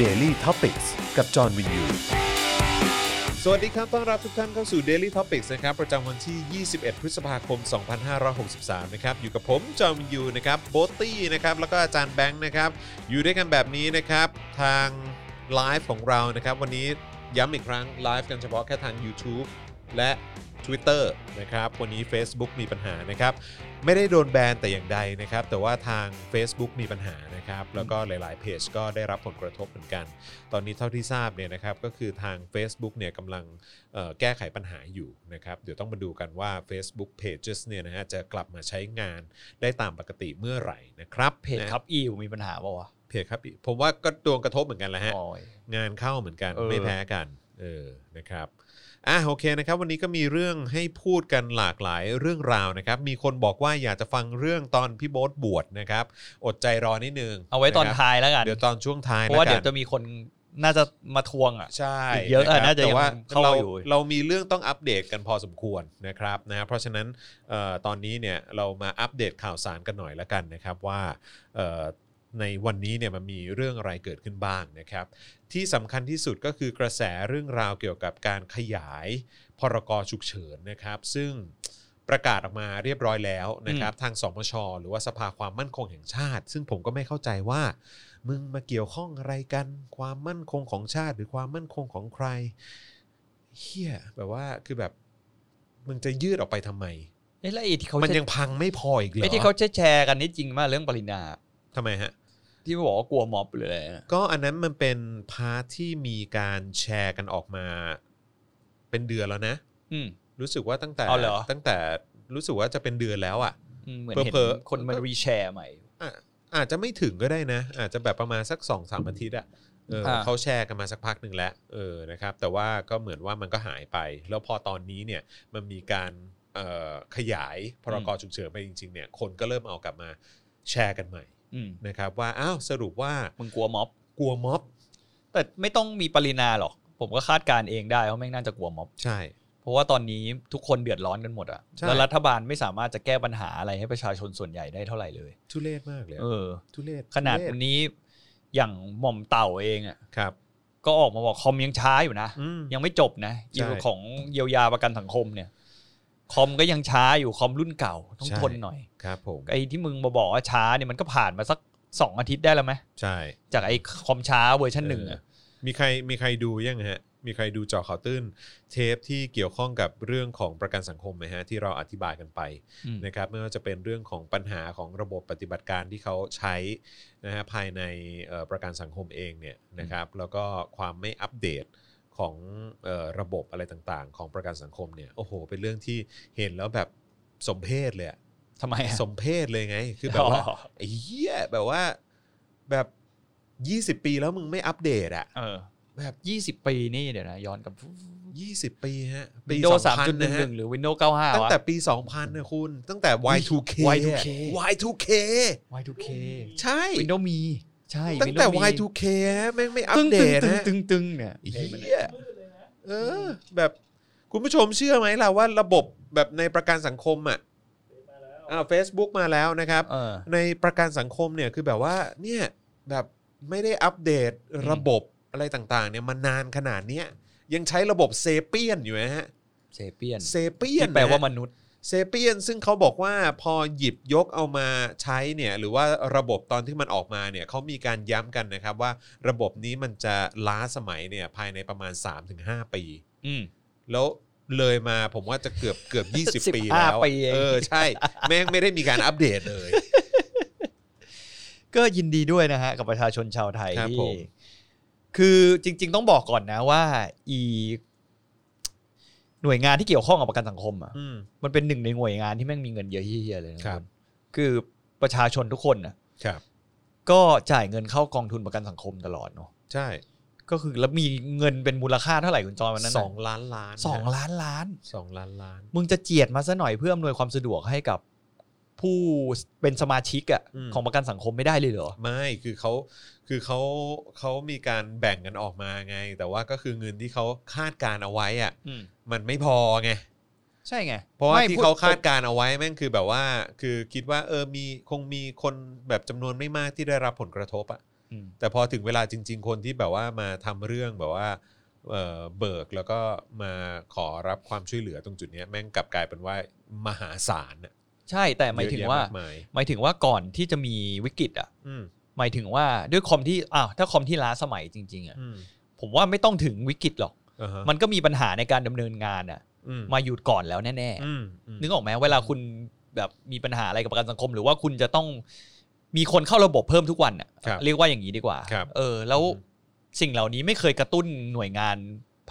Daily t o p i c กกับจอห์นวินยู สวัสดีครับ ต้อนรับทุกท่านเข้าสู่ Daily Topics นะครับ ประจำวันที่ 21 พฤษภาคม 2563 นะครับ อยู่กับผม จอมยูนะครับ โบทตี้ นะครับ แล้วก็อาจารย์แบงค์นะครับ อยู่ด้วยกันแบบนี้นะครับ ทางไลฟ์ของเรา นะครับ วันนี้ย้ำอีกครั้ง ไลฟ์กันเฉพาะแค่ทาง YouTube และ Twitter นะครับ วันนี้ Facebook มีปัญหานะครับ ไม่ได้โดนแบนแต่อย่างใดนะครับ แต่ว่าทาง Facebook มีปัญหานะครับ แล้วก็หลาย ๆ เพจก็ได้รับผลกระทบเหมือนกัน ตอนนี้เท่าที่ทราบเนี่ยนะครับก็คือทาง Facebook เนี่ยกำลังเอ่อแก้ไขปัญหาอยู่นะครับ เดี๋ยวต้องมาดูกันว่า Facebook Pages เนี่ยนะฮะจะกลับมาใช้งานได้ตามปกติเมื่อไหร่นะครับ เพจ นะครับ อีผมมีปัญหาเปล่าวะ เพจครับผมว่าก็โดนกระทบเหมือนกันแหละฮะ โอ้ย งานเข้าเหมือนกัน เออ ไม่แพ้กันเออนะครับอ่ะโอเคนะครับ วันนี้ก็มีเรื่องให้พูดกันหลากหลายเรื่องราวนะครับ มีคนบอกว่าอยากจะฟังเรื่องตอนพี่โบ๊ทบวชนะครับ อดใจรอนิดนึง เอาไว้ตอนะครับ ท้ายแล้วกัน เดี๋ยวตอนช่วงท้าย เพราะว่า แล้ เดี๋ยว กัน จะมีคนน่าจะมาทวงอ่ะ ใช่ อีกเยอะ ครับ อ่ะน่าจะ แต่ว่า ยังเข้า เรา อยู่ เรามีเรื่องต้องอัปเดตกันพอสมควรนะครับนะเพราะฉะนั้นเอ่อตอนนี้เนี่ยเรามาอัปเดตข่าวสารกันหน่อยละกันนะครับว่าเอ่อในวันนี้เนี่ยมันมีเรื่องอะไรเกิดขึ้นบ้างนะครับ ที่สำคัญที่สุดก็คือกระแสเรื่องราวเกี่ยวกับการขยายพรกฉุกเฉินนะครับ ซึ่งประกาศออกมาเรียบร้อยแล้วนะครับทางสมช หรือว่าสภาความมั่นคงแห่งชาติ ซึ่งผมก็ไม่เข้าใจว่า มึงมาเกี่ยวข้องอะไรกัน ความมั่นคงของชาติ หรือความมั่นคงของใครเฮียแบบว่าคือแบบ มึงจะยืดออกไปทำไม เอ้ยแล้วไอ้ที่เขาม มันยังพังไม่พออีกเหรอ ไอ้ที่เขาแชร์กันนี่จริงมากเรื่องปรินา ทำไมฮะ ที่บอกว่ากลัวม็อบหรืออะไรนะ ก็อันนั้นมันเป็นพาร์ทที่มีการแชร์กันออกมา เป็นเดือนแล้วนะ อืม รู้สึกว่าตั้งแต่ เอาเหรอ ตั้งแต่รู้สึกว่าจะเป็นเดือนแล้วอ่ะ อืมเหมือนเห็น เผลอๆ คนมันรีแชร์ใหม่ อ่ะอาจจะไม่ถึงก็ได้นะ อาจจะแบบประมาณสัก2อสามอาทิตย์อะเออ อ่า เขาแชร์กันมาสักพักหนึ่งแล้วเออนะครับ แต่ว่าก็เหมือนว่ามันก็หายไป แล้วพอตอนนี้เนี่ยมันมีการเอ่อขยายพรกฉุกเฉินไปจริงๆเนี่ยคนก็เริ่มเอากลับมาแชร์กันใหม่ อืม นะครับว่าอ้าวสรุปว่า มึงกลัวม็อบ กลัวม็อบ แต่ไม่ต้องมีปรินาหรอก ผมก็คาดการณ์เองได้ว่าแม่งน่าจะกลัวม็อบ ใช่ เพราะว่าตอนนี้ทุกคนเดือดร้อนกันหมดอ่ะ ใช่ แล้วรัฐบาลไม่สามารถจะแก้ปัญหาอะไรให้ประชาชนส่วนใหญ่ได้เท่าไหร่เลย ทุเรศมากเลยอะ เออ ทุเรศ ขนาด ทุเรศ วันนี้อย่างหม่อมเต่าเองอ่ะ ครับ ก็ออกมาบอกคอมยังช้าอยู่นะ อืม ยังไม่จบนะ ใช่ เรื่องของเยียวยาประกันสังคมเนี่ย คอมก็ยังช้าอยู่คอมรุ่นเก่าต้อง ใช่ ทนหน่อย ครับผม ไอ้ที่มึงมาบอกว่าช้าเนี่ยมันก็ผ่านมาสักสองอาทิตย์ได้แล้วไหม ใช่ จากไอ้คอมช้าเวอร์ชันหนึ่งอะ เออมีใครมีใครดูยังฮะ มีใครดูเจอข่าวตื้น เทปที่เกี่ยวข้องกับเรื่องของประกันสังคมไหมฮะที่เราอธิบายกันไป อืม นะครับไม่ว่าจะเป็นเรื่องของปัญหาของระบบปฏิบัติการที่เขาใช้นะฮะภายในเอ่อประกันสังคมเองเนี่ยนะครับ แล้วก็ความไม่อัปเดตของเอ่อระบบอะไรต่างๆ ของประกันสังคมเนี่ยโอ้โห เป็นเรื่องที่เห็นแล้วแบบสมเพศ เลยอะ ทำไมอะ สมเพศเลยไง คือแบบว่า อ๋อ ไอ้เหี้ยแบบว่าแบบ20 ปีแล้วมึงไม่อัปเดตอะ เออ แบบ ยี่สิบปีนี่เดี๋ยวนะ ย้อนกลับ 20 ปีฮะ ปี วินโดว์สามจุด 2000 หนึ่งนะฮะ หรือวินโดว์เก้าห้า ตั้ง วะ แต่ปี 2000 นะคุณ ตั้งแต่ Y2K อะ Y2K Y2K Y2K ใช่ วินโดว์มีใช่ ตั้งแต่ Windows มี Y2K ฮะแม่งไม่อัปเดต ตึง ฮะ ตึงตึงตึงเนี่ย ไอ้เหี้ยเออ แบบคุณผู้ชมเชื่อไหมล่ะว่าระบบแบบในประกันสังคมอ่ะอ่า Facebook มาแล้วนะครับ เออ ในประกันสังคมเนี่ยคือแบบว่าเนี่ยแบบไม่ได้อัปเดตระบบอะไรต่างๆเนี่ยมานานขนาดเนี้ยยังใช้ระบบเซเปียนอยู่นะฮะ เซเปียน เซเปียน ที่แปลว่ามนุษย์ เซเปียนซึ่งเขาบอกว่าพอหยิบยกเอามาใช้เนี่ยหรือว่าระบบตอนที่มันออกมาเนี่ยเขามีการย้ำกันนะครับว่าระบบนี้มันจะล้าสมัยเนี่ยภายในประมาณ 3-5 ปี อืม แล้วเลยมาผมว่าจะเกือบเกือบ 20 ปี 15 แล้ว ปีเอง เออใช่แม่งไม่ได้มีการอัปเดตเลย ก็ยินดีด้วยนะฮะ กับประชาชนชาวไทย ครับ ที่ ผม คือจริง ๆ ต้องบอกก่อนนะว่าอีหน่วยงานที่เกี่ยวข้องกับประกันสังคมอ่ะ อืม มันเป็นหนึ่งในหน่วยงานที่แม่งมีเงินเยอะเฮียๆเลยนะครับ คือประชาชนทุกคนน่ะ ครับ ก็จ่ายเงินเข้ากองทุนประกันสังคมตลอดเนาะ ใช่ ก็คือแล้วมีเงินเป็นมูลค่าเท่าไหร่คุณจอยวันนั้น ส น่ะ องล้านล้าน สอง นะ ล้านล้าน สองล้านล้าน มึงจะเจียดมาซะหน่อยเพื่ออำนวยความสะดวกให้กับผู้เป็นสมาชิกอะของประกันสังคมไม่ได้เลยเหรอ ไม่คือเขาคือเขาเขามีการแบ่งกันออกมาไง แต่ว่าก็คือเงินที่เขาคาดการเอาไว้อะมันไม่พอไง ใช่ไง เพราะว่า ไม่ ที่ พูด เขาคาดการเอาไว้แม่งคือแบบว่า คือคิดว่าเออมีคงมีคนแบบจำนวนไม่มากที่ได้รับผลกระทบอะ อืม แต่พอถึงเวลาจริง ๆ คนที่แบบว่ามาทำเรื่องแบบว่าเอ่อเบิกแล้วก็มาขอรับความช่วยเหลือตรงจุดเนี้ยแม่งกลับกลายเป็นว่ามหาศาลน่ะ ใช่แต่หมายถึงว่า เอะแะกมาย หมายถึงว่าก่อนที่จะมีวิกฤตอ่ะ อืม หมายถึงว่าด้วยคอมที่อ้าวถ้าคอมที่ล้าสมัยจริง ๆอ่ะ อืม ผมว่าไม่ต้องถึงวิกฤตหรอก อ่าฮะ มันก็มีปัญหาในการดำเนินงานอ่ะ อืม มาหยุดก่อนแล้วแน่ อืม ๆนึกออกไหมเวลาคุณแบบมีปัญหาอะไรกับประกันสังคม หรือว่าคุณจะต้องมีคนเข้าระบบเพิ่มทุกวันอ่ะ ครับ เรียกว่าอย่างนี้ดีกว่า ครับ เออ แล้ว อืม สิ่งเหล่านี้ไม่เคยกระตุ้นหน่วยงาน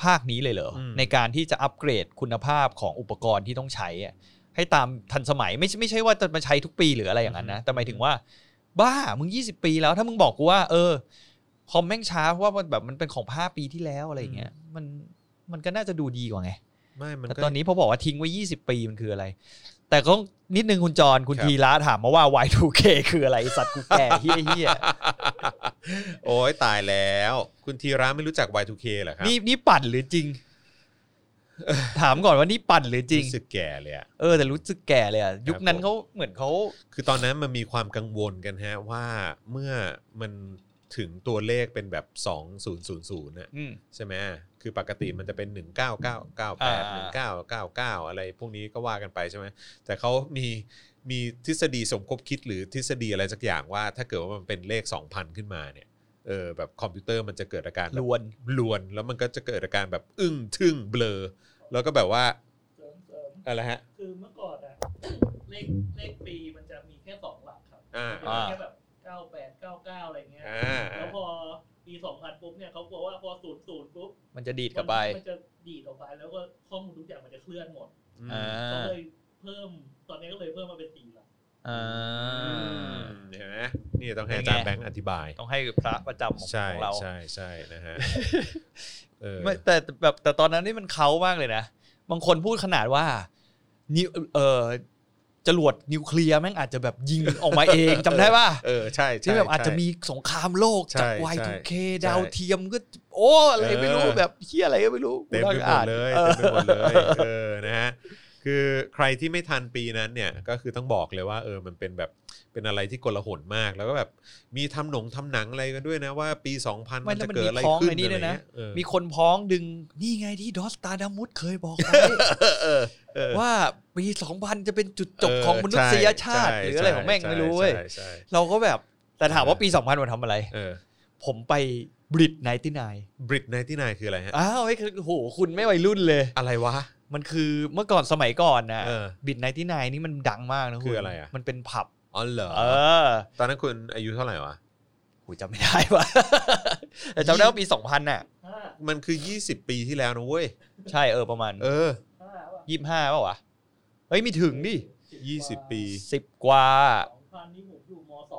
ภาคนี้เลยเหรออ ม ในการที่จะอัปเกรดคุณภาพของอุปกรณ์ที่ต้องใช้อะให้ตามทันสมัยไม่ใช่ไม่ใช่ว่าจะมาใช้ทุกปีหรืออะไรอย่างนั้นนะแต่หมายถึงว่า บ้ามึง 20 ปีแล้วถ้ามึงบอกกูว่า เออคอมแม่งช้าเพราะว่ามันแบบมันเป็นของ5ปีที่แล้วอะไรอย่างเงี้ยมันมันก็น่าจะดูดีกว่าไง ไม่มัน แต่ ก็ ตอนนี้พอบอกว่าทิ้งไว้ 20 ปีมันคืออะไร แต่ก็นิดนึงคุณจรคุณ ครับ ทีละถามมาว่า Y2K คืออะไรสัตว์กูแก่เฮี้ยเฮี้ย โอ้ยตายแล้ว คุณธีระไม่รู้จัก Y2K เหรอครับ นี่นี่ปั่นหรือจริง ถามก่อนว่านี่ปั่นหรือจริง สึกแก่เลยอะ เออแต่รู้สึกแก่เลยอะยุคนั้นเขาเหมือนเขา คือตอนนั้นมันมีความกังวลกันฮะว่าเมื่อมันถึงตัวเลขเป็นแบบ 2000น่ะ อืม ใช่ไหมคือปกติมันจะเป็น 19998 1999 อะไรพวกนี้ก็ว่ากันไปใช่ไหมแต่เขามีมีทฤษฎีสมคบคิดหรือทฤษฎีอะไรสักอย่างว่า ถ้าเกิดว่ามันเป็นเลข 2,000 ขึ้นมาเนี่ยเออแบบคอมพิวเตอร์มันจะเกิดอาการแบลบวน ลวนแล้วมันก็จะเกิดอาการแบบอึ้งทึ่งเบลอ แล้วก็แบบว่า เสริมเสริม อะไรฮะ คือเมื่อก่อนอะ เลขเลขปีมันจะมีแค่สองหลักครับ อ่า มันจะมีแค่แบบเก้าแปดเก้าเก้าอะไรเงี้ย อ่า แล้วพอปีสองพันปุ๊บเนี่ยเขากลัวว่าพอศูนย์ศูนย์ปุ๊บ มันจะดีดกลับไป มันจะดีดออกไปแล้วก็ข้อมูลทุกอย่างมันจะเคลื่อนหมด อ่ เขา า เลยเพิ่มตอนนี้ก็เลยเพิ่มมาเป็นสี่หลัก อ่ อื า มเห็นไหมนี่ต้องให้อาจารย์แบงค์อธิบาย ต้องให้พระประจำของ ใช่ ของเรา ใช่ใช่นะฮะ เออ ไม่แต่แต่แบบแต่ตอนนั้นนี่มันเขามากเลยนะ บางคนพูดขนาดว่านิวเออจรวดนิวเคลียร์แม่งอาจจะแบบ ยิง ออกมาเองจำได้ป่ะ เออใช่ใช่ ที่แบบอาจจะ ใช่ มีสงครามโลกจาก ใช่ใช่ Y2K ดาวเทียมก็ โอ้อะไรไม่รู้ เออ แบบเฮียอะไรก็ไม่รู้ เต็มไปหมดเลย เออ เต็มไปหมดเลยเออนะฮะคือใครที่ไม่ทันปีนั้นเนี่ยก็คือต้องบอกเลยว่าเออมันเป็นแบบเป็นอะไรที่กลหนมากแล้วก็แบบมีทำหนงทำหนังอะไรกันด้วยนะว่าปี 2000 ไม่ มัน แล้ว จะ มัน เกิ มี ดอะไร พ้อง ขึ้น ไอ้นี่ อะ ด้ ไร วยนะ เงี้ยเออ มีคนพ้องดึงนี่ไงที่ดอสตาดามุสเคยบอกไว้ เออเออ ว่าปี2000 จะเป็นจุดจบของมนุษยชาติ ใช่ หรืออะไรของแม่งไม่รู้เว้ย ใช่ใช่ เราก็แบบแต่ถามว่าปี 2000มันทำอะไร เออ ผมไปบริดไนตี้นาย บริดไนที่นายคืออะไรฮะ อ้าวไอ้คือโหคุณไม่วัยรุ่นเลย อะไรวะ มันคือเมื่อก่อนสมัยก่อนนะ เออบ ริดไนตี้นายนี่มันดังมากนะณ คืออะไรอะ มันเป็นผับ อ๋อเหรอ เออ ตอนนั้นคุณอายุเท่าไหร่วะ หูจำไม่ได้ว่ะ แต่จำได้ว่าปี 2000น่ะ ห้า มันคือ 20 ปีที่แล้วนะเว้ย ใช่เออประมาณ เออ ห้า25ป่ะป่าววะ เฮ้ยไมีถึงดิ 20 ปี 10 กว่า สองพันนี่ผมอยู่มส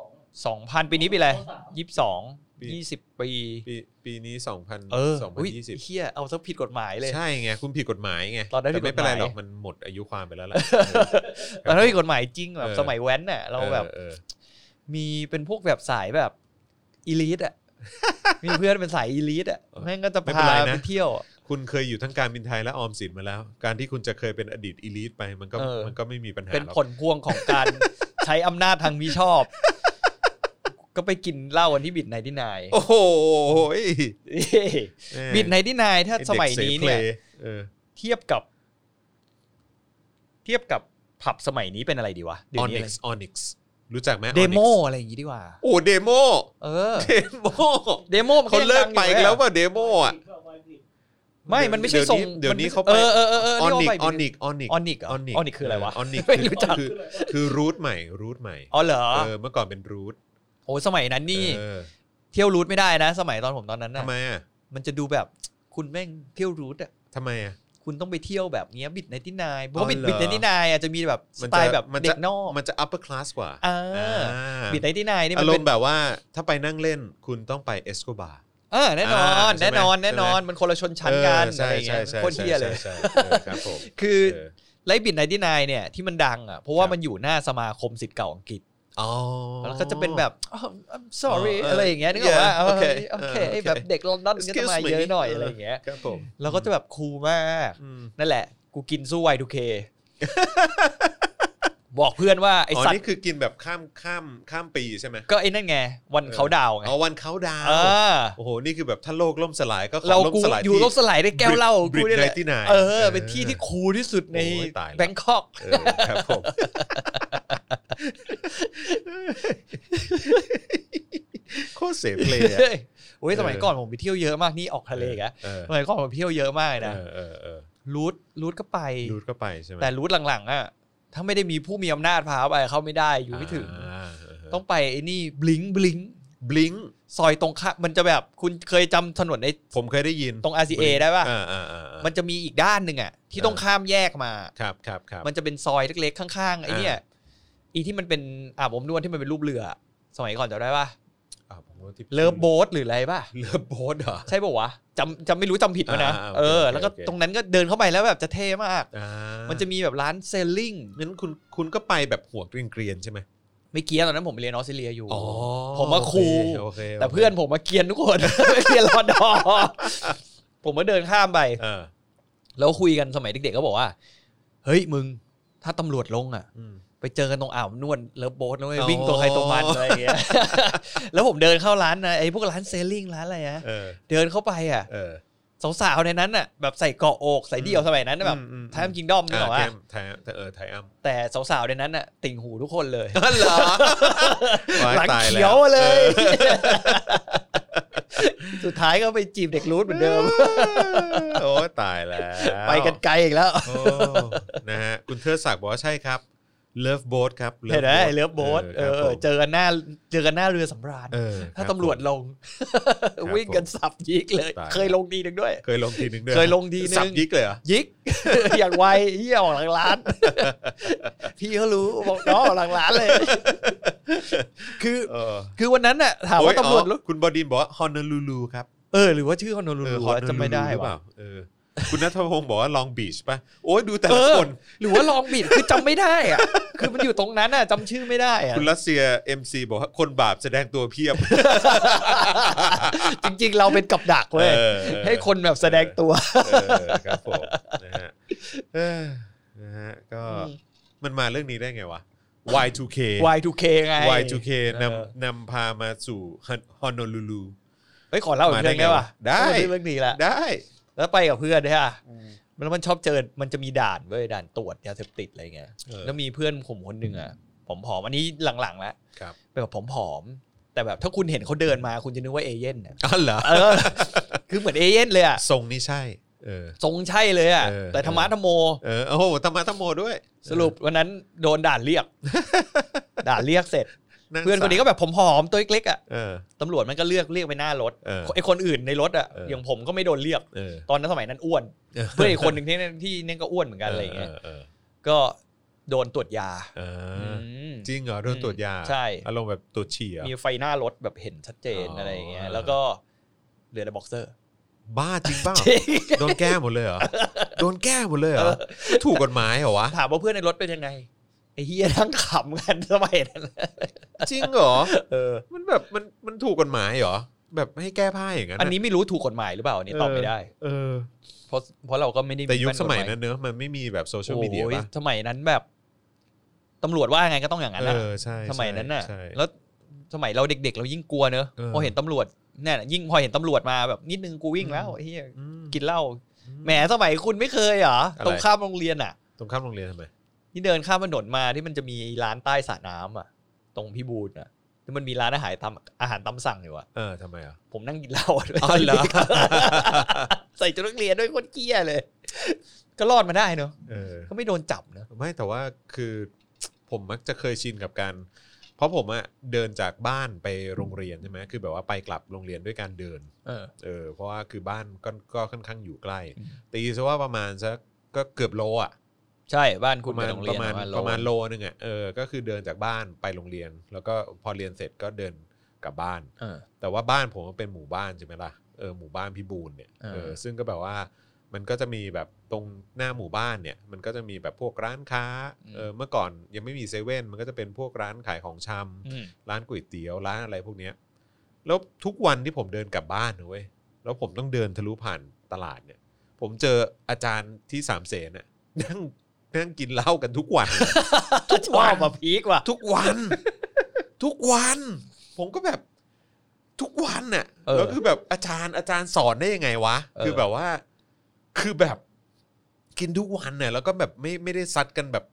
อง 2,000 ปีนี้ปีอะไร สาม ปี 22 20 ปี ปีปีนี้ 2000 เอออุ๊ย 2020 เฮียเอาซะผิดกฎหมายเลย ใช่ไง คุณผิดกฎหมายไง ตอนนั้น แต่ไม่เป็นไร ผิดกฎหมาย หรอกมันหมดอายุความไปแล้วล่ะ แตอนนั้นมีกฎหมายจริงแบบ เออ สมัยแว้นน่ะเราแบบ ออ มีเป็นพวกแบบสายแบบอีลิทอ่ะ มีเพื่อนเป็นสายอีลิทอ่ะแม่งก็จะพาไปเที่ยว คุณเคยอยู่ทั้งการบินไทยและออมสินมาแล้ว การที่คุณจะเคยเป็นอดีตอีลิทไปมันก็ เออ มันก็ไม่มีปัญหา เป็น หรอก ผลพวงของการ ใช้อำนาจทางมิชอบ ก็ไปกินเหล้าวันที่บิดไนที่นาย โอ้โหแม่ บิดไนที่นายถ้า ไอ้ ส ด็ก มัยนี้เนี่ย สพลย์เออ เทียบกับ เทียบกับผับสมัยนี้เป็นอะไรดีวะเดี๋ย อ ว อ นี้ นิก เลย ซ์ออนิกซ์รู้จักไหม Onyx เดโมอะไรอย่างงี้ดีกว่า โอ้เดโม เออ เดโม เดโมมัน เขา ยัง เลิก ดังอยู่ ไปกันแล้ว อะ ว่าเดโมอ่ะ ก็ไวบริด ไม่มันไม่ใช่ทรง เดี๋ยวนี้ มั เขา ไม่ ไป เออเออเออเออ ออเรีนิยว่ากไป ออนิกออนิก ออนิกเหรอออนิกคืออะไรวะ ออนิก ไม่รู้จัก คือ คืออะคือไรวะรูทใหม่รูทใหม่ อ๋อเหรอ เออเมื่อก่อนเป็นรูท โอ้สมัยนั้นนี่ เออ เที่ยวรูทไม่ได้นะ สมัยตอนผมตอนนั้นนะ ทำไมอ่ะ มันจะดูแบบคุณแม่งเที่ยวรูทอ่ะ ทำไมอ่ะ คุณต้องไปเที่ยวแบบเนี้ยบิดในที่นายเพ อ๋ ราะ อ บิด เหรอ บิดในที่นายอาจจะมีแบบส มันจะ ไตล์แบบ มันจะ เด็กนอก มันจะ upper class กว่า อ่า บิดในที่นายนี่มั อาน ร เป็ ม น ณ์แบบว่าถ้าไปนั่งเล่นคุณต้องไปเอสโคบาร์ เออแน่นอน อ่าใช่ไหม แน่นอน ใช่ไหม แน่นอนมันคนละชนชั้นกันอะ ใช่ ไรอย่าง ใช่ เงี้ย ใช่ โคตรเที่ยเลย ใช่ใช่เออครับผม คือ เออ ไลฟ์บิดในที่นายเนี่ยที่มันดังอ่ะเพราะว่า ครับ มันอยู่หน้าสมาคมสิทธิ์เก่าอังกฤษ อ๋อ แล้วก็จะเป็นแบบอ้าว I'm sorry เออเอออ อะไรอย่างเงี้ยนึกออกว่า Yeah, โอเค okay โอเค เออ okay แบบเด็กลอนดอนก็จะ Excuse มา me เยอะหน่อยอะไรอย่างเงี้ย ครับผม แล้วก็จะแบบคูลมาก อืม นั่นแหละ กูกินสู้ Y2K บอกเพื่อนว่าไอ อ๋อ สัต นี่ ว์ คือกินแบบข้ามข้ามข้ามปีใช่ไหม ก็ไอ้นั่นไง วันเขาดาวน์ไง เอาวันเขาดาว เออ โอ้โหนี่คือแบบถ้าโลกล่มสลายก็ขอ เรา ล่ม กู สลาย อยู่ ที่ โลกสลายได้แก้วเหล้าของกูเนี่ยแหละ Brit- 99 เออ เป็นที่ที่คูลที่สุดใน โอ้ยตายละ แบงคอก เออครับผม โคตรเสียเพลยอะ โอ้ยสมัยก่อนผมไปเที่ยวเยอะมากนี่ออกทะเลอีกอะ เออ สมัยก่อนผมไปเที่ยวเยอะมากเลยนะ เออเออเออ รูทรูทก็ไป ดูดเข้าไปใช่ไหม แต่รูทหลังๆอะถ้าไม่ได้มีผู้มีอำนาจพาไปเข้าไม่ได้อยู่ไม่ถึง า ต้ ต้อ อง งไปไอ้นี่บลิงบลิง บลิง ซอยตรงข้ามมันจะแบบคุณเคยจำถนนใน ผมเคยได้ยิน ตรง RCA Blink ได้ป่ะ อ่าอ่าอ่าอ่า มันจะมีอีกด้านหนึ่งอะที่ เออ ต้องข้ามแยกมา ครับครับครับ มันจะเป็นซอยเล็กๆข้างๆไอ้เนี่ย อ่า อีที่มันเป็นอาบอบนวดที่มันเป็นรูปเรือ สมัยก่อนจำได้ป่ะ อ่าผมรู้ที่ เลิฟโบ๊ทหรืออะไรป่ะ เลิฟโบ๊ทเหรอ ใช่ป่าวะจำจำไม่รู้จำผิดมานะ อ่าโอเค เออ โอเค แล้วก็ โอเค ตรงนั้นก็เดินเข้าไปแล้วแบบจะเท่มาก อ่า มันจะมีแบบร้านเซลลิง งั้นคุณคุณก็ไปแบบหัวเกรียนๆใช่ไหม ไม่เกียนตอนนั้นผมไปเรียนออสเตรเลียอยู่ อ๋อ ผมว่าครู โอเคโค แต่เพื่อนผมมาเกียนทุกคน ไม่เกียนรอดอ ผมมาเดินข้ามไป เออ แล้วคุยกันสมัยเด็กๆก็บอกว่า เฮ้ยมึง ถ้าตำรวจลงอ่ะ อืม ไปเจอกันตรงอ่าวนวดเลิฟโบ๊ทนะเว้ย อ๋อ วิ่งตัวใครตัวมัน อะไรอย่างเงี้ย แล้วผมเดินเข้าร้านนะไอ้พวกร้านเซลลิงร้านอะไรอะ เออ เดินเข้าไปอ่ะ เออ สาวๆในนั้นอ่ะแบบใส่เกาะอกใส่เดี่ยวสมัยนั้นนะแบบ อืมอืม ไทม์กิงดอมนึกออก อ่า ปะ ไทยเออไทยอัม แต่สาวๆในนั้นน่ะ ติ่งหูทุกคนเลย เหรอ หลังเขียวมาเลย สุดท้ายก็ไปจีบเด็กรูทเหมือนเดิม โอ้ตายแล้ว ไปกันไกลอีกแล้ว โอ้นะฮะคุณเทิดศักดิ์บอกว่าใช่ครับ เลิฟโบ๊ทครับ Love เห็นไหม Boat เลือบโบ๊ทเอ ครับ อ ผม เจอกันหน้าเจอกันหน้าเรือสำราญ เออ ถ้า ครับ ตำรวจ ผม ลง ผม วิ่งกันสับยิกเลย ตาย เคยลงดีหนึ่งด้วย เคยลงทีนึงด้วย เคยลงทีนึง สับยิกเลยเหรอ ยิก อย่างไวเหี่ยออกหลังร้าน พี่เขารู้บอกน้องออกหลังร้านเลย คือ เออ คือวันนั้นน่ะถามว่า โอ้ย ตำรวจล อ๋ ง อคุณบดินบอกว่าฮอนอลูลูครับ เออหรือว่าชื่อฮอนโนลู เออ ลู Honolulu จำไม่ได้ หรือเป ว่ะ ล่าเออคุณนัทพงศ์บอกว่าลองบีชป่ะ โอ้ยดูแต่ เอ ละ อ คน หรือว่าลองบิดคือจำไม่ได้อะ คือมันอยู่ตรงนั้นอะจำชื่อไม่ได้อะ คุณรัสเซีย MC บอกว่าคนบาปแสดงตัวเพียบ จริงๆ เราเป็นกับดักเว้ย เออ ให้คนแบบแสดงตัว เออครับผมนะฮะเออนะฮะก็มันมาเรื่องนี้ได้ไงวะ Y2K Y2K ไง Y2K น เออน ำนำพามาสู่ฮอน o l u ลู เฮ้ยขอเล่าอีกเรื่องได้ป่ะ ได้ พูเรื่องนี้แหละ ได้ แล้วไปกับเพื่อนใช่ป่ะแล้วมันชอบเจอมันจะมีด่านเว้ยด่านตรวจยาเสพติดอะไรเงี้ย เออ แล้วมีเพื่อนผมคนหนึ่งอะผมผอมๆอันนี้หลังๆแล้ว ครับ เป็นแบบผอมๆแต่แบบถ้าคุณเห็นเขาเดินมาคุณจะนึกว่าเอเย่นอะ อ๋อเหรอ เออ คือเหมือนเอเย่นเลยอะ ทรงนี่ใช่ เออ ทรงใช่เลยอะ เออ แต่ธรรมะธรรมโม เออโอ้โหธรรมะธรรมโมด้วย สรุปวันนั้นโดนด่านเรียก ด่านเรียกเสร็จ ง เพื่อนคนนี้ก็แบบผมหอมตัวเล็กๆอ่ะ เออ ตำรวจมันก็เลือกเรียกไปหน้ารถ เออ ไอ้คนอื่นในรถอ่ะ เอออ อย่างผมก็ไม่โดนเรียก เออ ตอนนั้นสมัยนั้นอ้วน เพื่อนอีกคนหนึ่งที่ที่เนี่ยก็อ้วนเหมือนกันอะไรอย่างเงี้ย เออ ก็โดนตรวจยา เออ ม จริงเหรอโดนตรวจยา ใช่ อารมณ์แบบตรวจฉี่เหรอ มีไฟหน้ารถแบบเห็นชัดเจน อ๋ออ อะไรอย่างเงี้ยแล้วก็เหลือแต่บ็อกเซอร์ บ้าจริงเปล่าโดนแก้หมดเลยเหรอโดนแก้หมดเลยเหรอถูกกฎหมายเหรอวะ ถามว่าเพื่อนในรถเป็นยังไงไอ้เฮียทั้งขำกันสมัย นั้น จริงเหรอ เออ มันแบบมันมันถูกกฎหมายเหรอแบบให้แก้ผ้าอย่างนั้นะ อันนี้ไม่รู้ถูกกฎหมายหรือเปล่าอันนี้ตอบไม่ได้ เออ เพราะเพราะเราก็ไม่ได้ แต่ยุค แป้น ส กฎหา มัยนั้นเนอะมันไม่มีแบบโซเชียลมีเดีย โอ้ ป่ะ สมัยนั้นแบบตำรวจว่าไงก็ต้องอย่างนั้น เอ นะ อใช่ สมัยนั้นน่ะ ใช่ แล้วสมัยเราเด็กๆ เรายิ่งกลัวเนอะ เออ พอเห็นตำรวจเนี่ยยิ่งพอเห็นตำรวจมาแบบนิดนึงกูวิ่งแล้ว อืม ไอ้เฮีย อืม กินเหล้าแหมสมัยคุณไม่เคยเหรอ อะไร ตรงข้ามโรงเรียนอ่ะ ตรงข้ามโรงเรียนทำไม ที่เดินข้ามถนนมาที่มันจะมีร้านใต้สระน้ำอ่ะ ตรงพิบูลอ่ะที่มันมีร้านอาหารตามอาหารตามสั่งอยู่อ่ะ เออทำไมอ่ะ ผมนั่งกินเหล้า อ๋อเหรอ ใส่ชุดนักเรียนด้วยโคนเกี้ยเลย ก็รอดมาได้เนอะ เออ ก็ไม่โดนจับเนอะ ไม่แต่ว่าคือ ผมมักจะเคยชินกับการ เพราะผมอะเดินจากบ้านไปโรงเรียนใช่ไหมคือแบบว่าไปกลับโรงเรียนด้วยการเดิน เออ เออ เพราะว่าคือบ้านก็ก็ค่อนข้างอยู่ใกล้ อืม ตีซะว่าประมาณสักก็เกือบโลอะ ใช่บ้าน ป คุณ ระมาณ เป็นโรง ป เรียน ระมาณ โล ประมาณโลนึงอะเออ ก็คือเดินจากบ้านไปโรงเรียน แล้วก็พอเรียนเสร็จก็เดินกลับบ้าน เออ แต่ว่าบ้านผมมันเป็นหมู่บ้านใช่ไหมล่ะ เออหมู่บ้านพิบูลเนี่ย เออ เออซึ่งก็แบบว่ามันก็จะมีแบบตรงหน้าหมู่บ้านเนี่ย มันก็จะมีแบบพวกร้านค้า เออเมื่อก่อนยังไม่มีเซเว่นมันก็จะเป็นพวกร้านขายของชำ อืม ร้านก๋วยเตี๋ยวร้านอะไรพวกเนี้ย แล้วทุกวันที่ผมเดินกลับบ้านนะเว้ย แล้วผมต้องเดินทะลุผ่านตลาดเนี่ย ผมเจออาจารย์ที่สามเสนน่ะนั่ง นั่งกินเหล้ากันทุกวัน ทุกวันมาพีกว่ะ ทุกวัน ทุกวัน ผมก็แบบทุกวันน่ะ เออ แล้วคือแบบอาจารย์อาจารย์สอนได้ยังไงวะ เออ คือแบบว่า คือแบบกินทุกวันน่ะแล้วก็แบบไม่ไม่ได้ซัดกันแบบ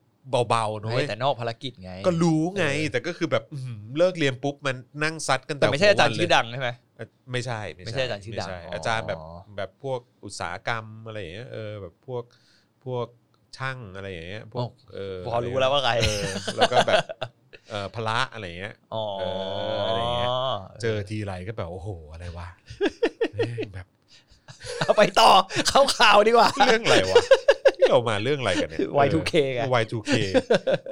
เบาๆนะเว้ย แต่นอกภารกิจไง ก็รู้ไง เออ แต่ก็คือแบบอื้อหือเลิกเรียนปุ๊บมันนั่งซัดกัน แต่ไม่ใช่ หัว อาจารย์ วันเล ชื่อดังใช่ไหม เอ่อไม่ใช่ ไม่ใช่อาจารย์ชื่อดัง ไม่อ๋ออใอาจารย์แบบแบบพวกอุตสาหกรรมอะไรอย่างเงี้ยเออแบบพวกพวกช่างอะไรอย่างเงี้ยพวกเออ พอรู้แล้วว่าใคร เออแล้วก็แบบเออพละอะไรอย่างเงี้ย อ๋อ เอออะไรอย่างเงี้ย เจอทีไรก็แบบโอ้โหอะไรวะเอ้ยแบบ เอาไปต่อ เข้าข่าวดีกว่า เรื่องอะไรวะที่เรามาเรื่องอะไรกันเนี่ย Y2K ไง เออ Y2K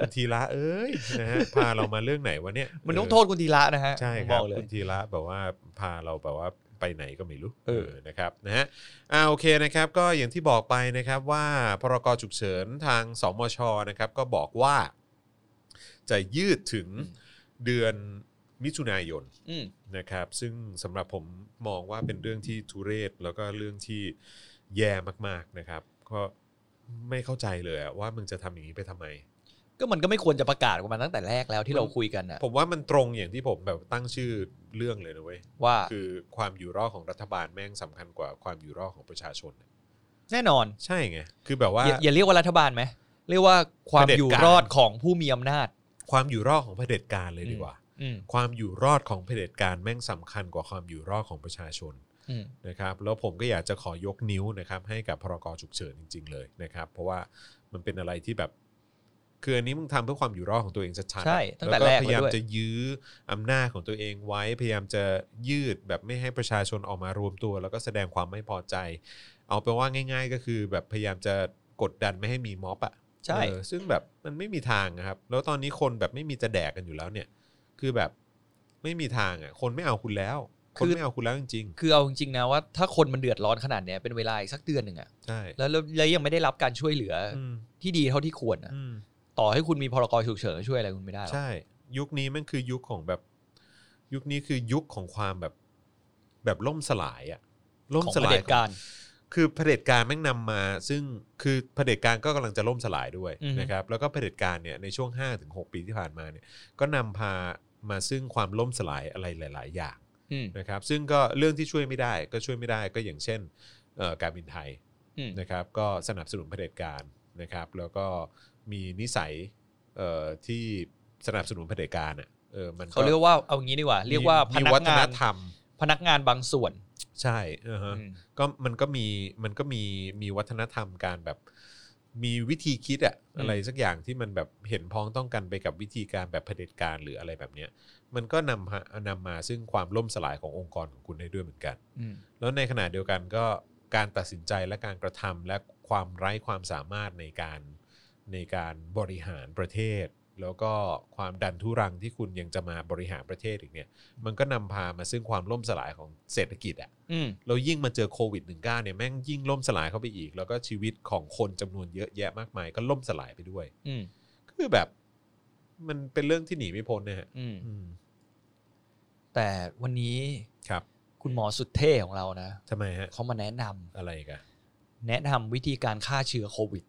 คุณทีละเอ้ยนะฮะพาเรามาเรื่องไหนวะเนี่ย มันต้องโทษคุณธีระนะฮะ ใช่ ผม ค บ รับอก เลย คุณทีละแบบว่าพาเราแบบว่าไปไหนก็ไม่รู้ เออ นะครับนะฮะอ่าโอเคนะครับ ก็อย่างที่บอกไปนะครับว่าพรกฉุกเฉินทางสมชนะครับ ก็บอกว่า จะยืดถึงเดือนมิถุนายน อืม นะครับซึ่งสำหรับผมมองว่าเป็นเรื่องที่ทุเรศแล้วก็เรื่องที่แย่มากๆนะครับ ก็ไม่เข้าใจเลยอะว่ามึงจะทำอย่างนี้ไปทำไม ก็มันก็ไม่ควรจะประกาศออกมาตั้งแต่แรกแล้วที่เราคุยกันนะ ผมว่ามันตรงอย่างที่ผมแบบตั้งชื่อเรื่องเลยนะเว้ย ว่า คือความอยู่รอดของรัฐบาลแม่งสำคัญกว่าความอยู่รอดของประชาชนน่ะ แน่นอน ใช่ไงคือแบบว่า อย่าอย่าเรียกว่ารัฐบาลไหมเรียกว่าความ เผด็จการ อยู่รอดของผู้มีอำนาจ ความอยู่รอดของเผด็จการเลยดีกว่า อืม ความอยู่รอดของเผด็จการแม่งสำคัญกว่าความอยู่รอดของประชาชน อืม นะครับแล้วผมก็อยากจะขอยกนิ้วนะครับให้กับพรกฉุกเฉินจริง ๆ เลยนะครับเพราะว่ามันเป็นอะไรที่แบบคืออันนี้มึงทำเพื่อความอยู่รอดของตัวเองชัดๆ ใช่ตั้งแต่แรก พ เลยด้วย ยายามจะยื้ออำนาจของตัวเองไว้ พยายามจะยืดแบบไม่ให้ประชาชนออกมารวมตัว แล้วก็แสดงความไม่พอใจ เอาเป็นว่าง่าย ๆ ก็คือแบบพยายามจะกดดันไม่ให้มีม็อบอะ ใช่ เออซึ่งแบบมันไม่มีทางนะครับ แล้วตอนนี้คนแบบไม่มีจะแดกกันอยู่แล้วเนี่ย คือแบบไม่มีทางอ่ะ คนไม่เอาคุณแล้ว คน คือ ไม่เอาคุณแล้วจริง คือเอาจริงๆนะว่าถ้าคนมันเดือดร้อนขนาดเนี้ยเป็นเวลาอีกสักเดือนหนึ่งอะ ๆ ใช่ แล้วแล้วแล้วยังไม่ได้รับการช่วยเหลืออ อืม ที่ดีเท่าที่ควรอะ อืม ต่อให้คุณมีพรกฉุกเฉินช่วยอะไรคุณไม่ได้หรอก ใช่ ยุคนี้มันคือยุคของแบบ ยุคนี้คือยุคของความแบบแบบล่มสลายอ่ะล่ม ของ ส เผ ลาย ด็จการ คือเผด็จการแม่งนำมา ซึ่งคือเผด็จการก็กำลังจะล่มสลายด้วย อือฮึ นะครับ แล้วก็เผด็จการเนี่ยในช่วง5ถึง6ปีที่ผ่านมาเนี่ย ก็นำพามาซึ่งความล่มสลายอะไรหลาย ๆ อย่าง อืม นะครับซึ่งก็เรื่องที่ช่วยไม่ได้ก็ช่วยไม่ได้ก็อย่างเช่นเอ่อการบินไทย อืม นะครับก็สนับสนุนเผด็จการนะครับแล้วก็มีนิสัยเอ่อที่สนับสนุนเผด็จการอ่ะเออมัน เขาเรียกว่าเอางี้ดีกว่า เรียกว่าพ มี นัก วัฒ งาน น ธรรม พนักงานบางส่วน ใช่เออฮะ อืม ก็มันก็มีมันก็มีมีวัฒนธรรมการแบบมีวิธีคิดอะอะไรสักอย่างที่มันแบบเห็นพ้องต้องกันไปกับวิธีการแบบเผด็จการหรืออะไรแบบเนี้ยมันก็นำฮะนำมาซึ่งความล่มสลายขององค์กรของคุณได้ด้วยเหมือนกัน อืม แล้วในขณะเดียวกันก็การตัดสินใจและการกระทำและความไร้ความสามารถในการในการบริหารประเทศ แล้วก็ความดันทุรังที่คุณยังจะมาบริหารประเทศอีกเนี่ย มันก็นำพามาซึ่งความล่มสลายของเศรษฐกิจอะ อืม เรายิ่งมาเจอโควิด -19 เนี่ยแม่งยิ่งล่มสลายเข้าไปอีก แล้วก็ชีวิตของคนจำนวนเยอะแยะมากมายก็ล่มสลายไปด้วย อืม คือแบบมันเป็นเรื่องที่หนีไม่พ้นนะฮะ อืม อืม แต่วันนี้ ครับ คุณหมอสุดเท่ของเรานะ ทำไมฮะ เขามาแนะนำ อะไร กัน แนะนำวิธีการฆ่าเชื้อโควิด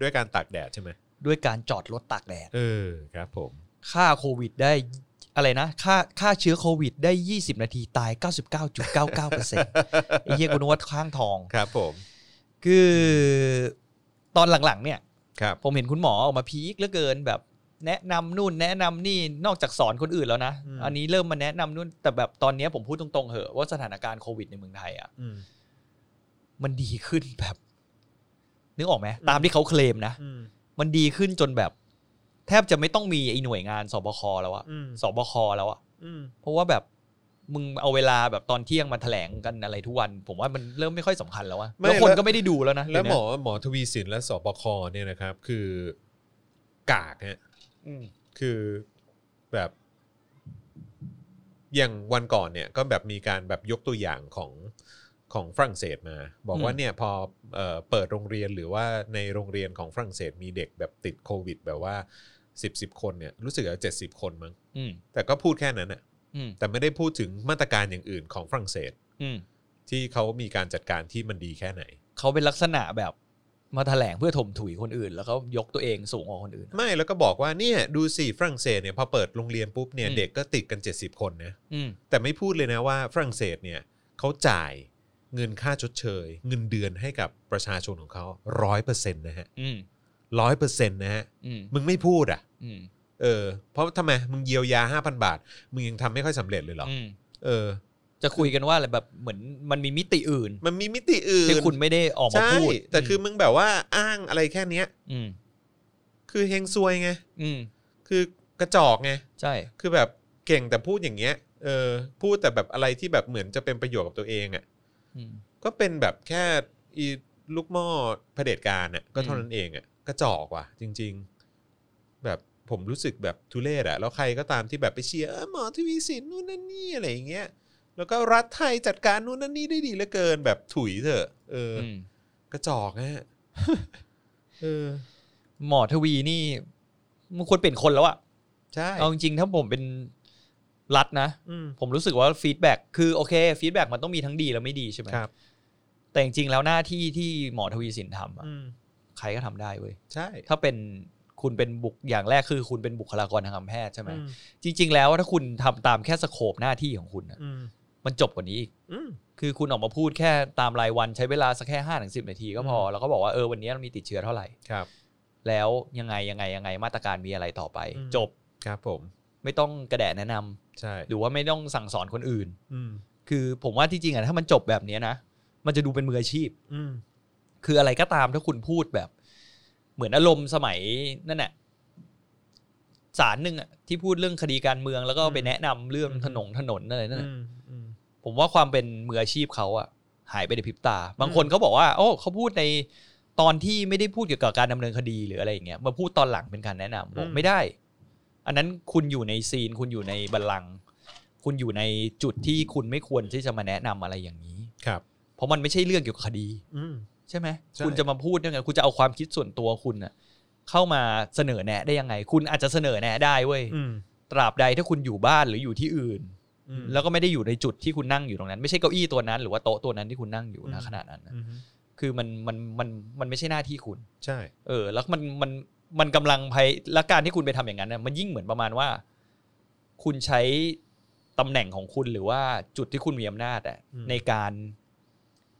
ด้วยการตากแดดใช่ไหม ด้วยการจอดรถตากแดด เออครับผม ฆ่าโควิดได้อะไรนะฆ่าฆ่าเชื้อโควิดได้ 20 นาทีตาย 99.99%ไอ้เหี้ยกูนึกว่าข้างทอง ครับผม คือตอนหลังๆเนี่ย ครับ ผมเห็นคุณหมอออกมาพีคเหลือเกินแบบ แนะนำนู่นแนะนำนี่นอกจากสอนคนอื่นแล้วนะ อันนี้เริ่มมาแนะนำนู่นแต่แบบตอนเนี้ยผมพูดตรงๆเหอะว่าสถานการณ์โควิดในเมืองไทยอ่ะ อืม มันดีขึ้นแบบ นึกออกไหมตามที่เขาเคลมนะ อืม มันดีขึ้นจนแบบ แทบจะไม่ต้องมีไอ้หน่วยงานสบคแล้วอะ อืม สบคแล้วอะ อืม เพราะว่าแบบมึงเอาเวลาแบบตอนเที่ยงมาแถลงกันอะไรทุกวัน ผมว่ามันเริ่มไม่ค่อยสำคัญแล้วอะ ไม่ แล้วคน แล้ว ก็ไม่ได้ดูแล้วนะ แล้วหมอ เดี๋ย หมอทวีสินและสบคเนี่ยนะครับ คือกากฮะ เนี้ย คือแบบ อย่างวันก่อนเนี่ยก็แบบมีการแบบยกตัวอย่างของของฝรั่งเศสมา บอกว่าเนี่ยพอเอ่อเปิดโรงเรียนหรือว่าในโรงเรียนของฝรั่งเศสมีเด็กแบบติดโควิด แบบว่า 10บสคนเนี่ยรู้สึกจะเจ็ดสิบคนมั้ง อืม แต่ก็พูดแค่นั้นอะ อืม แต่ไม่ได้พูดถึงมาตรการอย่างอื่นของฝรั่งเศส อืม ที่เขามีการจัดการที่มันดีแค่ไหน เขาเป็นลักษณะแบบ มาแถลงเพื่อถมถุยคนอื่น แล้วก็ยกตัวเองสูงกว่าคนอื่น ไม่แล้วก็บอกว่าเนี่ยดูสิฝรั่งเศสเนี่ยพอเปิดโรงเรียนปุ๊บเนี่ย อืม เด็กก็ติดกัน 70 คนนะ อืม แต่ไม่พูดเลยนะว่าฝรั่งเศสเนี่ยเขาจ่ายเงินค่าชดเชย เงินเดือนให้กับประชาชนของเขาร้อยเปอร์เซ็นต์นะฮะ อืม ร้อยเปอร์เซ็นต์นะฮะ อืม มึงไม่พูดอ่ะ อืม เออ เพราะทำไมมึงเยียวยา 5,000 บาท มึงยังทำไม่ค่อยสำเร็จเลยเหรอ อืม เออ จะคุยกันว่าอะไรแบบเหมือนมันมีมิติอื่น มันมีมิติอื่น ที่คุณไม่ได้ออกมา ใช่ พูด แต่คือมึงแบบว่าอ้างอะไรแค่เนี้ย อืม คือเฮงซวยไง อืม คือกระจอกไง ใช่ คือแบบเก่งแต่พูดอย่างเงี้ย เออ พูดแต่แบบอะไรที่แบบเหมือนจะเป็นประโยชน์กับตัวเองอะ่ะ อืม ก็เป็นแบบแค่อีลูกหม้อเผด็จการอ่ะ ก็เท่านั้นเองอะ่ะ กระจอกว่ะ จริง ๆ แบบผมรู้สึกแบบทุเรศอะ่ะ แล้วใครก็ตามที่แบบไปเชียร์เอ้อหมอทวีสินนู่นนั่นนี่อะไรอย่างเงี้ย แล้วก็รัฐไทยจัดการนู่นนั่นนี่ได้ดีเหลือเกินแบบถุยเถอะ เอออ ม กระจอกฮะ เออ หมอทวีนี่มันควรเปลี่ยนคนแล้วอะ ใช่ เอาจริงๆถ้าผมเป็นรัฐนะ อืม ผมรู้สึกว่าฟีดแบ็กคือโอเคฟีดแบ็กมันต้องมีทั้งดีและไม่ดีใช่ไหม ครับ แต่จริงๆแล้วหน้าที่ที่หมอทวีสินทำอะ อืม ใครก็ทำได้เว้ย ใช่ ถ้าเป็นคุณเป็นบุคอย่างแรกคือคุณเป็นบุคลากรทางการแพทย์ใช่ไหม อืม จริง ๆ แล้วถ้าคุณทำตามแค่สโคปหน้าที่ของคุณอะ อืม มันจบกว่านี้อีก อืม คือคุณออกมาพูดแค่ตามรายวันใช้เวลาสักแค่ห้าถึงสิบนาทีก็พออ ม แล้วก็บอกว่าเออวันนี้เรามีติดเชื้อเท่าไหร่ ครับ แล้วยังไงยังไงยังไงมาตรการมีอะไรต่อไป อืม จบ ครับผม ไม่ต้องกระแดะแนะนำ ใช่ หรือว่าไม่ต้องสั่งสอนคนอื่น อืม คือผมว่าที่จริงอะถ้ามันจบแบบเนี้ยนะ มันจะดูเป็นมืออาชีพ อืม คืออะไรก็ตามถ้าคุณพูดแบบ เหมือนอารมณ์สมัยนั่นแหละสารหนึ่งอะที่พูดเรื่องคดีการเมืองแล้วก็ไป อืม แนะนำเรื่อง อืม ถนนถนนอะไรนั่น อื น่ะ มอืม ผมว่าความเป็นมืออาชีพเขาอะหายไปในพริบตา บางคนเขาบอกว่า โอ้เขาพูดในตอนที่ไม่ได้พูดเกี่ยวกับการดำเนินคดีหรืออะไรอย่างเงี้ยมาพูดตอนหลังเป็นการแนะนำบอก อืม ไม่ได้ อันนั้นคุณอยู่ในซีน คุณอยู่ในบัลลังก์คุณอยู่ในจุดที่คุณไม่ควรที่จะมาแนะนำอะไรอย่างนี้ ครับ เพราะมันไม่ใช่เรื่องเกี่ยวกับคดี อืม ใช่ไหม ใช่ คุณจะมาพูดยังไงคุณจะเอาความคิดส่วนตัวคุณน่ะเข้ามาเสนอแนะได้ยังไง คุณอาจจะเสนอแนะได้เว้ย อืม ตราบใดถ้าคุณอยู่บ้านหรืออยู่ที่อื่น อืม แล้วก็ไม่ได้อยู่ในจุดที่คุณนั่งอยู่ตรงนั้น ไม่ใช่เก้าอี้ตัวนั้น หรือว่าโต๊ะตัวนั้นที่คุณนั่งอยู่นะ อืม ขนาดนั้นนะ อืม คือมันมันมันมันไม่ใช่หน้าที่คุณ ใช่ เออ แล้วมันมันมันกำลังภัยและการที่คุณไปทำอย่างนั้นน่ะมันยิ่งเหมือนประมาณว่า คุณใช้ตำแหน่งของคุณหรือว่าจุดที่คุณมีอำนาจอะในการ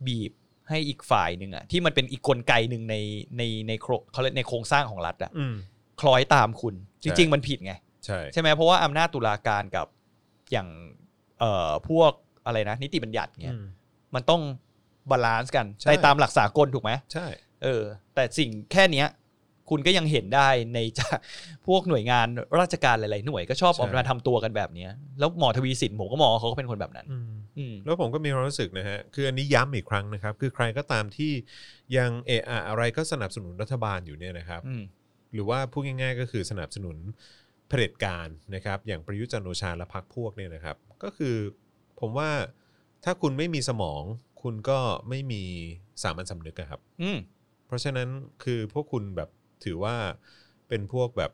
บีบให้อีกฝ่ายหนึ่งอะที่มันเป็นอีกกลไกหนึ่งในในในโครงเขาเรียกในโครงสร้างของรัฐอะ อืม คล้อยตามคุณ จ ใช่ ริง ๆ มันผิดไง ใช่ ใช่ไหมเพราะว่าอำนาจตุลาการกับอย่างเอ่อพวกอะไรนะ นิติบัญญัติเนี่ย อืม มันต้องบาลานซ์กัน ใช่ ในตามหลักสากลถูกไหม ใช่ เออแต่สิ่งแค่เนี้ย คุณก็ยังเห็นได้ในจาก พวกหน่วยงานราชการหลาย ๆ หน่วยก็ชอบอใช่อกมาทำตัวกันแบบเนี้ยแล้วหมอทวีสินผมก็มองว่าเขาก็เป็นคนแบบนั้น อืม อืม แล้วผมก็มีความรู้สึกนะฮะ คืออันนี้ย้ำอีกครั้งนะครับ คือใครก็ตามที่ยังเอะอะอะไรก็สนับสนุนรัฐบาลอยู่เนี่ยนะครับ อืม หรือว่าพูดง่ายๆก็คือสนับสนุนเผด็จการนะครับ อย่างประยุทธ์จันทร์โอชาและพรรคพวกเนี่ยนะครับ ก็คือผมว่าถ้าคุณไม่มีสมอง คุณก็ไม่มีสามัญสำนึกอะครับ อืม เพราะฉะนั้นคือพวกคุณแบบถือว่าเป็นพวกแบบ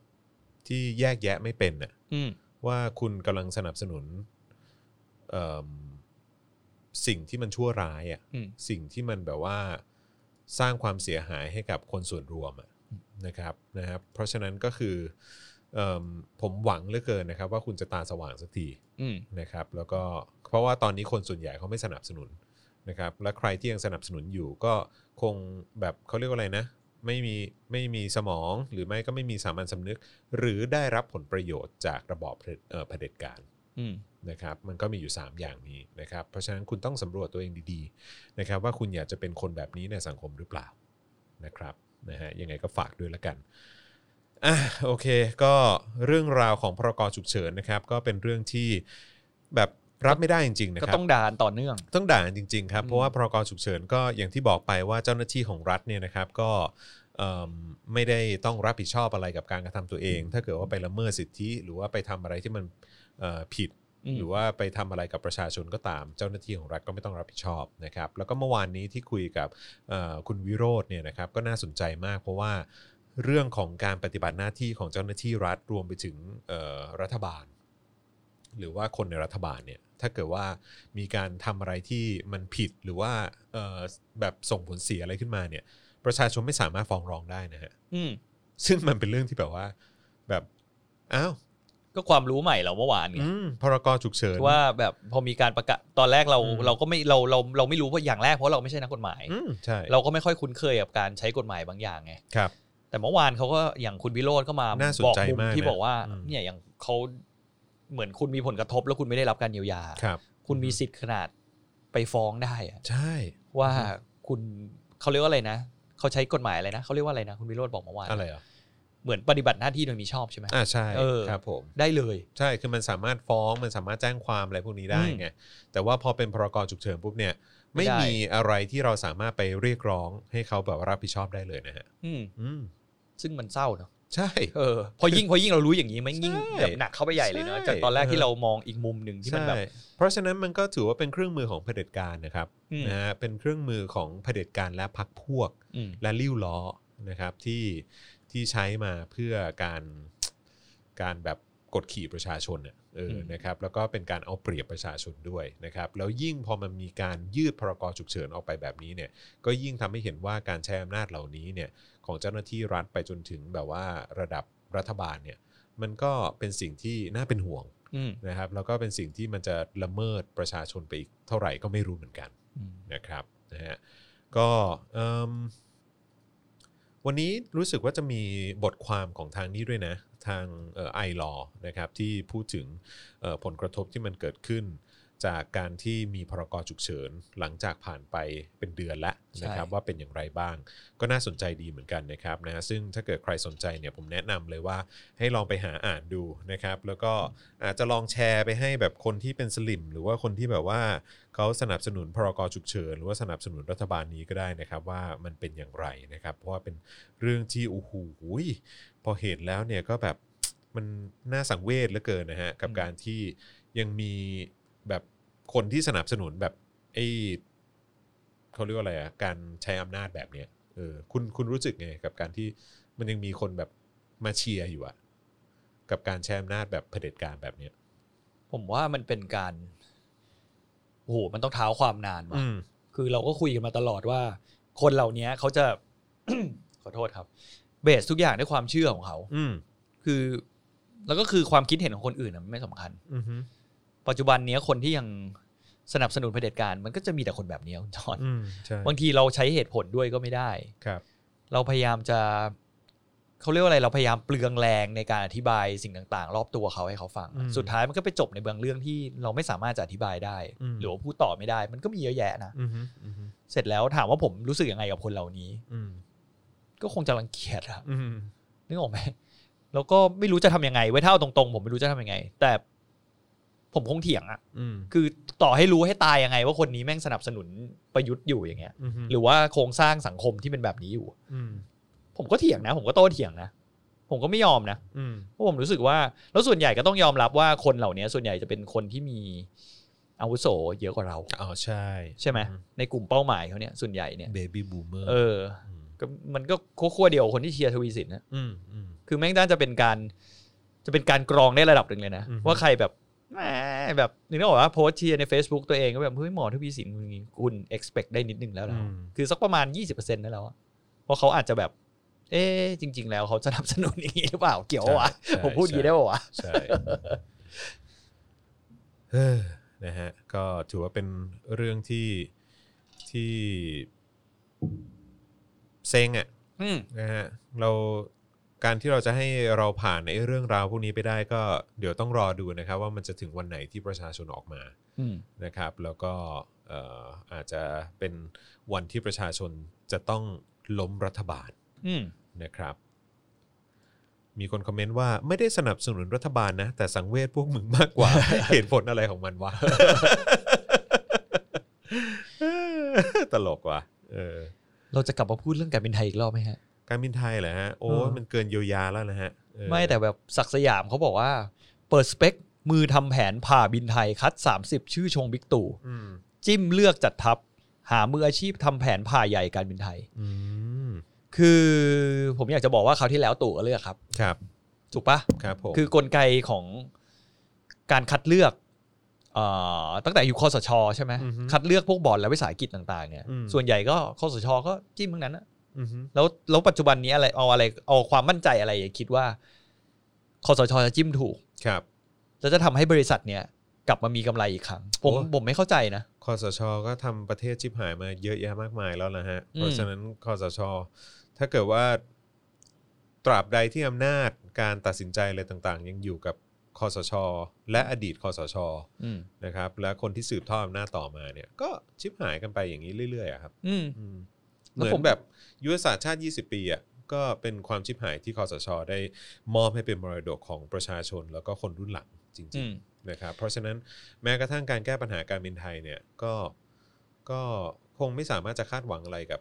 ที่แยกแยะไม่เป็นน่ะ อืม ว่าคุณกำลังสนับสนุนเอิ่มสิ่งที่มันชั่วร้ายอ่ะ อืม สิ่งที่มันแบบว่าสร้างความเสียหายให้กับคนส่วนรวมอะนะครับนะครับ เพราะฉะนั้นก็คือเอมผมหวังเหลือเกินนะครับ ว่าคุณจะตาสว่างสักที อืม นะครับแล้วก็เพราะว่าตอนนี้คนส่วนใหญ่เขาไม่สนับสนุนนะครับและใครที่ยังสนับสนุนอยู่ก็คงแบบเขาเรียกว่าอะไรนะไม่มีไม่มีสมองหรือไม่ก็ไม่มีสามัญสำนึก หรือได้รับผลประโยชน์จากระบอบเผด็จเอ่อเผด็จการ อืม นะครับมันก็มีอยู่ 3 อย่างนี้นะครับเพราะฉะนั้นคุณต้องสำรวจตัวเองดีๆนะครับว่าคุณอยากจะเป็นคนแบบนี้ในสังคมหรือเปล่านะครับนะฮะยังไงก็ฝากด้วยละกัน อ่ะโอเคก็เรื่องราวของพรกฉุกเฉินนะครับ ก็เป็นเรื่องที่แบบรับไม่ได้จริงๆนะ ก็ ครับ ต้องด่าต่อเนื่อง ต้องด่ากันจริงๆครับ อืม เพราะว่าพรกฉุกเฉินก็อย่างที่บอกไปว่าเจ้าหน้าที่ของรัฐเนี่ยนะครับก็เอิ่มไม่ได้ต้องรับผิดชอบอะไรกับการกระทำตัวเอง ถ้าเกิดว่าไปละเมิดสิทธิ หรือว่าไปทำอะไรที่มันเอ่อผิด ม หรือว่าไปทำอะไรกับประชาชนก็ตาม เจ้าหน้าที่ของรัฐก็ไม่ต้องรับผิดชอบนะครับ แล้วก็เมื่อวานนี้ที่คุยกับเอ่อคุณวิโรธเนี่ยนะครับก็น่าสนใจมาก เพราะว่าเรื่องของการปฏิบัติหน้าที่ของเจ้าหน้าที่รัฐรวมไปถึงเอ่อรัฐบาล หรือว่าคนในรัฐบาลเนี่ยถ้าเกิดว่ามีการทำอะไรที่มันผิดหรือว่าเอ่อแบบส่งผลเสียอะไรขึ้นมาเนี่ย ประชาชนไม่สามารถฟ้องร้องได้นะฮะ อืม ซึ่งมันเป็นเรื่องที่แบบว่า แบบอ้าว ก็ความรู้ใหม่เราเมื่อวานไง อืมพรกฉุกเฉิน ว่าแบบพอมีการประกาศตอนแรกเรา อืม เราก็ไม่เราเราเราไม่รู้เพราะอย่างแรกเพราะเราไม่ใช่นักกฎหมาย อืมใช่ เราก็ไม่ค่อยคุ้นเคยกับการใช้กฎหมายบางอย่างไง ครับ แต่เมื่อวานเขาก็อย่างคุณวิโรธก็มา น่าสน บอก ใจ มุม มาก ที่ นะ บอกว่า อืม เนี่ยอย่างเขาเหมือนคุณมีผลกระทบ แล้วคุณไม่ได้รับการเยียวยา ครับ คุณมีสิทธิ์ขนาดไปฟ้องได้อะ ใช่ ว่า อืม คุณเขาเรียกว่าอะไรนะเขาใช้กฎหมายอะไรนะเขาเรียกว่าอะไรนะคุณวิโรธบอกเมื่อวาน อะไรเหรอ เหมือนปฏิบัติหน้าที่โดยมีชอบใช่ไหม อ่าใช่ เออ ครับผม ได้เลย ใช่ คือมันสามารถฟ้อง มันสามารถแจ้งความอะไรพวกนี้ได้ไง แต่ว่าพอเป็นพรกฉุกเฉินปุ๊บเนี่ย ไม่ ไม่ ได้ มีอะไรที่เราสามารถไปเรียกร้องให้เขาแบบว่ารับผิดชอบได้เลยนะฮะ อืม อืม ซึ่งมันเศร้าเนอะ ใช่ เออพอยิ่งพอยิ่งเรารู้อย่างนี้มันยิ่ง ใช่ แบบหนักเข้าไปใหญ่เลยเนอะ ใช่ จากตอนแรก เออ ที่เรามองอีกมุมหนึ่งที่มัน ใช่ แบบ เพราะฉะนั้นมันก็ถือว่าเป็นเครื่องมือของเผด็จการนะครับ อืม นะฮะ เป็นเครื่องมือของเผด็จการและพรรคพวก อืม และลิ้วล้อนะครับที่ที่ใช้มาเพื่อการการแบบกดขี่ประชาชนเนี่ยเอออ ม นะครับแล้วก็เป็นการเอาเปรียบประชาชนด้วยนะครับแล้วยิ่งพอมันมีการยืดพรกฉุกเฉินออกไปแบบนี้เนี่ยก็ยิ่งทำให้เห็นว่าการใช้อำนาจเหล่านี้เนี่ยของเจ้าหน้าที่รัฐไปจนถึงแบบว่าระดับรัฐบาลเนี่ยมันก็เป็นสิ่งที่น่าเป็นห่วง อืม นะครับแล้วก็เป็นสิ่งที่มันจะละเมิดประชาชนไปอีกเท่าไหร่ก็ไม่รู้เหมือนกัน อืม นะครับนะฮะก็เอิ่มวันนี้รู้สึกว่าจะมีบทความของทางนี้ด้วยนะ ทางไอลอ ILaw นะครับที่พูดถึงเอ่อผลกระทบที่มันเกิดขึ้น จากการที่มีพรกฉุกเฉินหลังจากผ่านไปเป็นเดือนแล้วนะครับว่าเป็นอย่างไรบ้าง ก็น่าสนใจดีเหมือนกันนะครับนะฮะซึ่งถ้าเกิดใครสนใจเนี่ยผมแนะนำเลยว่าให้ลองไปหาอ่านดูนะครับ แล้วก็อาจจะลองแชร์ไปให้แบบคนที่เป็นสลิม หรือว่าคนที่แบบว่าเขาสนับสนุนพรกฉุกเฉินหรือว่าสนับสนุนรัฐบาลนี้ก็ได้นะครับว่ามันเป็นอย่างไรนะครับ เพราะว่าเป็นเรื่องที่โอ้โหยพอเห็นแล้วเนี่ยก็แบบมันน่าสังเวชเหลือเกินนะฮะกับการที่ยังมีแบบคนที่สนับสนุนแบบไอ้ เขาเรียกว่าอะไรอ่ะการใช้อำนาจแบบเนี้ยเออคุณคุณรู้สึกไงกับการที่มันยังมีคนแบบมาเชียร์อยู่อ่ะกับการใช้อำนาจแบบเผด็จการแบบเนี้ย ผมว่ามันเป็นการโอ้โหมันต้องเท้าความนานว่ะ อืม คือเราก็คุยกันมาตลอดว่า คนเหล่านี้เขาจะ ขอโทษครับ เบสทุกอย่างด้วยความเชื่อของเขา อืม คือ แล้วก็คือความคิดเห็นของคนอื่นนะมันไม่สำคัญ อืม ปัจจุบันเนี้ยคนที่ยังสนับสนุนเผด็จการ มันก็จะมีแต่คนแบบเนี้ยคุณจอห์น อืมใช่ บางทีเราใช้เหตุผลด้วยก็ไม่ได้ ครับ เราพยายามจะเขาเรียกว่าอะไรเราพยายามเปลืองแรงในการอธิบายสิ่งต่าง ๆ รอบตัวเขาให้เขาฟัง อืม สุดท้ายมันก็ไปจบในบางเรื่องที่เราไม่สามารถจะอธิบายได้ อืม หรือว่าพูดต่อไม่ได้ มันก็มีเยอะแยะนะ อืมอืม เสร็จแล้วถามว่าผมรู้สึกยังไงกับคนเหล่านี้ อืม ก็คงจะรังเกียจอะ อืม นึกออกไหมแล้วก็ไม่รู้จะทำยังไงไว้ยถ้าเอาตรงๆ ผมไม่รู้จะทำยังไง แต่ผมคงเถียงอะ อืม คือต่อให้รู้ให้ตายยังไง ว่าคนนี้แม่งสนับสนุนประยุทธ์อยู่อย่างเงี้ย อืม หรือว่าโครงสร้างสังคมที่เป็นแบบนี้อยู่ อืม ผมก็เถียงนะ ผมก็โต้เถียงนะผมก็ไม่ยอมนะ อืม เพราะผมรู้สึกว่าแล้วส่วนใหญ่ก็ต้องยอมรับว่าคนเหล่านี้ส่วนใหญ่จะเป็นคนที่มีอาวุโสเยอะกว่าเรา อ๋อใช่ ใช่ไหมในกลุ่มเป้าหมายเขาเนี่ยส่วนใหญ่เนี่ย เบบี้บูมเมอร์ เออก็มันก็คั่วๆเดียวกับคนที่เชียร์ทวีสินนะ อืมอืม คือแม่งน่าจะเป็นการจะเป็นการกรองได้ระดับหนึ่งเลยนะ อืม ว่าใครแบบแหมแบบนึกออกว่าโพสต์เชียร์ใน Facebook ตัวเองก็แบบเฮ้ยหมอทวีสินคุณ expect ได้นิดนึงแล้วนะ อืม คือสักประมาณ 20%นั่นแล้วอะเพราะเขาอาจจะแบบ เอ๊ะจริง ๆ แล้วเขาสนับสนุนอย่างนี้หรือเปล่า เกี่ยววะ ใช่ ผมพูดอย่างนี้ ใช่ ได้ป่าวะ ใช่ เอ้อนะฮะ ก็ถือว่าเป็นเรื่องที่ที่เซ็งอะ่ะ อืม นะฮะ เราการที่เราจะให้เราผ่านในเรื่องราวพวกนี้ไปได้ก็เดี๋ยวต้องรอดูนะครับ ว่ามันจะถึงวันไหนที่ประชาชนออกมา อืม นะครับแล้วก็เอ่ออาจจะเป็นวันที่ประชาชนจะต้องล้มรัฐบาล อืม นะครับ มีคนคอมเมนต์ว่าไม่ได้สนับสนุนรัฐบาลนะ แต่สังเวชพวกมึงมาก กว่า เหตุผลอะไรของมันวะ ตลกว่ะเออ เราจะกลับมาพูดเรื่องการเป็นไทยอีกรอบไหมฮะ การบินไทยเหรอฮะ โอ้ย เออ มันเกินเยียวยาแล้วนะฮะเออ ไม่แต่แบบศักดิ์สยามเขาบอกว่า เปิดสเปค มือทำแผนผ่าบินไทยคัด 30 ชื่อชงบิ๊กตู่ อืม จิ้มเลือกจัดทัพ หามืออาชีพทำแผนผ่าใหญ่การบินไทย อืม คือผมอยากจะบอกว่าคราวที่แล้วตู่ก็เลือกครับ ครับ ถูกปะ ครับผม คือกลไกของการคัดเลือกเอ่อตั้งแต่อยู่คอสช ใช่ไหม อฮึ คัดเลือกพวกบอร์ดและวิสาหกิจต่างๆเนี่ย อืม ส่วนใหญ่ก็คอสช ก็จิ้มทั้งนั้นอะ อือฮึ แล้วแล้วปัจจุบันนี้อะไรเอาอะไรเอาความมั่นใจอะไรคิดว่าคอสชจะจิ้มถูก ครับ แล้วจะทำให้บริษัทเนี้ยกลับมามีกำไรอีกครั้ง ผม โอ้ ผมไม่เข้าใจนะ คอสชก็ทำประเทศชิบหายมาเยอะแยะมากมายแล้วนะฮะ อืม เพราะฉะนั้นคอสช ถ้าเกิดว่าตราบใดที่อำนาจการตัดสินใจอะไรต่างๆ ยังอยู่กับคอสช และอดีตคอสช อืม นะครับ และคนที่สืบทอดอำนาจต่อมาเนี่ย ก็ชิบหายกันไปอย่างนี้เรื่อยๆอะครับ อืม อืมเห แล้ว มือ ผม นแบบยุทธศาสตร์ชาติ 20 ปีอ่ะก็เป็นความชิบหายที่คอสช ได้มอบให้เป็นมรดกของประชาชน แล้วก็คนรุ่นหลังจริง ๆ อืม นะครับเพราะฉะนั้นแม้กระทั่งการแก้ปัญหาการบินไทยเนี่ยก็ก็คงไม่สามารถจะคาดหวังอะไรกับ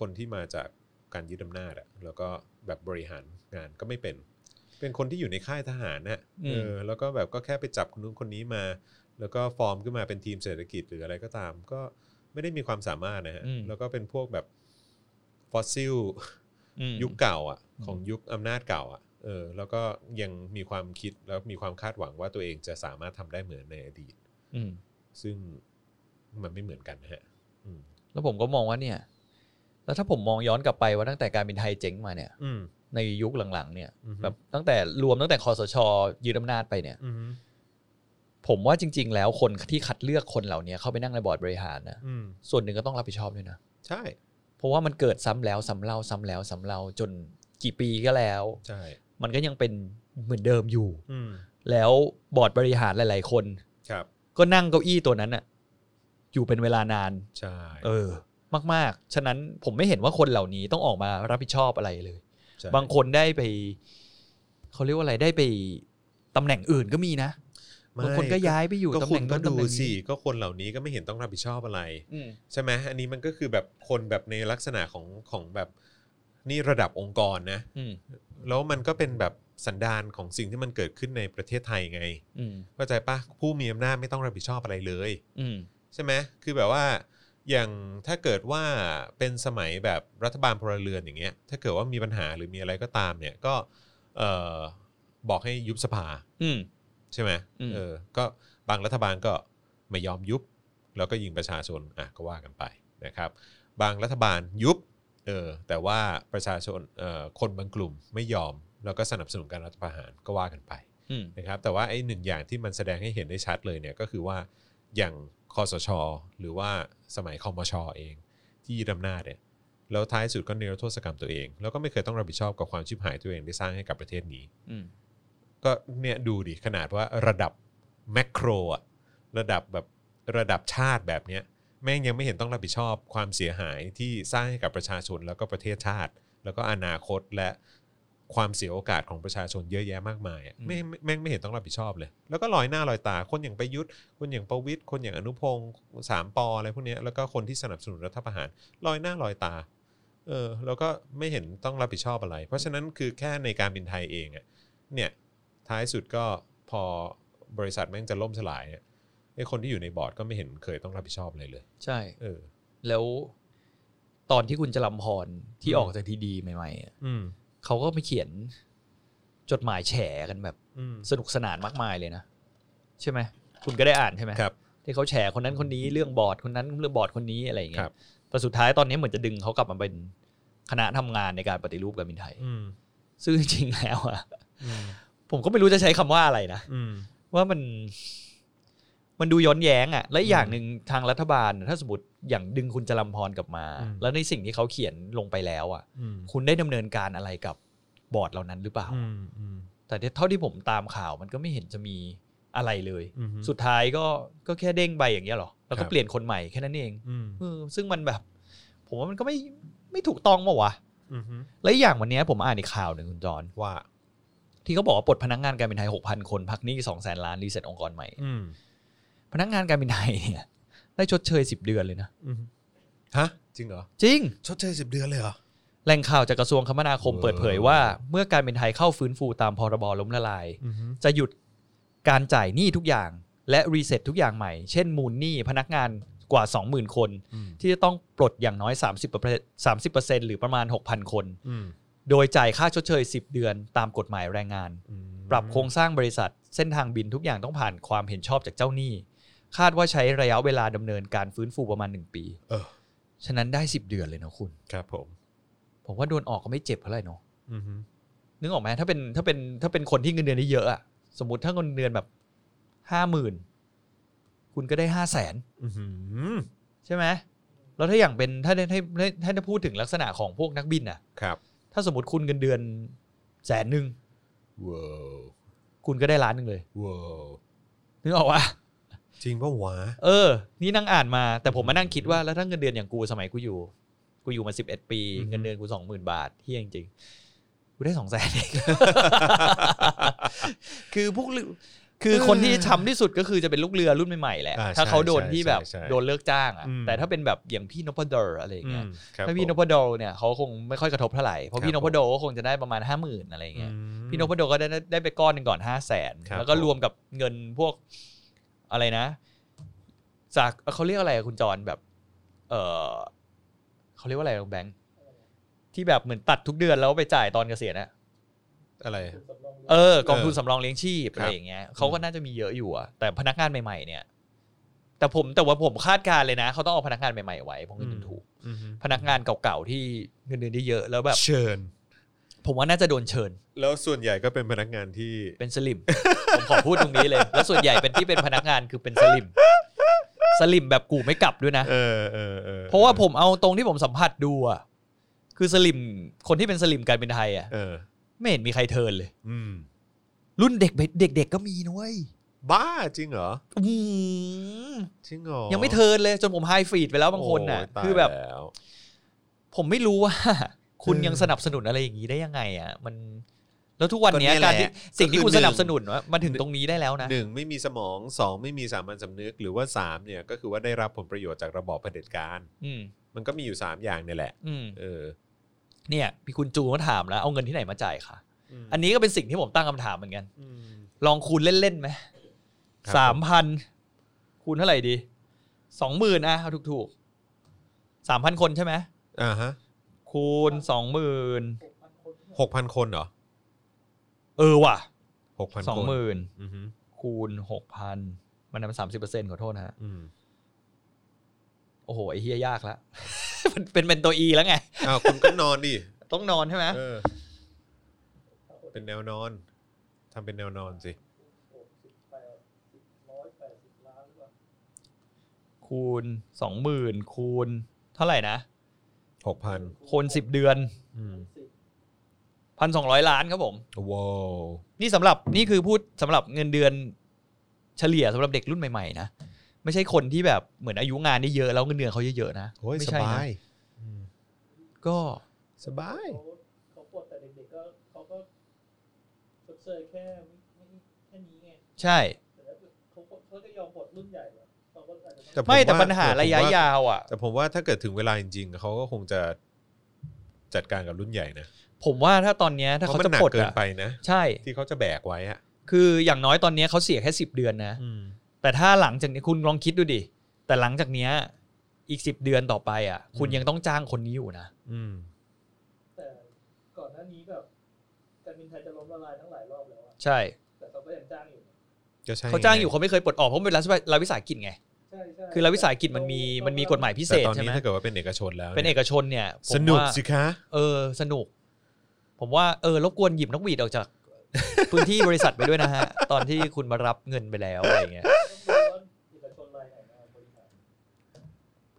คนที่มาจากการยึดอำนาจอะแล้วก็แบบบริหารงานก็ไม่เป็น เป็นคนที่อยู่ในค่ายทหารน่ะ อืม เออแล้วก็แบบก็แค่ไปจับคนนู้นคนนี้มา แล้วก็ฟอร์มขึ้นมาเป็นทีมเศรษฐกิจหรืออะไรก็ตาม ก็ไม่ได้มีความสามารถนะฮะ อืม แล้วก็เป็นพวกแบบฟอสซิล อืม ยุคเก่าอ่ะ อืม ของยุคอำนาจเก่าอ่ะเออแล้วก็ยังมีความคิดแล้วมีความคาดหวังว่าตัวเองจะสามารถทำได้เหมือนในอดีต อืม ซึ่งมันไม่เหมือนกันนะฮะอืม แล้วผมก็มองว่าเนี่ย แล้วถ้าผมมองย้อนกลับไปว่าตั้งแต่การบินไทยเจ๊งมาเนี่ย อืม ในยุคหลังๆ เนี่ย อืม แบบตั้งแต่รวมตั้งแต่คอสชยึดอำนาจไปเนี่ย อืม ผมว่าจริง ๆ แล้วคนที่คัดเลือกคนเหล่านี้เข้าไปนั่งในบอร์ดบริหารนะ อืม ส่วนหนึ่งก็ต้องรับผิดชอบด้วยนะ ใช่ เพราะว่ามันเกิดซ้ำแล้วซ้ำเล่าซ้ำแล้วซ้ำเล่าจนกี่ปีก็แล้ว ใช่ มันก็ยังเป็นเหมือนเดิมอยู่ อืม แล้วบอร์ดบริหารหลาย ๆ คน ครับ ก็นั่งเก้าอี้ตัวนั้นอะอยู่เป็นเวลานาน ใช่ เออ มาก ๆ ฉะนั้นผมไม่เห็นว่าคนเหล่านี้ต้องออกมารับผิดชอบอะไรเลย ใช่ บางคนได้ไปเขาเรียกว่าอะไรได้ไปตำแหน่งอื่นก็มีนะ ไม่ บางคนก็ย้ายไปอยู่ ก็ ตำแห คุ น่ ณ ง ก็ นู้น ดู ตำแหน่ง สิ นี้ ก็คนเหล่านี้ก็ไม่เห็นต้องรับผิดชอบอะไร อืม ใช่ไหมอันนี้มันก็คือแบบคนแบบในลักษณะของของแบบนี่ระดับองค์กรนะ อืม แล้วมันก็เป็นแบบสันดานของสิ่งที่มันเกิดขึ้นในประเทศไทยไง อืม เข้าใจปะผู้มีอำนาจไม่ต้องรับผิดชอบอะไรเลย อืม ใช่ไหมคือแบบว่าอย่างถ้าเกิดว่าเป็นสมัยแบบรัฐบาลพลเรือนอย่างเงี้ยถ้าเกิดว่ามีปัญหาหรือมีอะไรก็ตามเนี่ยก็เออบอกให้ยุบสภา อืม ใช่ไหม อืม เออก็บางรัฐบาลก็ไม่ยอมยุบ แล้วก็ยิงประชาชนอ่ะก็ว่ากันไปนะครับ บางรัฐบาลยุบเออแต่ว่าประชาชนเอ่อคนบางกลุ่มไม่ยอม แล้วก็สนับสนุนการรัฐประหารก็ว่ากันไป อืม นะครับแต่ว่าไอ้หนึ่งอย่างที่มันแสดงให้เห็นได้ชัดเลยเนี่ยก็คือว่าอย่างคอสช หรือว่าสมัยคอมชเอง ที่ยึดอำนาจเนี่ยแล้วท้ายสุดก็เนรโทษกรรมตัวเอง แล้วก็ไม่เคยต้องรับผิดชอบกับความชิบหายตัวเองได้สร้างให้กับประเทศนี้ อืม ก็เนี่ยดูดิขนาดว่าระดับแมกโครอะระดับแบบระดับชาติแบบเนี้ยแม่งยังไม่เห็นต้องรับผิดชอบความเสียหายที่สร้างให้กับประชาชนแล้วก็ประเทศชาติ แล้วก็อนาคตและความเสียโอกาสของประชาชนเยอะแยะมากมายอะไม่ไม่แม่งไม่เห็นต้องรับผิดชอบเลย แล้วก็ลอยหน้าลอยตาคนอย่างประยุทธ์คนอย่างประวิทย์คนอย่างอนุพงศ์สามปออะไรพวกเนี้ยแล้วก็คนที่สนับสนุนรัฐประหารลอยหน้าลอยตาเออแล้วก็ไม่เห็นต้องรับผิดชอบอะไร เพราะฉะนั้นคือแค่ในการบินไทยเองอะ เนี่ยท้ายสุดก็พอบริษัทแม่งจะล่มสลายเนี่ยไอ้คนที่อยู่ในบอร์ดก็ไม่เห็นเคยต้องรับผิดชอบเลยเลย ใช่ เออ แล้วตอนที่คุณจรัมพรที่ อืม ออกจากทีดีใหม่ๆอะ อืม เขาก็ไปเขียนจดหมายแฉกันแบบ อืม สนุกสนานมากมายเลยนะ ใช่ไหมคุณก็ได้อ่านใช่ไหม ครับ ที่เขาแฉคนนั้นคนนี้เรื่องบอร์ดคนนั้นเรื่องบอร์ดคนนี้อะไรอย่างเงี้ ครั ย บ แต่สุดท้ายตอนนี้เหมือนจะดึงเขากลับมาเป็นคณะทำงานในการปฏิรูปการบินไทย อืม ซึ่งจริงๆแล้วอะ อืม ผมก็ไม่รู้จะใช้คำว่าอะไรนะ อืม ว่ามันมันดูย้อนแย้งอะ่ะ และอีก อืม อย่างหนึ่งทางรัฐบาลน่ะถ้าสมมติอย่างดึงคุณจรัมพรกลับมา อืม แล้วในสิ่งที่เขาเขียนลงไปแล้วอะ่ะ อืม คุณได้ดำเนินการอะไรกับบอร์ดเหล่านั้นหรือเปล่า อืมอืม แต่เท่าที่ผมตามข่าวมันก็ไม่เห็นจะมีอะไรเลย อือฮึ สุดท้ายก็ก็แค่เด้งไปอย่างเงี้ยเหรอ แล้ว ครั ก็ บ เปลี่ยนคนใหม่แค่นั้นเอง อืม เออซึ่งมันแบบ ผมว่ามันก็ไม่ไม่ถูกต้องมาวะ อืม และอีกอย่างวันเนี้ยผมอ่านในข่าวหนึ่งคุณจอน ว่า ที่เขาบอกว่าปลดพนักงานการบินไทยหกพันคนพักหนี้สองแสนล้านรีเซ็ตองค์กรใหม่ อืม พนักงานการบินไทยเนี่ย ได้ชดเชยสิบเดือนเลยนะ อืมฮะ จริงเหรอ จริง ชดเชยสิบเดือนเลยเหรอ แหล่งข่าวจากกระทรวงคมนาคม เออ เปิดเผยว่า เมื่อการบินไทยเข้าฟื้นฟูตามพรบล้มละลาย อืม จะหยุดการจ่ายหนี้ทุกอย่าง และรีเซ็ตทุกอย่างใหม่ เช่นมูลหนี้พนักงานกว่า 20,000 คน อืม ที่จะต้องปลดอย่างน้อย 30% 30%หรือประมาณ 6,000 คน อืม โดยจ่ายค่าชดเชย 10 เดือนตามกฎหมายแรงงาน อืม ปรับโครงสร้างบริษัท เส้นทางบินทุกอย่างต้องผ่านความเห็นชอบจากเจ้าหนี้ คาดว่าใช้ระยะเวลาดำเนินการฟื้นฟูประมาณ 1 ปี เออ ฉะนั้นได้ 10 เดือนเลยนะคุณ ครับผม ผมว่าโดนออกก็ไม่เจ็บเท่าไหร่เนอะ อือฮึ นึกออกไหมถ้าเป็นถ้าเป็นถ้าเป็นคนที่เงินเดือนได้เยอะอะสมมติถ้าเงินเดือนแบบห้าหมื่นคุณก็ได้ห้าแสน อือหือ ใช่ไหมแล้วถ้าอย่างเป็นถ้าได้ถ้าได้ถ้าได้พูดถึงลักษณะของพวกนักบินน่ะ ครับ ถ้าสมมติคุณเงินเดือนแสนหนึ่ง ว้าว คุณก็ได้ล้านหนึ่งเลย ว้าว นึกออกว่า จริงป่าวะ เออ นี่นั่งอ่านมาแต่ผมมานั่งคิดว่าแล้วถ้าเงินเดือนอย่างกูสมัยกูอยู่ กูอยู่มาสิบเอ็ดปี เงินเดือนกูสองหมื่นบาทเฮียจริงๆกูได้สองแสนเอง คือพวกเรือคือคนที่ช้ำที่สุดก็คือจะเป็นลูกเรือรุ่นใหม่ๆแหละ า ถ้าเขา ใช่ โดนที่แบบ ใช่ใช่ โดนเลิกจ้างอ่ะ อืม แต่ถ้าเป็นแบบอย่างพี่นพดลอะไรอย่างเงี้ย อืมครับ ถ้าพี่น ผม พดลเนี่ยเขาคงไม่ค่อยกระทบเท่าไหร่เพราะพี่ คน รับผม พดลก็คงจะได้ประมาณห้าหมื่นอะไรอย่างเงี้ย อืม พี่นพดลก็ได้ได้ไปก้อนหนึ่งก่อนห้าแสน ครับ แล้วก็ ผม รวมกับเงินพวกอะไรนะ จากเขาเรียกอะไรอะคุณจรแบบ เออเขาเรียกว่าอะไรของแบงค์ที่แบบเหมือนตัดทุกเดือนแล้วไปจ่ายตอนเกษียณอะ อะไร คุณสำรอง เออกอง เออ ทุนสำรองเลี้ยงชีพ ครับ อะไรอย่างเงี้ยเขาก็น่าจะมีเยอะอยู่อะแต่พนักงานใหม่ๆเนี่ย แต่ผมแต่ว่าผมคาดการณ์เลยนะเขาต้องเอาพนักงานใหม่ๆไว้เพราะเงินมันถูก อือหือ พนักงานเก่าๆที่เงินเดือนได้เยอะแล้วแบบ เชิญ ผมว่าน่าจะโดนเชิญ แล้วส่วนใหญ่ก็เป็นพนักงานที่ เป็นสลิม ผมขอพูดตรงนี้เลย แล้วส่วนใหญ่เป็นที่เป็นพนักงานคือเป็นสลิม สลิมแบบกูไม่กลับด้วยนะ เออเออออ เพราะว่าผมเอาตรงที่ผมสัมผัสดูอะคือสลิมคนที่เป็นสลิมการเป็นไทยอะ เออ ไม่เห็นมีใครเทิร์นเลย อืม รุ่นเด็กเด็ก ๆ ก็มีนุ้ย บ้าจริงเหรอ อื้อหือ จริงเหรอ ยังไม่เทิร์นเลยจนผมไฮฟีดไปแล้วบางคนน่ะ โยตาย คือแบบ ล้ว ผมไม่รู้ว่า คุณ เออ ยังสนับสนุนอะไรอย่างนี้ได้ยังไงอ่ะ มัน แล้วทุกวันเนี้ย ก็เนี่ย การที่ แหละ สิ่งที่ ก็คือ คุณสนับ หนึ่ง สนุนว่ามาถึงตรงนี้ได้แล้วนะ หนึ่งไม่มีสมองสองไม่มีสามัญสำนึก หรือว่าสามเนี่ยก็คือว่าได้รับผลประโยชน์จากระบอบเผด็จการ อืม มันก็มีอยู่สามอย่างเนี่ยแหละ อืม เออ เนี่ยพี่คุณจูก็ถามแล้วเอาเงินที่ไหนมาจ่ายคะ อั อันนี้ก็เป็นสิ่งที่ผมตั้งคำถามเหมือนกัน อืม ลองคูณเล่นๆไหม ครับ สามพันคูณเท่าไหร่ดีสองหมื่นอะเอาถูกๆสามพันคนใช่ไหม อ่าฮะ คูณสองหมื่น หกพันหกพันคนคนเหรอ เออว่ะ หกพัน สองหมื่น อือฮึ คูณหกพันมันเป็นสามสิบเปอร์เซ็นต์ขอโทษนะฮะ อืม โอ้โหไอ้เฮียยากละ มันเป็นเป็นตัวอีแล้วไง อ้าวคุณก็นอนดิ ต้องนอนใช่ไหม เออ เป็นแนวนอนทำเป็นแนวนอนสิ หกสิบแปดสิบร้อยแปดสิบล้านหรือเปล่า คูณสองหมื่นคูณ เท่าไหร่นะ หกพัน คูณสิบเดือน อืม สิบ พันสองร้อยล้านครับผม ว้าว นี่สำหรับนี่คือพูดสำหรับเงินเดือนเฉลี่ยสำหรับเด็กรุ่นใหม่ๆนะไม่ใช่คนที่แบบเหมือนอายุงานได้เยอะแล้วเงินเดือนเขาเยอะๆนะ โอ้ย ไม่ ส ใช่นะ บายอืม ก็ สบาย เขาเขาปลดแต่เด็กๆก็เขาก็ชดเชยแค่ไม่ไม่แค่นี้ไง ใช่ แต่ถ้าเขาเขาจะยอมปลดรุ่นใหญ่เหรอเขาก็อาจจะ แต่ ต้อง ไม่แต่ ผมว่า ปัญหา แต่ผมว่า ระยะยาวอ่ะ แต่ผมว่าถ้าเกิดถึงเวลาจริงๆเขาก็คงจะจัดการกับรุ่นใหญ่นะ ผมว่าถ้าตอนเนี้ยถ้า เพ เขา ราะมัน จะ หนัก ปลด เกิน อ่ะ ไปนะ ใช่ ที่เขาจะแบกไว้อะ คืออย่างน้อยตอนเนี้ยเขาเสียแค่สิบเดือนนะ อืม แต่ถ้าหลังจากนี้คุณลองคิดดูดิแต่หลังจากเนี้ยอีกสิบเดือนต่อไปอ่ะ คุณ อืม ยังต้องจ้างคนนี้อยู่นะ อืม แต่ก่อนหน้านี้แบบการบินไทยจะล้มละลายทั้งหลายรอบแล้วอะ ใช่ แต่เขาก็ยังจ้างอยู่ จะใช่ เขาจ้างอยู่เขาไม่เคยปลดออกเพราะมันเป็นรัฐวิสาหกิจไง ใช่ใช่ คือรัฐวิสาหกิจมันมีมันมีกฎหมายพิเศ แต่ ษ ตอน ใช่ นี้ ไหม ถ้าเกิดว่าเป็นเอกชนแล้ว เป็นเอกชนเนี่ยผม สนุก ว่า สิคะ เออสนุก ผมว่าเออรบกวนหยิบนกหวีดออกจาก พื้นที่บริษัทไปด้วยนะฮะ ตอนที่คุณมารับเงินไปแล้วอะไรเงี้ย ต้องดูว่าเอกชนรายไหนมาบริหาร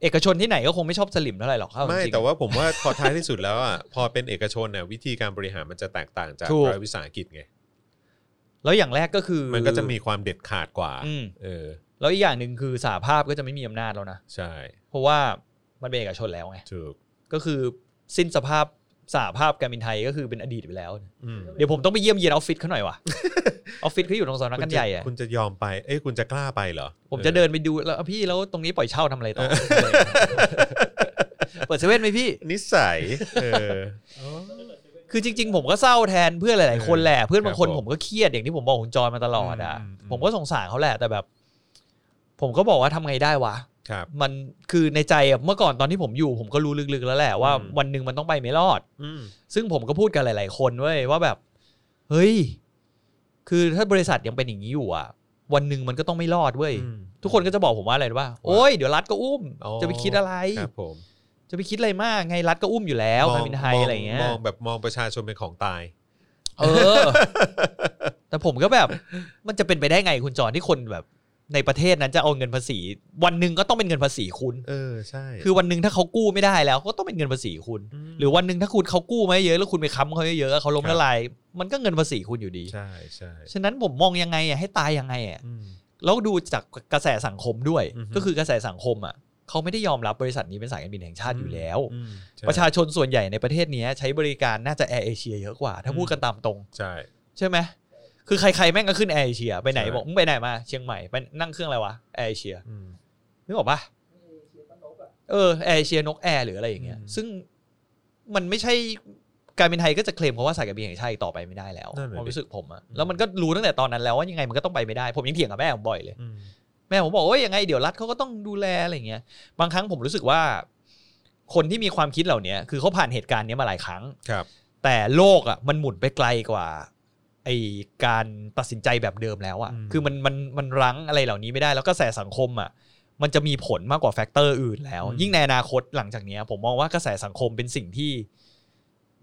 เอกชนที่ไหนก็คงไม่ชอบสลิมเท่าไหร่หรอกครับ ไม่ จริงๆ แต่ว่าผมว่าพอท้ายที่สุดแล้วอ่ะพอเป็นเอกชนเนี่ยวิธีการบริหารมันจะแตกต่างจาก ถูก รัฐวิสาหกิจไง แล้วอย่างแรกก็คือ มันก็จะมีความเด็ดขาดกว่า อืม เออ แล้วอีกอย่างหนึ่งคือสหภาพก็จะไม่มีอำนาจแล้วนะ ใช่ เพราะว่ามันเป็นเอกชนแล้วไง ถูก ก็คือสิ้นสภาพสหภาพการบินไทยก็คือเป็นอดีตไปแล้ว อืม เดี๋ยวผมต้องไปเยี่ยมเยียนออฟฟิศเขาหน่อยว่ะ ออฟฟิศเขาอยู่ตรงสำนัก คุ งา ณ น จะ ใหญ่อะ คุณจะยอมไป เอ้ยคุณจะกล้าไปเหรอ ผมจะเดินไปดูแล้วพี่แล้วตรงนี้ปล่อยเช่าทำอะไร ต่อ เปิดเซเว่นไหมพี่ นิสัยเออ คือจริง ๆ ผมก็เศร้าแทนเพื่อนหลายๆคนแหละเพื่อนบางคน ครับผม ผมก็เครียดอย่างที่ผมบอกคุณจอยมาตลอดอ่ะ อืมอืม ผมก็สงสารเขาแหละแต่แบบ ผมก็บอกว่าทำไงได้วะ ครับ มันคือในใจอะเมื่อก่อนตอนที่ผมอยู่ ผมก็รู้ลึกๆแล้วแหละว่า อืม วันหนึ่งมันต้องไปไม่รอด อืม ซึ่งผมก็พูดกับหลาย ๆ คนเว้ยว่าแบบ เฮ้ย คือถ้าบริษัทยังเป็นอย่างนี้อยู่อ่ะ วันหนึ่งมันก็ต้องไม่รอดเว้ย ทุกคนก็จะบอกผมว่าอะไรรู้ป่ะโอ้ยเดี๋ยวรัฐก็อุ้ม อ๋อ จะไปคิดอะไร ครับผม จะไปคิดอะไรมากไงรัฐก็อุ้มอยู่แล้วการบินไทยอะไรอย่างเงี้ย มองแบบมองประชาชนเป็นของตาย เอ อ แต่ผมก็แบบมันจะเป็นไปได้ไงคุณจอนที่คนแบบในประเทศนั้นจะเอาเงินภาษี วันหนึ่งก็ต้องเป็นเงินภาษีคุณ เออใช่ คือวันหนึ่งถ้าเขากู้ไม่ได้แล้วก็ต้องเป็นเงินภาษีคุณ ม หรือวันหนึ่งถ้าคุณเขากู้มาเยอะแล้วคุณไปค้ำเขาเยอะๆเขาล้ม ครับ ละลายมันก็เงินภาษีคุณอยู่ดี ใช่ใช่ ฉะนั้นผมมองยังไงอ่ะให้ตายยังไงอ่ะ อืม แล้วดูจากกระแสสังคมด้วย อือฮึ ก็คือกระแสสังคมอ่ะเขาไม่ได้ยอมรับบริษัทนี้เป็นสายการบินแห่งชาติอยู่แล้ว อืมใช่ ประชาชนส่วนใหญ่ในประเทศเนี้ยใช้บริการน่าจะแอร์เอเชียเยอะกว่า ถ้าพูดกันตามตรง ใช่ ใช่ไหมคือใครๆแม่งก็ขึ้นแอร์เอเชียไปไหน ใช่ บอกมึงไปไหนมาเชียงใหม่ไปนั่งเครื่องอะไรวะแอร์เอเชีย อืม นึกออกปะ ไม่เอเชียก็นกอ่ะ เออแอร์เอเชียนกแอร์หรืออะไรอย่างเงี้ย อืม ซึ่งมันไม่ใช่การบินไทยก็จะเคลมเพราะว่าสายการบินแห่งชาติอีกต่อไปไม่ได้แล้ว นั่นแหละ ความ ดิ รู้สึกผมอะ อืม แล้วมันก็รู้ตั้งแต่ตอนนั้นแล้วว่ายังไงมันก็ต้องไปไม่ได้ ผมยังเถียงกับแม่ผมบ่อยเลย อืม แม่ผมบอกว่ายังไงเดี๋ยวรัฐเขาก็ต้องดูแลอะไรอย่างเงี้ยบางครั้งผมรู้สึกว่า คนที่มีความคิดเหล่าเนี้ยคือเขาผ่านเหตุการณ์เนี้ยมาหลายครั้ง ครับ แต่โลกอะมันหมุนไปไกลกว่าไอการตัดสินใจแบบเดิมแล้วอะคือมันมันมันรั้งอะไรเหล่านี้ไม่ได้ แล้วกระแสสังคมอะมันจะมีผลมากกว่าแฟกเตอร์อื่นแล้ว ยิ่งในอนาคตหลังจากเนี้ย ผมมองว่ากระแสสังคมเป็นสิ่งที่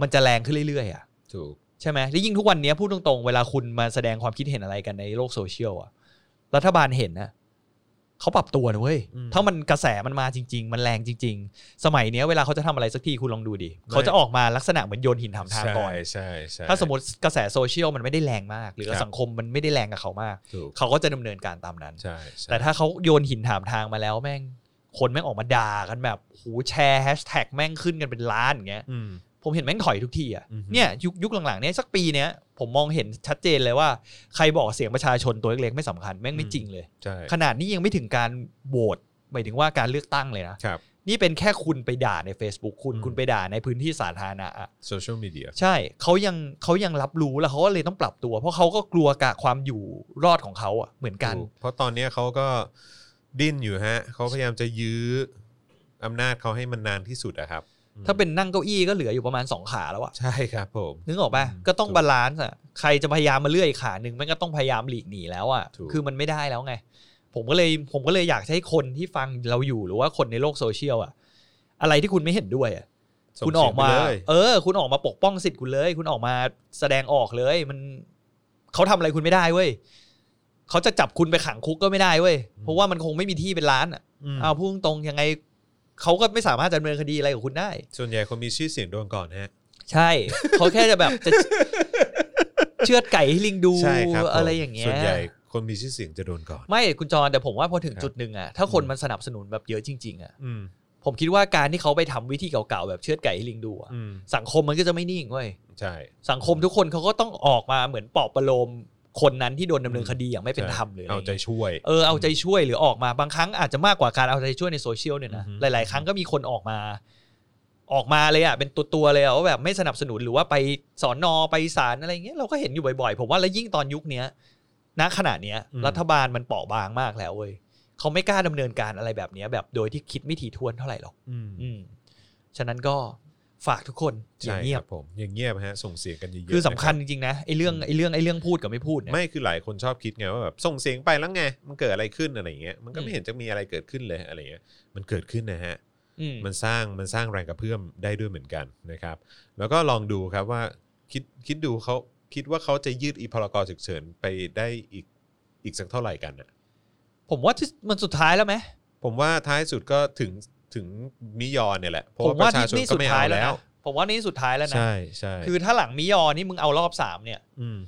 มันจะแรงขึ้นเรื่อยๆอะ ถูก ใช่ไหมแล้วยิ่งทุกวันเนี้ยพูดตรงๆ เวลาคุณมาแสดงความคิดเห็นอะไรกันในโลกโซเชียลอะรัฐบาลเห็นนะเขาปรับตัวนะเว้ยถ้ามันกระแสมันมาจริง ๆ มันแรงจริง ๆ สมัยเนี้ยเวลาเขาจะทำอะไรสักทีคุณลองดูดิเขาจะออกมาลักษณะเหมือนโยนหินถามทางก่อน ใช่ใช่ใช่ ถ้าสมมติกระแสโซเชียลมันไม่ได้แรงมาก หรือ ครับ สังคมมันไม่ได้แรงกับเขามาก ถูก เขาก็จะดำเนินการตามนั้น ใช่ใช่ แต่ถ้าเขาโยนหินถามทางมาแล้วแม่ง คนแม่งออกมาด่ากันแบบโหแชร์แฮชแท็กแม่งขึ้นกันเป็นล้านอย่างเงี้ย อืม ผมเห็นแม่งถอยทุกทีอ่ะ อือฮึ เนี่ยยุคยุคหลังๆเนี่ยสักปีเนี้ยผมมองเห็นชัดเจนเลยว่าใครบอกเสียงประชาชนตัวเล็กๆไม่สำคัญแม่งไม่จริงเลย ใช่ ขนาดนี้ยังไม่ถึงการโหวตหมายถึงว่าการเลือกตั้งเลยนะครับ นี่เป็นแค่คุณไปด่าใน Facebook คุณ อืม คุณไปด่าในพื้นที่สาธารณะอะ โซเชียลมีเดีย ใช่เขายังเขายังรับรู้แล้วเขาก็เลยต้องปรับตัว เพราะเขาก็กลัวกับความอยู่รอดของเขาอะเหมือนกัน เพราะตอนเนี้ยเขาก็ดิ้นอยู่ฮะเขาพยายามจะยื้ออำนาจเขาให้มันนานที่สุดอะครับอืม ถ้าเป็นนั่งเก้าอี้ก็เหลืออยู่ประมาณ 2 ขาแล้วอะ ใช่ครับผม นึกออกปะ อืม ก็ต้องบาลานซ์อะใครจะพยายามมาเลื่อยอีกขาหนึ่งมันก็ต้องพยายามหลีกหนีแล้วอะ ถูก คือมันไม่ได้แล้วไง ผมก็เลยผมก็เลยอยากให้คนที่ฟังเราอยู่หรือว่าคนในโลกโซเชียลอะอะไรที่คุณไม่เห็นด้วยอะ ส่ง คุณออกมา เสียงไปเลย เออ คุณออกมาปกป้องสิทธิ์คุณเลย คุณออกมาแสดงออกเลย มันเขาทำอะไรคุณไม่ได้เว้ยเขาจะจับคุณไปขังคุกก็ไม่ได้เว้ยเพราะว่ามันคงไม่มีที่เป็นร้านอ่ะ ม เอาพูดตรงๆยังไงเขาก็ไม่สามารถดำเนินคดีอะไรกับคุณได้ ส่วนใหญ่คนมีชื่อเสียงโดนก่อนฮะ ใช่ เขาแค่จะแบบจะ เชือดไก่ให้ลิงดู ใช่ครับผม อะไรอย่างเงี้ย ส่วนใหญ่คนมีชื่อเสียงจะโดนก่อน ไม่คุณจรแต่ผมว่าพอถึง ครับ จุดหนึ่งอ่ะถ้าคนมันสนับสนุนแบบเยอะจริงๆอ่ะ อืม ผมคิดว่าการที่เขาไปทำวิธีเก่าๆแบบเชือดไก่ให้ลิงดูอะ อืม สังคมมันก็จะไม่นิ่งเว้ย ใช่ สังคมทุกคนเขาก็ต้องออกมาเหมือนปลอบประโลมคนนั้นที่โดนดำเนินคดีอย่างไม่เป็นธรรมหรืออะไร เอาใจช่วย เออเอาใจช่วยหรือออกมาบางครั้งอาจจะมากกว่าการเอาใจช่วยในโซเชียลเนี่ยนะ อือฮึ หลาย ๆ ครั้งก็มีคนออกมา ออกมาเลยอ่ะเป็นตัวตัวๆเลยอ่ะว่าแบบไม่สนับสนุนหรือว่าไปสอนนอไปศาลอะไรเงี้ยเราก็เห็นอยู่บ่อย ๆ ผมว่าแล้วยิ่งตอนยุคเนี้ยณขณะเนี้ย รัฐบาลมันเปราะบางมากแล้วเว้ยเขาไม่กล้าดำเนินการอะไรแบบเนี้ย แบบโดยที่คิดไม่ถี่ถ้วนเท่าไหร่หรอก อืม อืมฉะนั้นก็ฝากทุกคนอย่า ใช่ เงีย ค บ รับผมอย่างเงียบฮะส่งเสียงกันเยอะๆ คือสำคัญ นะ จริงๆนะไอ้เรื่องไอ้เรื่องไอ้เรื่องพูดกับไม่พูด รับ เนี่ย ไม่คือหลายคนชอบคิดไงว่าแบบส่งเสียงไปแล้วไงมันเกิดอะไรขึ้นอะไรอย่างเงี้ยมันก็ อื ไม่ ม เห็นจะมีอะไรเกิดขึ้นเลยอะไรอย่างเงี้ยมันเกิดขึ้นนะฮะ อืม มันสร้างมันสร้างแรงกระเพื่อมได้ด้วยเหมือนกันนะครับ แล้วก็ลองดูครับว่าคิดคิดดูเขาคิดว่าเขาจะยืดอีพรกฉุกเฉินไปได้อีกอีกสักเท่าไหร่กันน่ะ ผมว่าที่มันสุดท้ายแล้วไหม ผมว่าท้ายสุดก็ถึงถึงมิยอเนี่ยแหละผเพราะ มว่าว่าประชาชน นี่ ก็ สุด ไม่ ท้า เอา ยแล้ว แล้ นะ ว ผมว่านี่สุดท้ายแล้วนะ ใช่ใช่ คือถ้าหลังมิยอนี่มึงเอารอบสามเนี่ย ม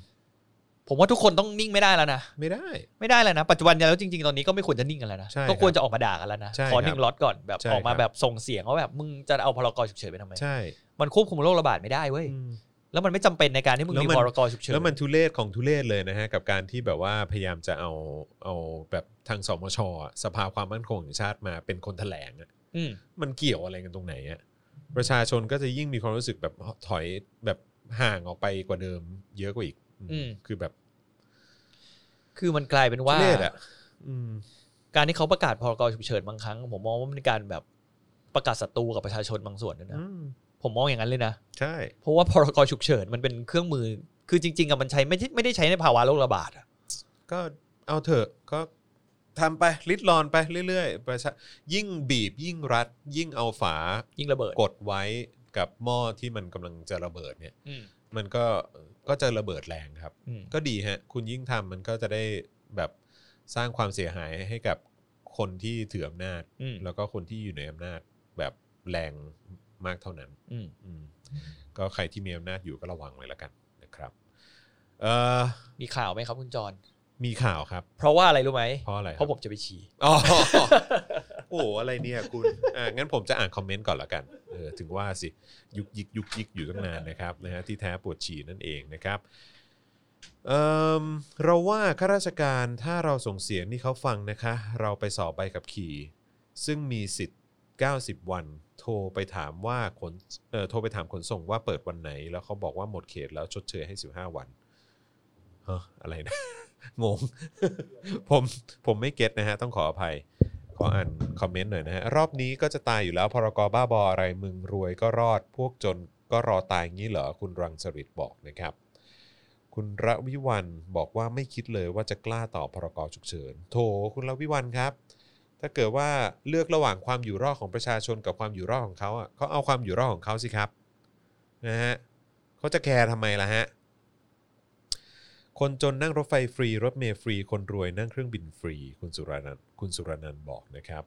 ผมว่าทุกคนต้องนิ่งไม่ได้แล้วนะ ไม่ได้ ไม่ได้แล้วนะ ปัจจุบันแล้วจริงๆ ตอนนี้ก็ไม่ควรจะนิ่งกันแล้วนะ ใช่ครับ ก็ควรจะออกมาด่ากันแล้วนะ ใช่ ขอ ครับ หนึ่งล็อตก่อนแบบ ใช่ ออกมา ครับ แบบส่งเสียงว่าแบบมึงจะเอาพรกฉุกเฉินไปทำไม ใช่ มันควบคุมโรคระบาดไม่ได้เว้ย อืม แล้วมันไม่จำเป็นในการที่มึง แล้ว มี มัน พรกฉุกเฉิน แล้วมันทุเลศของทุเลศเลยนะฮะกับการที่แบบว่าพยายามจะเอาเอาแบบทางสมชอะสภาความมั่นคงแห่งชาติมาเป็นคนแถลงอะ อืม มันเกี่ยวอะไรกันตรงไหนอะประชาชนก็จะยิ่งมีความรู้สึกแบบถอยแบบห่างออกไปกว่าเดิม เยอะกว่าอีกอืมคือแบบ คือมันกลายเป็นว่า ทุเรศอะอืม การที่เขาประกาศพรกฉุกเฉินบางครั้ง ผมมองว่ามันเป็นการแบบประกาศศัตรูกับประชาชนบางส่วนด้วยนะ อืม ผมมองอย่างนั้นเลยนะ ใช่ เพราะว่า พรกฉุกเฉินมันเป็นเครื่องมือ คือจริงๆอะมันใช้ไม่ใช่ไม่ได้ใช้ในภาวะโรคระบาดอะ ก็เอาเถอะก็ ทำไปลิดรอนไปเรื่อยๆประชายิ่งบีบยิ่งรัด ยิ่งเอาฝา ยิ่งระเบิด กดไว้กับหม้อที่มันกำลังจะระเบิดเนี่ย อืม มันก็ก็จะระเบิดแรงครับ อืม ก็ดีฮะ คุณยิ่งทำมันก็จะได้แบบสร้างความเสียหายให้กับคนที่ถืออำนาจ อืม แล้วก็คนที่อยู่ในอำนาจแบบแรงมากเท่านั้น อืม อืมก็ใครที่มีอำนาจอยู่ก็ระวังไว้แล้วกันนะครับเอ่อ มีข่าวไหมครับคุณจร มีข่าวครับ เพราะว่าอะไรรู้ไหม เพราะอะไรคบ เพราะผมจะไปฉี่ อ๋อ โอ้โหอะไรเนี่ยคุณอ่ะงั้นผมจะอ่านคอมเมนต์ก่อนละกันเออถึงว่าสิ ยุกยิกยุกยิกอยู่ตั้งนานนะครับนะฮะที่แท้ปวดฉี่นั่นเองนะครับเอมเราว่าข้าราชการถ้าเราส่งเสียงนี่เขาฟังนะคะ เราไปสอบใบขับขี่ ซึ่งมีสิทธิ์ 90 วัน โทรไปถามว่าขนเอ่อโทรไปถามขนส่งว่าเปิดวันไหน แล้วเขาบอกว่าหมดเขตแล้วชดเชยให้ 15 วันฮะอะไรนะ งง ผมผมไม่เก็ตนะฮะ ต้องขออภัย ขออ่านคอมเมนต์หน่อยนะฮะ รอบนี้ก็จะตายอยู่แล้วพรกบ้าบออะไรมึงรวยก็รอด พวกจนก็รอตายงี้เหรอ คุณรังสริตบอกนะครับ คุณระวิวันบอกว่าไม่คิดเลยว่าจะกล้าต่อพรกฉุกเฉินโถคุณระวิวันครับ ถ้าเกิดว่าเลือกระหว่างความอยู่รอดของประชาชนกับความอยู่รอดของเขาอ่ะเขาเอาความอยู่รอดของเขาสิครับนะฮะเขาจะแคร์ทำไมล่ะฮะ คนจนนั่งรถไฟฟรี รถเมล์ฟรี คนรวยนั่งเครื่องบินฟรี คุณสุรนันท์คุณสุรนันท์บอกนะครับ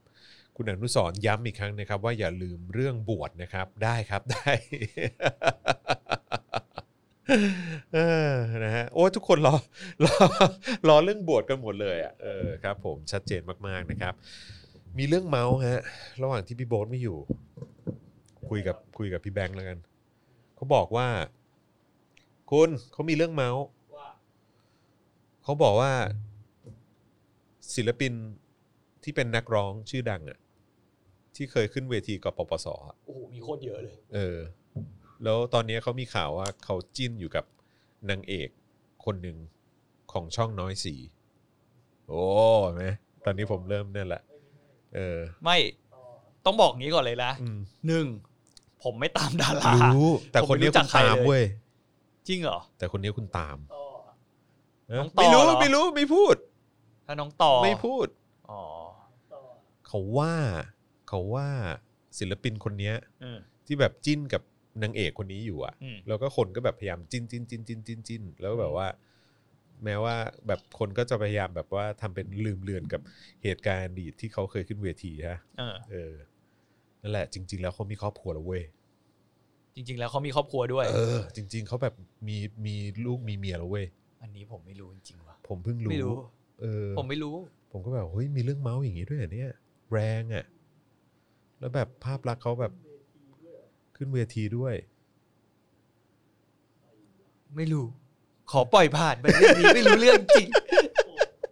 คุณอนุสรณ์ย้ำอีกครั้งนะครับ ว่าอย่าลืมเรื่องบวชนะครับ ได้ครับ ได้ เออนะฮะโอ้ยทุกคนรอ รอรอเรื่องบวชกันหมดเลยอ่ะเออครับผมชัดเจนมากๆนะครับ มีเรื่องเมาส์ฮะระหว่างที่พี่โบ๊ทไม่อยู่ คุยกับคุยกับพี่แบงค์แล้วกันเขาบอกว่า คุณเขามีเรื่องเมาส์ ว่า เขาบอกว่าศิลปินที่เป็นนักร้องชื่อดังอะที่เคยขึ้นเวทีกปปสอะ โอ้โห มีโคตรเยอะเลย เออ แล้วตอนนี้เขามีข่าวว่าเขาจิ้นอยู่กับนางเอกคนหนึ่งของช่องน้อยสี โอ้เห็นไหมตอนนี้ผมเริ่มเนี่ยแหละ ไม่ได้ เออ ไม่ ต่อ ต้องบอกงี้ก่อนเลยนะ อืม หนึ่งผมไม่ตามดารา รู้ แต่ ผม คนนี้ ไม่รู้จักคุณ ใคร ตาม เลย เว้ย จริงเหรอ แต่คนนี้คุณตาม ต่อ เอ้ย น้องต่อ ไม่รู้ เหรอ ไม่รู้ไม่พูด ถ้าน้องต่อ ไม่พูด อ๋อ ต่อ เขาว่า เขาว่าศิลปินคนเนี้ย อืม ที่แบบจิ้นกับนางเอกคนนี้อยู่อะ อืม แล้วก็คนก็แบบพยายามจิ้นจิ้นจิ้นจิ้นจิ้นจิ้นแล้วแบบว่า แม้ว่าแบบคนก็จะพยายามแบบว่าทำเป็นลืมเลือนกับเหตุการณ์อดีตที่เขาเคยขึ้นเวทีฮะ เออ เออ นั่นแหละ จริง ๆ แล้วเขามีครอบครัวแล้วเว้ย จริง ๆ แล้วเขามีครอบครัวด้วย เออ จริง ๆ เขาแบบมีมีลูกมีเมียแล้วเว้ย อันนี้ผมไม่รู้จริงๆว่ะ ผมเพิ่งรู้ ไม่รู้ เออ ผมไม่รู้ ผมก็แบบเฮ้ยมีเรื่องเมาส์อย่างนี้ด้วยเหรอเนี่ย แรงอะ่ะ แล้วแบบภาพลักษณ์เขาแบบ เวทีด้วยขึ้นเวทีเหรอด้วย ไม่รู้ ขอปล่อยผ่านไปเรื่องนี้ไม่รู้เรื่องจริง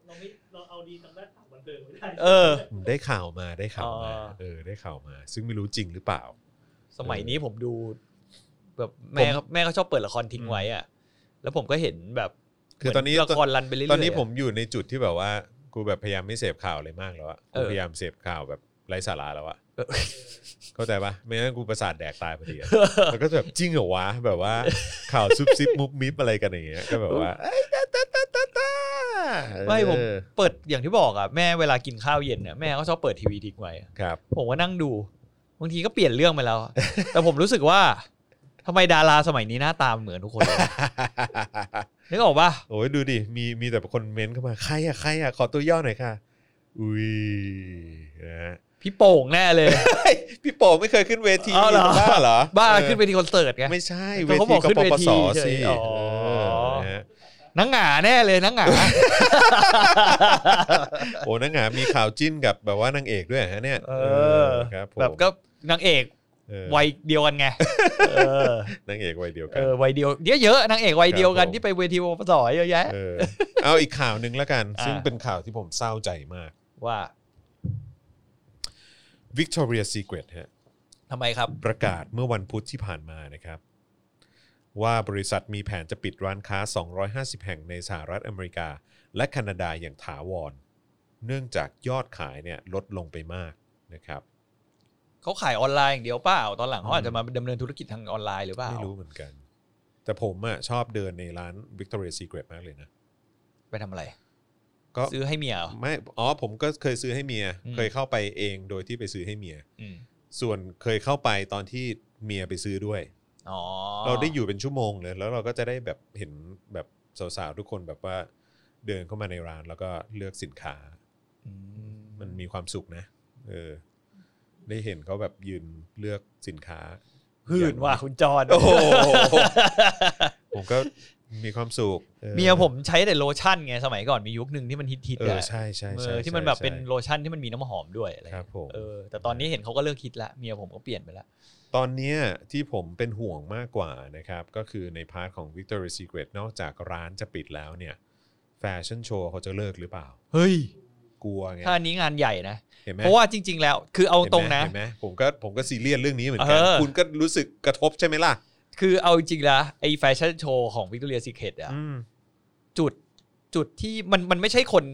โอ้เราไม่เราเอาดีทางด้านข่าวบันเทิงไม่ได้ เออ ได้ข่าวมาได้ข่าวมา อ๋อ เออได้ข่าวมา ซึ่งไม่รู้จริงหรือเปล่า สมัยนี้ผมดู แบบแม่เขาแม่เขาชอบเปิดละครทิ้งไว้อ่ะ แล้วผมก็เห็นแบบ คือตอนนี้ เหมืละครรันไปเรื่อยๆ ตอนนี้ ะ ผมอยู่ในจุดที่แบบว่า กูแบบพยายามไม่เสพข่าวอะไรมากแล้วอะ เอ กู อ พยายามเสพข่าวแบบไร้สาระแล้วอะ เออ เข้าใจปะไม่งั้นกูประสาทแดกตายพอดี อะแล้วก็จะแบบจริงเหรอวะแบบว่า ข่าวซุบซิบมุบมิบอะไรกันอย่างเงี้ยก็แบบว่าเอ้ยตาตาตาตาตา ไม่ผม เออ เปิดอย่างที่บอกอ่ะแม่เวลากินข้าวเย็นเนี่ยแม่ก็ชอบเปิดทีวีทิ้งไว้อะ ครับ ผมก็นั่งดู บางทีก็เปลี่ยนเรื่องไปแล้วอะ แต่ผมรู้สึกว่าทำไมดาราสมัยนี้หน้าตาเหมือนทุกคนเลยวะ นึกออกปะ โอ้ยดูดิมีมีแต่คนเม้นต์เข้ามาใครอะใครอะขอตัวย่อหน่อยค่ะอุ้ยนะฮะ พี่โป่งแน่เลย พี่โป๋ไม่เคยขึ้นเวที อ๋อเหรอ บ้าเหรอ บ้า เออ ขึ้นไปทีคอนเสิร์ตไง ไม่ใช่เว ก็เขา ที บอก ก ขึ้น ป เว ป ที ส เฉย สิ อ๋อ เออนะฮะ นังหงาแน่เลยนังหงา โอ้นางหงามมีข่าวจิ้นกับแบบว่านางเอกด้วยฮะเนี่ย เออ ครับผม แบบก็นางเอก เออ วัยเดียวกันไง เออน างเอกวัยเดียวกั เอน อวัยเดียวเดี๋ยวเยอะนางเอกวัยเดียวกั ครั น บผม ที่ไปเวทีปปสเยอะแยะ เออเอาอีกข่าวหนึ่งแล้วกัน อ่า ซึ่งเป็นข่าวที่ผมเศร้าใจมาก ว่า Victoria Secret ฮะ ทำไมครับ ประกาศเมื่อวันพุธที่ผ่านมานะครับ ว่าบริษัทมีแผนจะปิดร้านค้า 250 แห่งในสหรัฐอเมริกา และแคนาดาอย่างถาวร เนื่องจากยอดขายเนี่ยลดลงไปมากนะครับ เขาขายออนไลน์อย่างเดียวเปล่า ตอนหลังเขา อืม อาจจะมาดำเนินธุรกิจทางออนไลน์หรือเปล่า ไม่รู้เหมือนกัน แต่ผมอะชอบเดินในร้าน Victoria Secret มากเลยนะ ไปทำอะไร ก็ ซื้อให้เมียเหรอ ไม่อ๋อผมก็เคยซื้อให้เมีย อืม เคยเข้าไปเองโดยที่ไปซื้อให้เมีย อืม ส่วนเคยเข้าไปตอนที่เมียไปซื้อด้วย อ๋อ เราได้อยู่เป็นชั่วโมงเลย แล้วเราก็จะได้แบบเห็นแบบสาวๆทุกคนแบบว่าเดินเข้ามาในร้านแล้วก็เลือกสินค้า อื มันมีความสุขนะ เออ ได้เห็นเขาแบบยืนเลือกสินค้า หื่นว่ะคุณจอน โอ้โห ผมก็มีความสุขออ เมียผมใช้แต่โลชั่นไงสมัยก่อนมียุคหนึ่งที่มันฮิต เอ ๆ อ อะ ใช่ใช่ เอ ใช่ อที่มัน ใช่ แบบเป็น ใช่ โลชั่นที่มันมีน้ำหอมด้วยอะไร ครับผม เออแต่ตอนนี้เห็นเขาก็เลิกคิดละเมียผมก็เปลี่ยนไปละ ตอนเนี้ยที่ผมเป็นห่วงมากกว่านะครับ ก็คือในพาร์ทของ Victoria's Secret นอกจากร้านจะปิดแล้วเนี่ย แฟชั่นโชว์เขาจะเลิกหรือเปล่า เฮ้ย กลัวไง ถ้าอันนี้งานใหญ่นะ เห็นไหม เพราะว่าจริง ๆ แล้วคือเอาตรงนะ เห็นไหมเห็นไหมผมก็ผมก็ซีเรียสเรื่องนี้เหมือนกัน เออ คุณก็รู้สึกกระทบใช่ไหมล่ะ คือเอาจริงๆละไอแฟชั่นโชว์ของวิกตอเรียซีเคทอะ อืม จุดจุดที่มันมันไม่ใช่คน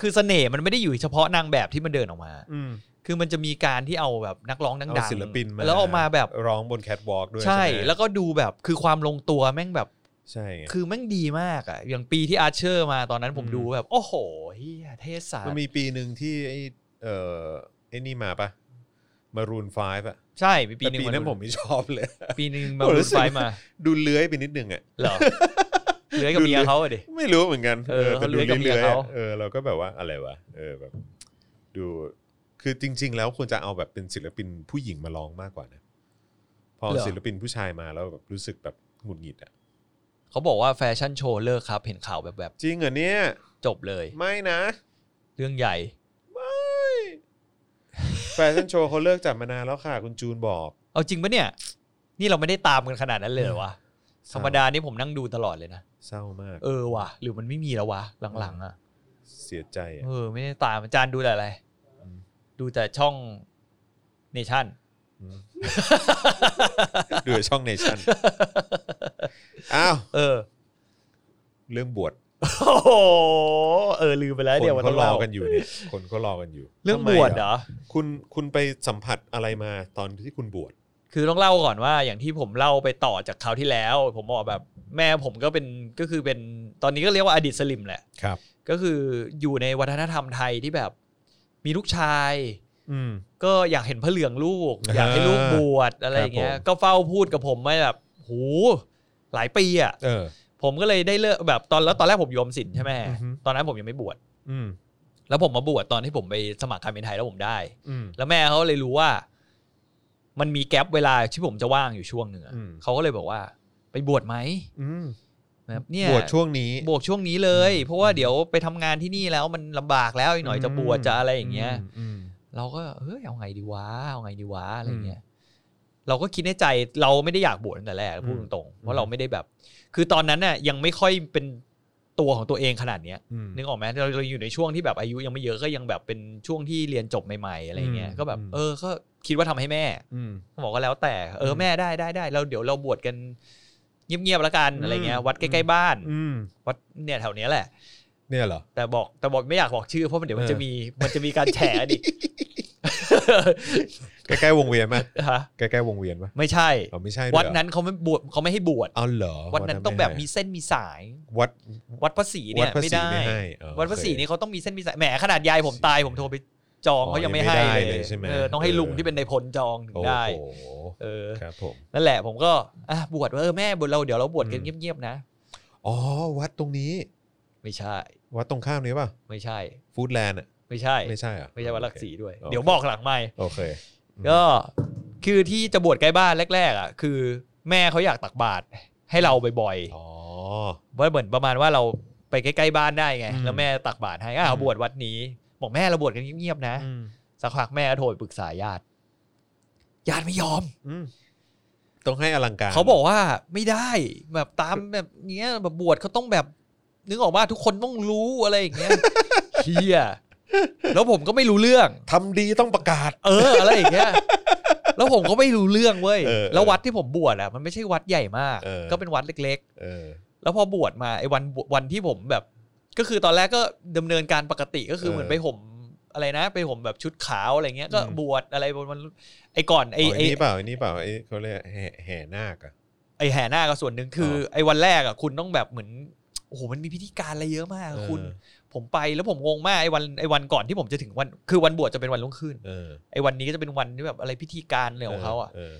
คือเสน่ห์มันไม่ได้อยู่เฉพาะนางแบบที่มันเดินออกมา อืม คือมันจะมีการที่เอาแบบนักร้องดัง เอา ๆ ศิลปินมา แล้วเออกมาแบบ ร้องบนแคทวอล์กด้วย ใช่ ใช่ไหม แล้วก็ดูแบบคือความลงตัวแม่งแบบ ใช่ไง คือแม่งดีมากอะอย่างปีที่อาร์เชอร์มาตอนนั้นผม อืม ดูแบบ โอ้โหเฮียเทศศาสต มัน ร์ มีปีหนึ่งที่ไอ้เอ่อไอ้นี่มาปะมารูนไฟฟ์อะ ใช่มีปี แต่ หนึ่ง ปีนั้นผมไม่ชอบเลย ปีหนึ่งมา ผมรู้ รู สึ น ก ไฟมา ดูเลื้อยไปนิดนึงอะ เหรอเหลือกับเมียเขาอะดิ ไม่รู้เหมือนกัน เออ แต่ เขา ดู เลื้อยกับเมีย เลื้อยๆ เขา อะเออเราก็แบบว่าอะไรวะเออแบบดูคือจริง ๆ แล้วควรจะเอาแบบเป็นศิลปินผู้หญิงมาร้องมากกว่านะพอศิลปินผู้ชายมาแล้วแบบรู้สึกแบบหงุดหงิดอะ เขาบอกว่าแฟชั่นโชว์เลิกครับเห็นข่าวแบบแบบ จริงเหรอเนี่ย จบเลย ไม่นะ เรื่องใหญ่ แฟชั่นโชว์เขาเลิกจัดมานานแล้วค่ะ คุณจูนบอก เอาจริงปะเนี่ย นี่เราไม่ได้ตามกันขนาดนั้นเลยเหรอวะ ธรรมดานี่ผมนั่งดูตลอดเลยนะ เศร้ามาก เออว่ะ หรือมันไม่มีแล้ววะ หลังๆอ่ะ เสียใจอะ เออ ไม่ได้ตามอาจารย์ดูแต่อะไร ม ดูแต่ช่องเนชั่น อืมดูช่องเนชั่น อ้าว เออ เรื่องบวช โอ้โห เออ ลืมไปแล้ว ค เดี๋ยวน มัน เขา ต้อง รอ เล่า กันอยู่เนี่ย คนเขารอกันอยู่ เรื่อง ทำไม บวชเหรอ คุณคุณไปสัมผัสอะไรมาตอนที่คุณบวช คือต้องเล่าก่อนว่าอย่างที่ผมเล่าไปต่อจากคราวที่แล้ว ผมบอกแบบแม่ผมก็เป็นก็คือเป็นตอนนี้ก็เรียกว่าอดีตสลิมแหละ ครับ ก็คืออยู่ในวัฒนธรรมไทยที่แบบมีลูกชาย อืม ก็อยากเห็นพระเหลืองลูก อ่า อยากให้ลูกบวชอะไรอย่างเงี้ ค ย รับผม ก็เฝ้าพูดกับผมมาแบบหูหลายปีอ่ะ เออ ผมก็เลยได้เลิกแบบตอนแล้วตอนแรกผมโยอมสินใช่ไหม อือฮึ ตอนนั้นผมยังไม่บวช อืม แล้วผมมาบวชตอนที่ผมไปสมัครการเป็นไทยแล้วผมได้ อืม แล้วแม่เขาเลยรู้ว่า มันมีแกลบเวลาที่ผมจะว่างอยู่ช่วงหนึ่งอะ อืม เขาก็เลยบอกว่า ไปบวชไหม อืม นะครับเนี่ย บวชช่วงนี้ บวชช่วงนี้เลย เพราะว่าเดี๋ยวไปทำงานที่นี่แล้วมันลำบากแล้วอีกหน่อยจะบวชจะอะไรอย่างเงี้ย ม เราก็เฮ้ยเอาไงดีวะเอาไงดีวะอะไรเงี้ยเราก็คิดในใจเราไม่ได้อยากบวชตั้งแต่แรกพูดตรงๆเพราะเราไม่ได้แบบ คือตอนนั้นน่ะยังไม่ค่อยเป็นตัวของตัวเองขนาดเนี้ย อืม นึกออกไหมเราเราอยู่ในช่วงที่แบบอายุยังไม่เยอะก็ยังแบบเป็นช่วงที่เรียนจบใหม่ๆอะไรเงี้ย อืม ก็แบบ อืม เออก็คิดว่าทำให้แม่ อืม หมอก็แล้วแต่เออ ม แม่ได้ได้ได้เราเดี๋ยวเราบวชกันเงียบๆแล้วกันอะไรเงี้ย อืม วัดใกล้ๆบ้าน อืม วัดเนี่ยแถวเนี้ยแหละ เนี่ยเหรอ แต่บอกแต่บอกไม่อยากบอกชื่อเพราะมันเดี๋ยวมันจะ เออ มีมันจะมีการแฉดิ ใกล้ๆวงเวียนไหม ฮะ ใกล้ๆวงเวียนไหม ไม่ใช่ เราไม่ใช่ยเหรอ วัดนั้นเขาไม่บวชเขาไม่ให้บวช เอาเหรอ วัดนั้นต้องแบบมี ไให้ เส้นมีสาย วัด วัดพระศรี วั เนี่ยดภา ไม่ ษี ได้ ไม่ให้อ๋อ วัดพระศรี โอเค นี่เขาต้องมีเส้นมีสายแหมขนาดยายผมตายผมโทรไปจอง อ๋อ เขายังไม่ ยัง ให้ ไม่ได้ เล เลย ย ใช่ไหม เออต้องให้ลุง เออ ที่เป็นในายพลจองถึง โอ้ ได้ โห เออ ครับผม นั่นแหละผมก็อ่ะบวชว่าเออแม่บวชเราเดี๋ยวเราบวชกัน อืม เงียบๆนะ อ๋อ วัดตรงนี้ ไม่ใช่ วัดตรงข้ามนี้ป่ะ ไม่ใช่ ฟู้ดแลนด์อ่ะ ไม่ใช่ ไม่ใช่เหรอ่ะ ไม่ใช่วัดหลักศรีด้วย โอเค เดี๋ยวบอกหลังไม่ โอเค อืม ก็คือที่จะบวชใกล้บ้านแรก ๆ อ่ะ คือ แม่เขาอยากตักบาตรให้เราบ่อยๆ อ๋อ ว่าเหมือนประมาณว่าเราไปใกล้ๆบ้านได้ไง อืม แล้วแม่ตักบาตรให้อ้าว อืม บวชวัดนี้ บอกแม่เราบวชกันเงียบๆนะ อืม สักพักแม่ก็โทรไปปรึกษาญาติญาติไม่ยอม อืมต้องให้อลังการ เขาบอกว่าไม่ได้แบบตามแบบเนี้ยแบบบวชเขาต้องแบบนึกออกว่าทุกคนต้องรู้อะไรอย่าง เงี้ยเฮียแล้วผมก็ไม่รู้เรื่อง ทำดีต้องประกาศ เอออะไรอย่างเงี้ยแล้วผมก็ไม่รู้เรื่องเว้ย เออเออ แล้ววัดที่ผมบวชอ่ะมันไม่ใช่วัดใหญ่มาก เออ ก็เป็นวัดเล็ก ๆ เออ แล้วพอบวชมาไอ้วันบววันที่ผมแบบ ก็คือตอนแรกก็ดำเนินการปกติก็คือ เออ เหมือนไปห่มอะไรนะ ไปห่มแบบชุดขาวอะไรเงี้ยก็ อืม บวชอะไรบนวันไอ้ก่อนไอ้ไอ้ไอ้นี่เปล่าไอ้นี่เปล่าไอ้เขาเรียกแห่แห่นาคอะ ไอ้แห่หน้าคก็ส่วนหนึ่งคืออไอ้วันแรกอ่ะคุณต้องแบบเหมือนโอ้โหมันมีพิธีการอะไรเยอะมากอะคุณ เออ ผมไปแล้วผมงงมากไอ้วันไอ้วันก่อนที่ผมจะถึงวัน คือวันบวชจะเป็นวันรุ่งขึ้น เออ ไอ้วันนี้ก็จะเป็นวันที่แบบอะไรพิธีการอะไรของเขาอ่ะ เออ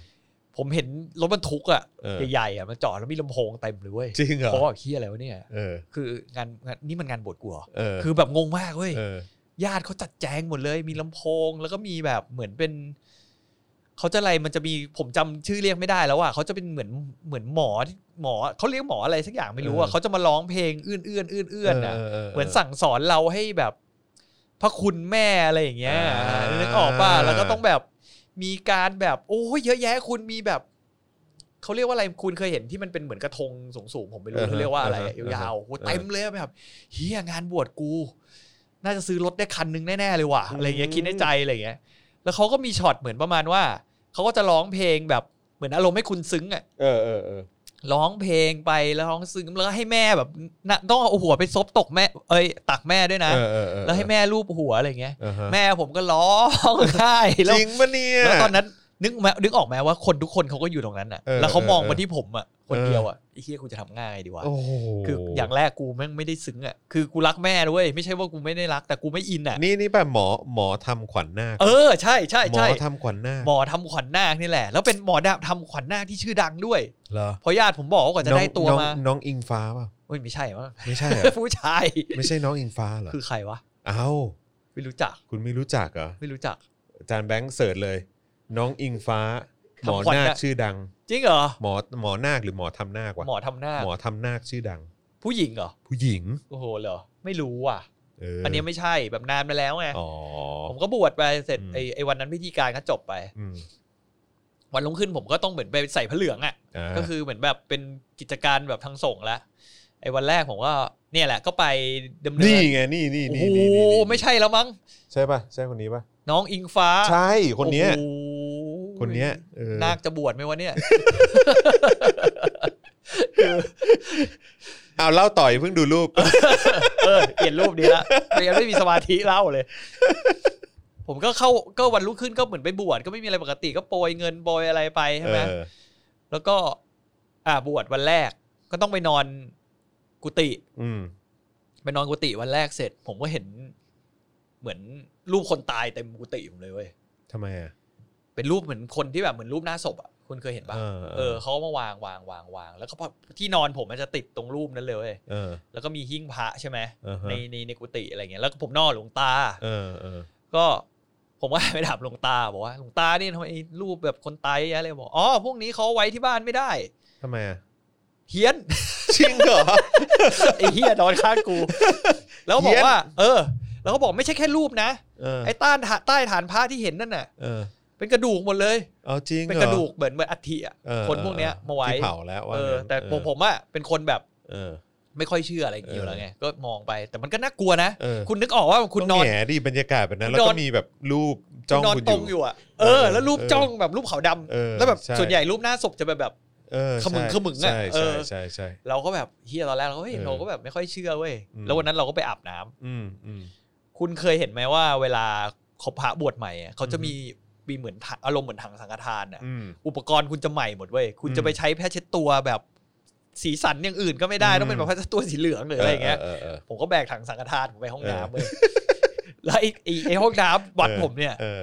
ผมเห็นรถบรรทุกอ่ะ เออ ใหญ่ๆอ่ะมาจอดแล้วมีลำโพงเต็มเลยเว้ย จริงเหรอ เพราะว่าเฮียอะไรวะเนี่ย เออ คืองานงานนี่มันงานบวชกูเหรอ เออ คือแบบงงมากเว้ย เออ ญาติเขาจัดแจงหมดเลย มีลำโพง แล้วก็มีแบบเหมือนเป็นเขาจะอะไรมันจะมีผมจำชื่อเรียกไม่ได้แล้วอ่ะเขาจะเป็นเหมือนเหมือนหมอที่หมอเขาเรียกหมออะไรสักอย่างไม่รู้อ่ะเขาจะมาร้องเพลงเอื้อนเอื้อนเอื้อนเอื้อนอ่ะเหมือนสั่งสอนเราให้แบบ พระคุณแม่อะไรอย่างเงี้ยนึกออกป่ะแล้วก็ต้องแบบมีการแบบ โอ้ยเยอะแยะคุณมีแบบเขาเรียกว่าอะไรคุณเคยเห็นที่มันเป็นเหมือนกระทงสูงๆผมไม่รู้เขาเรียกว่าอะไรอะยาวๆโอ้โหเต็มเลยอะแบบ เฮียงานบวชกู น่าจะซื้อรถได้คันนึงแน่ ๆ เลยว่ะอะไรเงี้ยคิดในใจอะไรเงี้ย แล้วเขาก็มีช็อตเหมือนประมาณว่าเขาก็จะร้องเพลงแบบเหมือนอารมณ์ให้คุณซึ้งอ่ะ เออเออเออ ร้องเพลงไปแล้วร้องซึ้งแล้วก็ให้แม่แบบน่ะต้องเอาหัวไปซบตกแม่ เอ้ยตักแม่ด้วยนะ เออเออเออ แล้วให้แม่รูปหัวอะไรเงี้ย เออฮะ แม่ผมก็ร้องไห้แล้ว จริงปะเนี่ย แล้วตอนนั้นนึกไหมนึกออกไหมว่าคนทุกคนเขาก็อยู่ตรงนั้นอ่ะ เออ แล้วเขามอง เออเอ มา อ ที่ผมอ่ะคนเดียวอ่ะไอ้เฮียกูจะทำง่ายดีวะ โอ้โห คืออย่างแรกกูแม่งไม่ได้ซึ้งอ่ะ คือกูรักแม่ด้วยไม่ใช่ว่ากูไม่ได้รักแต่กูไม่อินอ่ะ นี่นี่ป่ะหมอหมอทำขวัญนาค เออใช่ใช่ หมอ ใช่ ทำขวัญนาค หมอทำขวัญนาคนี่แหละ แล้วเป็นหมอดาบทำขวัญนาคที่ชื่อดังด้วย เหรอ เพราะญาติผมบอกว่ากว่าจะได้ตัว น้อง มา น้องน้องอิงฟ้าป่ะ โอ้ยไม่ใช่มั้ง ไม่ใช่เหรอ ผู้ชาย ไม่ใช่น้องอิงฟ้าเหรอ คือใครวะ เอ้า ไม่รู้จัก คุณไม่รู้จักเหรอ ไม่รู้จัก อาจารย์แบงค์เสิร์ชเลย น้องอิงฟ้า หมอ ทำขวัญ นาค นาค ชื่อดัง จริงเหรอ หมอหมอนาคหรือหมอทำนาควะ หมอทำหน้าค หมอทำนาคชื่อดัง ผู้หญิงเหรอ ผู้หญิง โอ้โหเหรอไม่รู้อ่ะ เออ อั อั นนี้ไม่ใช่แบบนานไปแล้วไง อ๋อ ผมก็บวชไปเสร็จ อืม ไอ้ไอ้วันนั้นพิธีการก็จบไป อืม วันรุ่งขึ้นผมก็ต้องเหมือนไปใส่ผ้าเหลืองอ่ะ อ่า ก็คือเหมือนแบบเป็นกิจการแบบทางส่งละไอ้วันแรกผมก็เนี่ยแหละก็ไปดำเนิ นี่ไงนี่นี่ โอ้ นี่ โห นี่นี่นี่ ไม่ใช่แล้วมั้ง ใช่ป่ะใช่คนนี้ป่ะ น้องอิงฟ้า ใช่คนเนี้ย โอ้โห คนเนี้ยเออ นาคจะบวชไหมวะเนี่ย เอาเล่าต่อยเพิ่งดูรูป เออเปลี่ยนรูปดีละไม่งั้นไม่มีสมาธิเล่าเลย ผมก็เข้าก็วันรุ่งขึ้นก็เหมือนไปบวชก็ไม่มีอะไรปกติก็โปรยเงินโปรยอะไรไปใช่ไหม เออ แล้วก็ อ่าบวชวันแรก ก็ต้องไปนอนกุฏิ อืม ไปนอนกุฏิวันแรกเสร็จ ผมก็เห็น เหมือนรูปคนตายเต็มกุฏิผมเลยเว้ย ทำไมอ่ะ เป็นรูปเหมือนคนที่แบบเหมือนรูปหน้าศพอ่ะคุณเคยเห็นปะ เออเออ เออเขาเอามาวางวางวางวาง แล้วก็พอที่นอนผมมันจะติดตรงรูปนั้นเลยเว้ย เออ แล้วก็มีหิ้งพระใช่ไหม อ่าฮะ ในในในกุฏิอะไรเงี้ยแล้วก็ผมนอนหลวงตา เออเออ ก็ผมก็ ไปถามหลวงตาบอกว่าหลวงตานี่ทำไมรูปแบบคนตายเยอะแยะเลยบอกอ๋อพวกนี้เขาเอาไว้ที่บ้านไม่ได้ ทำไมอ่ะ เฮี้ยน จริงเหรอ ไอ้เฮียนอนข้างกู แล้วก็บอ เฮี้ ก ยน ว่า เออ แล้วก็บอกไม่ใช่แค่รูปนะ เออ ไอ้ต้านฐานใต้ฐานพระที่เห็นนั่นน่ะ เออ เป็นกระดูกหมดเลย เอาจริงหอ เป็นกระดูกเหมือนเหมือนอัฐิอ่ะ เออ คนพวกเนี้ยมาไว้ ที่เผาแล้วว่า เออ งั้น แต่ เออ ผมผมอ่ะเป็นคนแบบ เออ ไม่ค่อยเชื่ออะไรอย่างเงี้ยอยู่แล้วไงก็มองไปแต่มันก็น่ากลัวนะ เออ คุณนึกออกว่าคุณน ต้ อ อน งแหงดิบรรยากาศแบบนั้น คุณ แล้นวอก็น มีแบบรูปจ้ คุ อง ณนอน คุณ ตรง อ อยู่ ยู่อ่ะเออ แล้วรูป เออ จ้องแบบรูปขาวด เออ ำแล้วแบบ ใช่ ส่วนใหญ่รูปหน้าศพจะเป็นแบบ เออ ขมึง ใช่ ขมึงอะ ใช่ เอ ใช่ อ ใช่ใช่ เราก็แบบเฮียตอนแรกเราก็เฮ้ย เออ เราก็แบบไม่ค่อยเชื่อเว้ย อืม แล้ววันนั้นเราก็ไปอาบน้ำ อืมอืม คุณเคยเห็นไหมว่าเวลาเขาพระบวชใหม่อะเขาจะ อือฮึ มีมีเหมือนถังอารมณ์เหมือนถังสังฆทานอ่ะ อืม อุปกรณ์คุณจะใหม่หมดเว้ยคุณ อืม จะไปใช้แพทเช็ดตัวแบบสีสันอย่างอื่นก็ไม่ได้ อืม ต้องเป็นแบบแพทเช็ดตัวสีเหลืองหรืออะไรอย่างเงี้ย ออออ ผมก็แบกถังสังฆทานผมไปห้อง เออ น้ำเว้ยแล้วไอ้ไอ้ไอ้ห้องน้ำวัดผมเนี่ย เออ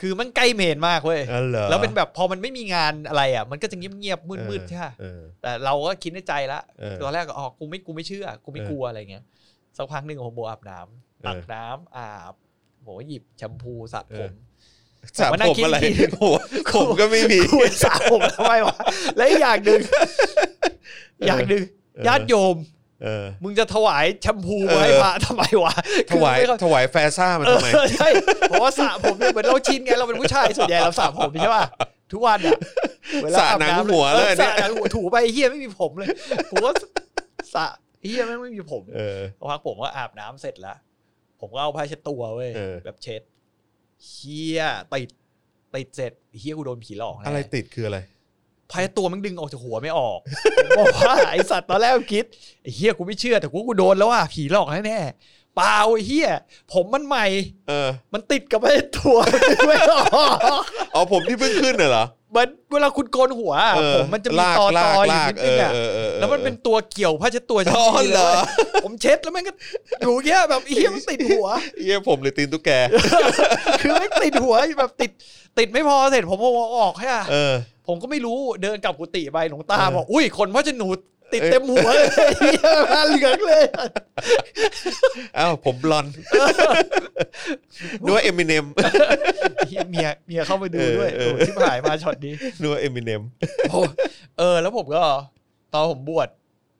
คือมันใกล้เมนมากเว้ย เออเหรอ แล้วเป็นแบบพอมันไม่มีงานอะไรอ่ะ มันก็จะเงียบเงียบๆมืดมืด เออ ๆใช่ปะ เออ แต่เราก็คิดในใจละ เออ ตอนแรกก็อ๋อกูไม่กูไม่เชื่อ กูไม่ เออก ลัวอะไรเงี้ยสักพักหนึ่งผมโบอาบน้ำ เออ ตักน้ำอาบผมก็หยิบแชมพูสระผม สระ ผมมานั่ ผ ง ม คิด อะไร อีกที ผมผมก็ไม่มี กูสระผมทำไมวะและอีกอย่างหนึ่งอย่างหนึ่ง เออ ญาติโยม เออ มึงจะถวายแชมพูไว้ เออ พระทำไมวะ ถวาคืยอไม่เข้ ถวายแฟซ่ามัน เอ ทำไม อใช่เพราะว่าสระผมเนี่ยเหมือนเราชินไงเราเป็นผู้ชายส่วนใหญ่เราสระผมใช่ป่ะทุกวันอ่ะเวลา สระหนัง อาบำ หัวเลย ออ เนี่ ส ย ระหนังหัวถูไปไอ้เฮียไม่มีผมเลยกูก็สระไอ้เฮียแม่งไม่มีผม เออ สักพักผมก็อาบน้ำเสร็จแล้ว ผมก็เอาผ้าเช็ดตัวเว้ย เออ แบบเช็ดเฮียติดติดเสร็จเฮียกูโดนผีหลอกแน่ อะไรติดคืออะไร ผ้าเช็ดตัวมันดึงออกจากหัวไม่ออกผมบอกว่าไอสัตว์ตอนแรกคิดไอเฮียกูไม่เชื่อแต่กูกูโดนแล้วอ่ะผีหลอกแน่แน่ๆเปล่าไอ้เฮียผมมันใหม่ เออ มันติดกับผ้าเช็ดตัว ไม่ออก อ๋อผมที่เพิ่งขึ้นน่ะเหรอ เหมือนเวลาคุณโกนหัวอะ เออ ผมมันจะมี ลาก ตอต ลาก ออยู่ ลาก นิดนึงอะ เออเออเออ แล้วมันเป็นตัวเกี่ยวผ้าเช็ดตัวฉัน อ๋อเหรอ ผมเช็ดแล้วมันก็อยู่อย่างเงี้ยแบบไอ้เฮียมันติดหัว เยี่ยผมหรือตีนตุ๊กแก คือไม่ติดหัวแบบติดติดไม่พอเสร็จผมเอาออกแค่อะ เออ ผมก็ไม่รู้เดินกลับกุฏิไปหลวงตา เออ บอกอุ้ยคนเพราะจะหนูติดเต็มหัวเลยเหี้ยมาเหลืองเลย อ้าวผมบลอนด์นัวเอมิเนม เหี้ยเมียเมียเข้าไปดูด้วย เอ โอ้ อเออ ชิบหายมาช็อตนี้ นัวเอมิเนม โอ้เออ แล้วผมก็ตอนผมบวช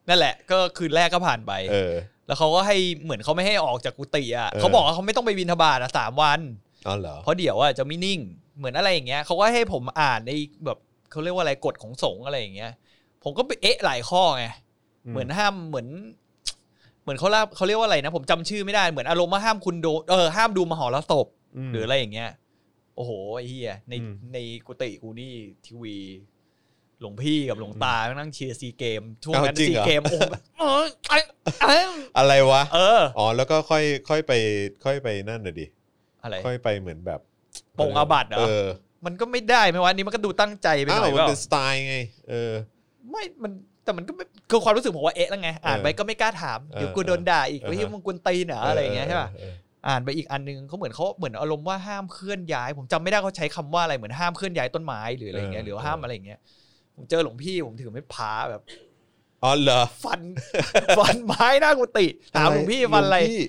นั่นแหละ ก็คืนแรกก็ผ่านไป เออ แล้วเขาก็ให้เหมือนเขาไม่ให้ออกจากกุฏิอ่ะ เออ เขาบอกว่าเขาไม่ต้องไปบินทบาทอ่ะสามวัน อ๋อเหรอ เพราะเดี๋ยวอ่ะจะไม่นิ่งเหมือนอะไรอย่างเงี้ยเขาก็ให้ผมอ่านในแบบเขาเรียกว่าอะไรกฎของสงฆ์อะไรอย่างเงี้ย ผมก็ไปเอ๊ะหลายข้อไง อืม เหมือนห้ามเหมือน เหมือนเขาเล่าเขาเรียกว่าอะไรนะผมจำชื่อไม่ได้เหมือนอารมณ์ว่าห้ามคุณโดเออห้ามดูมหรสพ ม หรืออะไรอย่างเงี้ย โอ้โหไอ้เฮียใน อืม ในกุฏิกูนี่ทีวี หลวงพี่กับหลวงตานั่งเชียร์ซีเกมช่วงนั้นซีเกมโอ้โหแบบ เออเอ้ยเอ้ย อะไรวะ เออ อ๋อ แล้วก็ค่อยค่อยไปค่อยไปนั่นน่ะดิ อะไร ค่อยไปเหมือนแบบ ปรงอาบัติเหรอ เออ มันก็ไม่ได้ไหมวะอันนี้มันก็ดูตั้งใจไปห อ้าว น่อย มัเปนล่า เป็นสไตล์ไง เออ ไม่มันแต่มันก็ไม่คือความรู้สึกผมว่าเอ๊ะแล้วไง อ่านไปก็ไม่กล้าถาม เดี๋ยวกูโดนด่าอีก เออ ว่าที่มึงกวนตีนเหรออะไรอย่างเงี้ยใช่ป่ะ เออ อ่านไปอีกอันนึงเขาเหมือนเขาเหมือนอารมณ์ว่าห้ามเคลื่อนย้าย ผมจำไม่ได้เขาใช้คำว่าอะไรเหมือนห้ามเคลื่อนย้ายต้นไม้หรืออะไรอย่างเงี้ยหรือว่าห้ามอะไรอย่างเงี้ยผมเจอหลวงพี่ผมถือไม่พาแบบ อ๋อเหรอ ฟัน ฟันไม้หน้ากุฏิถามหลวงพี่ฟันอะไร หลวงพี่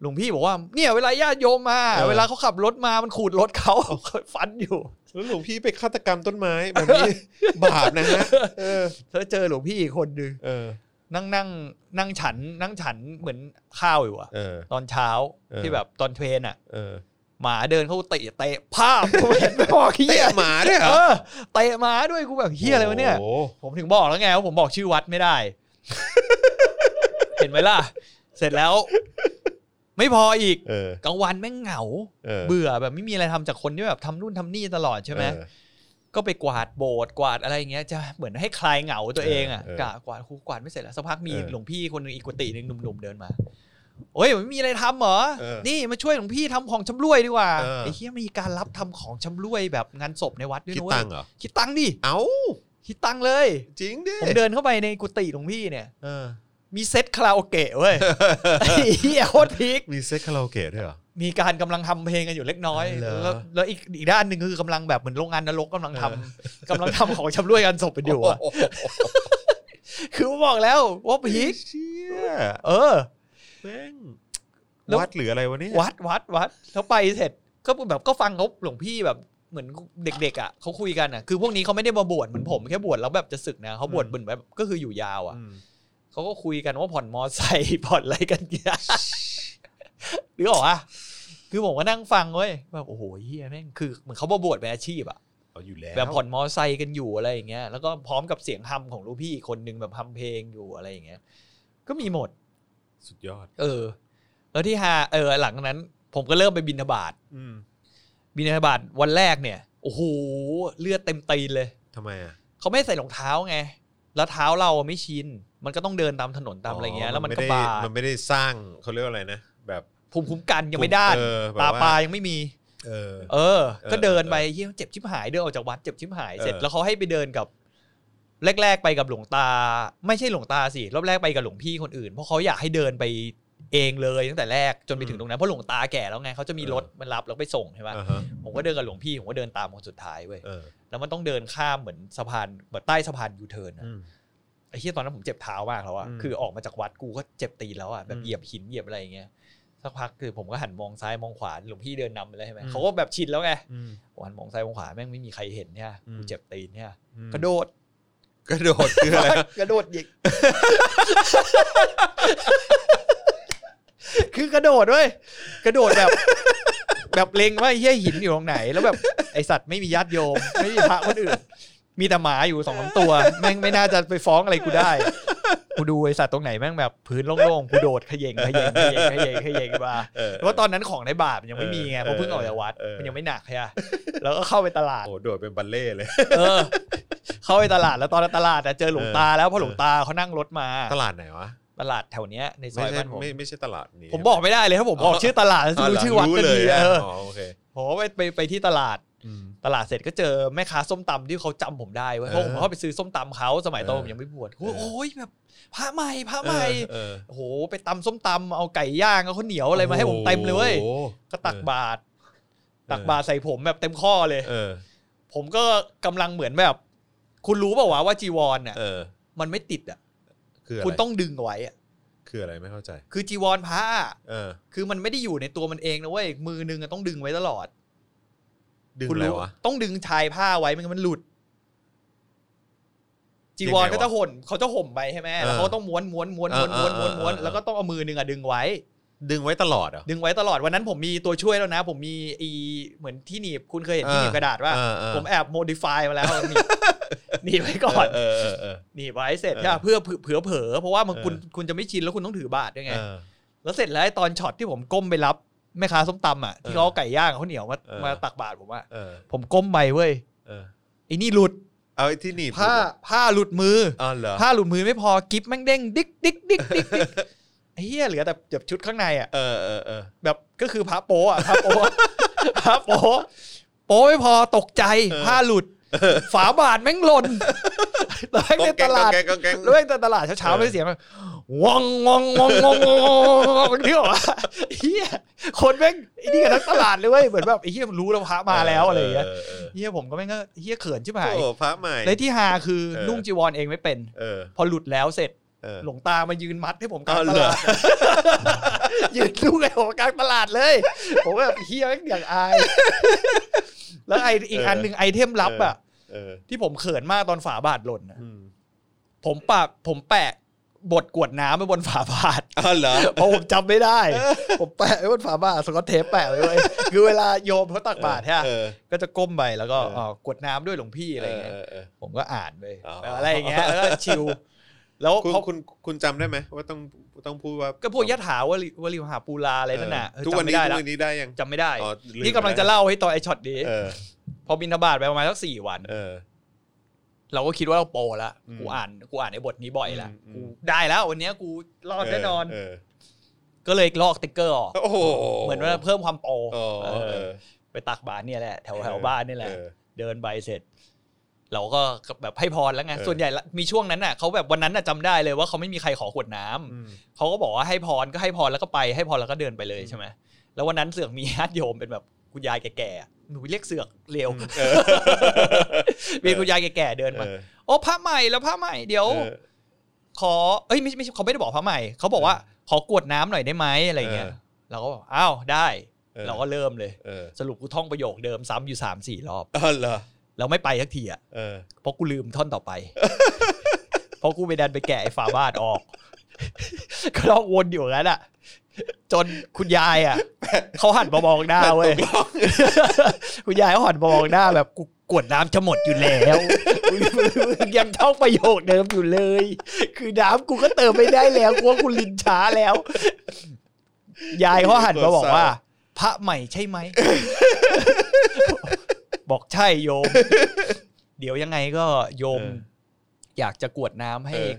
หลวงพี่บอกว่าเนี่ยเวลาญาติโยมมา เออ เวลาเขาขับรถมามันขูดรถเขา ฟันอยู่ แล้วหลวงพี่ไปฆาตกรรมต้นไม้แบบ นี้ บาปนะฮะ เออ เธอเจอหลวงพี่อีกคนนึง เออ นั่งนั่งนั่งฉันนั่งฉันเหมือนข้าวอยู่อะ เออ ตอนเช้า เออ ที่แบบตอนเทรนอะ เออ หมาเดินเข้าเตะเตะ ภาพ ผมเห็นไม่พอกเฮี เตี้ย ย หมาด้วยเหร เอ อ อเตะหมาด้วยกูแบบเฮียอะไรวะเนี่ย โอ้โห ผมถึงบอกแล้วไงว่าผมบอกชื่อวัด ไม่ได้ เห็นไหมล่ะ เสร็จแล้ว ไม่พออีก เออก ลางวันแม่งเหงา เออ เบื่อแบบไม่มีอะไรทำจากคนที่แบบทำนู่นทำนี่ตลอดใช่ไหม เออ ก็ไปกวาดโบสถ์กวาดอะไรอย่างเงี้ยจะเหมือนให้คลายเหงาตัวเองอ่ะ เออก ะกวาดครูกวาดไม่เสร็จแล้วสักพักมี เออ หลวงพี่คนหนึงอีกกุฏิหนึ่งหนุ่มๆเดินมาโอ้ยไม่มีอะไรทำเหรอ เออ นี่มาช่วยหลวงพี่ทำของชำารวยดีกว่า เออ ไอ้เฮียมีการรับทำของชำารวยแบบงานศพในวัดด้วย คิด นะเว้ ตั ย งค์เหรอ คิดตังค์ดิ เอ้า คิดตังค์เลย จริงดิ ผมเดินเข้าไปในกุฏิหลวงพี่เนี่ย เออ มีเซตคาราโอเกะเว้ยไอ้เฮียโคตรพีค มีเซ็กคาราโอเกะด้วยเหรอ มีการกำลังทำเพลงกันอยู่เล็กน้อย เหรอ แล้วแล้วอีกอีกด้านหนึ่งคือกำลังแบบเหมือนโรงงานนรกกำลังทำกำลังทำของชำารวยกันศพกันอยู่อะ โโห คือบอกแล้วว่าพีค เชี่ย เออ แม่ง แล้ว วัดหรืออะไรวะเนี่ย วัดวัดวัดแล้วไปเสร็จก็แบบก็ฟังเขาหลวงพี่แบบเหมือนเด็กๆอ่ะเขาคุยกันอ่ะคือพวกนี้เขาไม่ได้มาบวชเหมือนผมแค่บวชแล้วแบบจะศึกนะเขาบวช อืม บนแบบก็คืออยู่ยาวอ่ะ อืม เขาก็คุยกันว่าผ่อนมอไซค์ ผ่อนอะไรกันเนี่ยหรือออกอ่ะคือผมก็นั่งฟังเว้ยแบบโอ้โหเฮียแม่งคือเหมือนเขามาบวชเป็นอาชีพอ่ะ เอาอยู่แล้ว แบบผ่อนมอไซค์กันอยู่อะไรอย่างเงี้ยแล้วก็พร้อมกับเสียงฮัมของหลูกพี่อีกคนนึงแบบฮัมเพลงอยู่อะไรอย่างเงี้ย ก็มีหมด สุดยอด เออ แล้วที่ฮาเออหลังจากนั้น ผมก็เริ่มไปบินทบาท อืม บินทบาทวันแรกเนี่ยโอ้โหเลือดเต็มตีนเลย ทำไมอ่ะ เขาไม่ใส่รองเท้าไง แล้วเท้าเราไม่ชิน มันก็ต้องเดินตามถนนตามอะไรเงี้ย แล้วมันก็ ไได้ บาด มันไม่ได้สร้างเขาเรียกว่าอะไรนะ แบบ ภูมิคุ้มกันยังไม่ด้าน เออแบบ ตา ว่ ปลายังไม่มี เออ เออ เออ ก็เดินไปเฮียเจ็บชิบหายเดินออกจากวัดเจ็บชิบหายเสร็จ เออ แล้วเขาให้ไปเดินกับ แรก ๆ ไปกับหลวงตา ไม่ใช่หลวงตาสิรอบแรกไปกับหลวงพี่คนอื่นเพราะเขาอยากให้เดินไปเองเลยตั้งแต่แรกจนไปถึงตรงนั้นเพราะหลวงตาแก่แล้วไงเขาจะมีรถมันรับแล้วไปส่งใช่ไหม อ่าฮะ ผมก็เดินกับหลวงพี่ผมก็เดินตามคนสุดท้ายเว้ย เออ แล้วมันต้องเดินข้ามเหมือนสะพานแบบใต้สะพานยูเทิร์นอะ อืม ไอ้ที่ตอนนั้นผมเจ็บเท้ามากแล้วอะ อืม คือออกมาจากวัดกูก็เจ็บตีนแล้วอะแบบ อืม เหยียบหินเหยียบอะไรอย่างเงี้ยสักพักคือผมก็หันมองซ้ายมองขวาหลวงพี่เดินนำไปเลยใช่ไหม อืม เขาก็แบบชินแล้วไง อืม ผมหันมองซ้ายมองขวาแม่งไม่มีใครเห็นเนี่ย อืม กูเจ็บตีนเนี่ย อืม กระโดด กระโดดคืออะไร กระโดดหยิกคือกระโดดเว้ยกระโดดแบบ แบบเล็งว่าไอ้เฮี้ยหินอยู่ตรงไหน แล้วแบบไอสัตว์ไม่มีญาติโยม ไม่มีพระคนอื่น มีแต่หมาอยู่สองสามตัว แม่งไม่น่าจะไปฟ้องอะไรกูได้กูดูไอสัตว์ตรงไหนแม่งแบบพื้นโล่งๆกูโดดเขย่งเขย่งเขย่งเขย่งเขย่งมา เออ เพราะตอนนั้นของในบาทมันยังไม่มีไง เออ เพราะเพิ่งออกจากวัด เออ มันยังไม่หนักใช่ไหมแล้วก็เข้าไปตลาด โอ้โหโดดเป็นบัลเล่ต์เลย เออ เข้าไปตลาดแล้วตอนตลาดอะเจอหลวงตาแล้วเพราะหลวงตาเขานั่งรถมา ตลาดไหนวะ ตลาดแถวเนี้ยในซอไม่ย ใช่ บ้านผม ไม่ไม่ใช่ตลาดนี้ ผมบอกไม่ได้เลยถ้าผมบอกชื่อตลาดจะ เห รู้ชื่อวัดก็ รู้เล ดี ย เออ อ๋อโอเค ผมไปไปไปที่ตลาด อืม ตลาดเสร็จก็เจอแม่ค้าส้มตำที่เขาจำผมได้เว้ยเพราะผม เออ เข้าไปซื้อส้มตำเขาสมัยตอนผม เออ ยังไม่บวช เออ โอ้ยแบบพระใหม่พระใหม่ เออ โอ้โหไปตำส้มตำเอาไก่ย่างเอาข้าวเหนียวอะไรมาให้ผมเต็มเลยเว้ย โอ้โห ก็ตัก เออบ าตรตัก เออ บาตรใส่ผมแบบเต็มข้อเลย เออ ผมก็กำลังเหมือนแบบ คุณรู้เปล่าวะว่าจีวรน่ะ เออ มันไม่ติดอ่ะ คืออะไร คุณต้องดึงเอาไว้อ่ะ คืออะไรไม่เข้าใจ คือจีวรพระอะ เออ คือมันไม่ได้อยู่ในตัวมันเองนะเว้ยมือนึงอะต้องดึงไว้ตลอด ดึง คุณ อะไร รู้ วะ ต้องดึงชายผ้าไว้ไมงันมันหลุด จีวร ยังไงวะ ก็จะห่นเขาจะห่มไปใช่ไหม เออ แล้วเขาก็ต้องม้วนม้วนม้วนม้วน เออ ม้วนม้วน เออเออ ม้วน เออ แล้วก็ต้องเอามือหนึ่งอะดึงไว้ ดึงไว้ตลอดเหรอ ดึงไว้ตลอดวันนั้นผมมีตัวช่วยแล้วนะ ผมมีอีเหมือนที่หนีบคุณเคยเห็น เออ ที่หนีบกระดาษว่า เออเออ ผมแอบโมดิฟายมาแล้วหนีบหนีบไว้ก่อน เออเออเออ หนีบไว้เสร็จ เออ ใช่ปะเพื่อเผื่อเผลอเพราะว่ามัน เออ คุณคุณจะไม่ชินแล้วคุณต้องถือบาทด้วยไง เออ แล้วเสร็จแล้วไอ้ตอนช็อตที่ผมก้มไปรับแม่ค้าส้มตำอ่ะที่เขาเอาไก่ย่างกับข้าวเหนียวมา เออ มาตักบาทผมอ่ะ เออ ผมก้มไปเว้ย เออ ไอ้นี่หลุด เอาไอ้ที่หนีบ ผ้าผ้าหลุดมือ อ๋อเหรอ ผ้าหลุดมือไม่พอกิฟแม่งเด้งดิ๊กดิ๊กดิ๊กดิ๊กดิ๊กไอ้เฮียเหลือแต่แบบชุดข้างในอ่ะ เออเออเออ แบบก็คือผ้าโป๊ะอะผ้าโป๊ะ ผ้าโป๊ะโป๊ะไม่พอตกใจผ้าหลุด ฝาบาทแม่งหล่นแล้ว แม่งในตลาด ก๊อกแก๊กก๊อกแก๊ก แล้ว ก๊อกแก๊ก แม่งในตลาดเช้า เอ ๆ อ ไม่เสียงแบบว่องว่องว่องว่องว่องว่องที่บอกว่าเฮียคนแม่งไอ้นี่กันทั้งตลาดเลยเว้ยเหมือนแบบไอ้เฮียมันรู้แล้วพระมาแล้วอะไรอย่างเงี้ย ออเออ เฮียผมก็แม่งก็เฮียเขินชิบ เอ หา อย โอ้พระใหม่ และที่ฮาคือ เออ นุ่งจีวรเองไม่เป็น เออ พอหลุดแล้วเสร็จ เออ หลวงตามายืนมัดให้ผมกลาง อ้าตวเหรอ ลาด ยืนนุ่งให้ผมกลางตลาดเลย ผมแบบเฮียแม่งอย่างอาย แล้วไออีกอันหนึ่งไอเทมลับอ่ะ เออ ที่ผมเขินมากตอนฝาบาทหล่นน่ะ อืม ผมปะผมแปะบทกวดน้ำไว้บนฝาบาท อ๋อเหรอ เพราะผมจำไม่ได้ ผมแปะไว้บนฝาบาทสกอตเทปแปะไว้เว้ย คือเวลาโยมเขาตักบาตรใช่ปะ เออ ก็จะก้มไปแล้วก็ เอออ๋ ออกวดน้ำด้วยหลวงพี่ อะ อะไร ไรอย่าง เงี้ เงี้ ย ย ผมก็อ่านไป อ๋อ อะไรอย่างเงี้ยแล้วก็ชิลแล้ว คุณ เขา คุณคุณจำได้ไหมว่าต้องต้องพูดว่า ก็พวกยะถาวริวริวหาปูลาอะไรนั่นน่ะ เออทุกวันนี้ จำไม่ได้ละทุกวันนี้ได้ยัง จำไม่ได้ อ๋อลืม นี่กำลังจะเล่าให้ตอนไอช็อตนี้ เออ พอบินทบาทไปประมาณสักสี่วัน เออ เราก็คิดว่าเราโปรละ อืม กูอ่านกูอ่านไอ้บทนี้บ่อยละ อืมอืม กูได้แล้ววันเนี้ยกูรอดแน่นอน เออ ก็เลยลอกสติ๊กเกอร์ออก เออโอ้โห เหมือนว่าเพิ่มความโปร อ๋อเออ เออไปตักบาทเนี่ยแหละแถวแถวบ้านเนี่ยแหละ เออ เดินไปเสร็จ เราก็แบบให้พรแล้วไง เออ ส่วนใหญ่ละมีช่วงนั้นน่ะเขาแบบวันนั้นน่ะจำได้เลยว่าเขาไม่มีใครขอขวดน้ำ อืม เขาก็บอกว่าให้พรก็ให้พรแล้วก็ไปให้พรแล้วก็เดินไปเลยใช่ไหมแล้ววันนั้นเสือกมีญาติโยมเป็นแบบคุณยายแก่ๆหนูเรียกเสือกเร็ว เออ มีคุณยายแก่ๆเดินมา เออ โอ้พระใหม่แล้วพระใหม่เดี๋ยว เออ ขอเอ้ยไม่ใช่ไม่ใช่เขาไม่ได้บอกพระใหม่เขาบอกว่าขอกรวดน้ำหน่อยได้ไหมอะไรอย่างเงี้ย เออ เราก็บอกอ้าวได้ เออ เราก็เริ่มเลย เออ สรุปกูท่องประโยคเดิมซ้ำอยู่สามสี่รอบ อ๋อเหรอ แล้วไม่ไปสักทีอ่ะ เออ เพราะกูลืมท่อนต่อ ไป เพราะกูไปดันไปแกะไอ้ฝาบาทออก ก็ลองวนอยู่อย่างนั้นอ่ะ จนคุณยายอ่ะ เขาหันมามองหน้าเว้ย คุณยายเขาหันมามองหน้าแบบกูกวดน้ำจะหมดอยู่แล้ว มึงมึงยังท่องประโยคเดิมอยู่เลย คือน้ำกูก็เติมไม่ได้แล้วกูว่ากูลิ้นช้าแล้ว ยายเขาหันมาบอกว่า พระใหม่ใช่ไหม บอกใช่โยม เดี๋ยวยังไงก็โยม เออ อยากจะกวดน้ำให้ เออ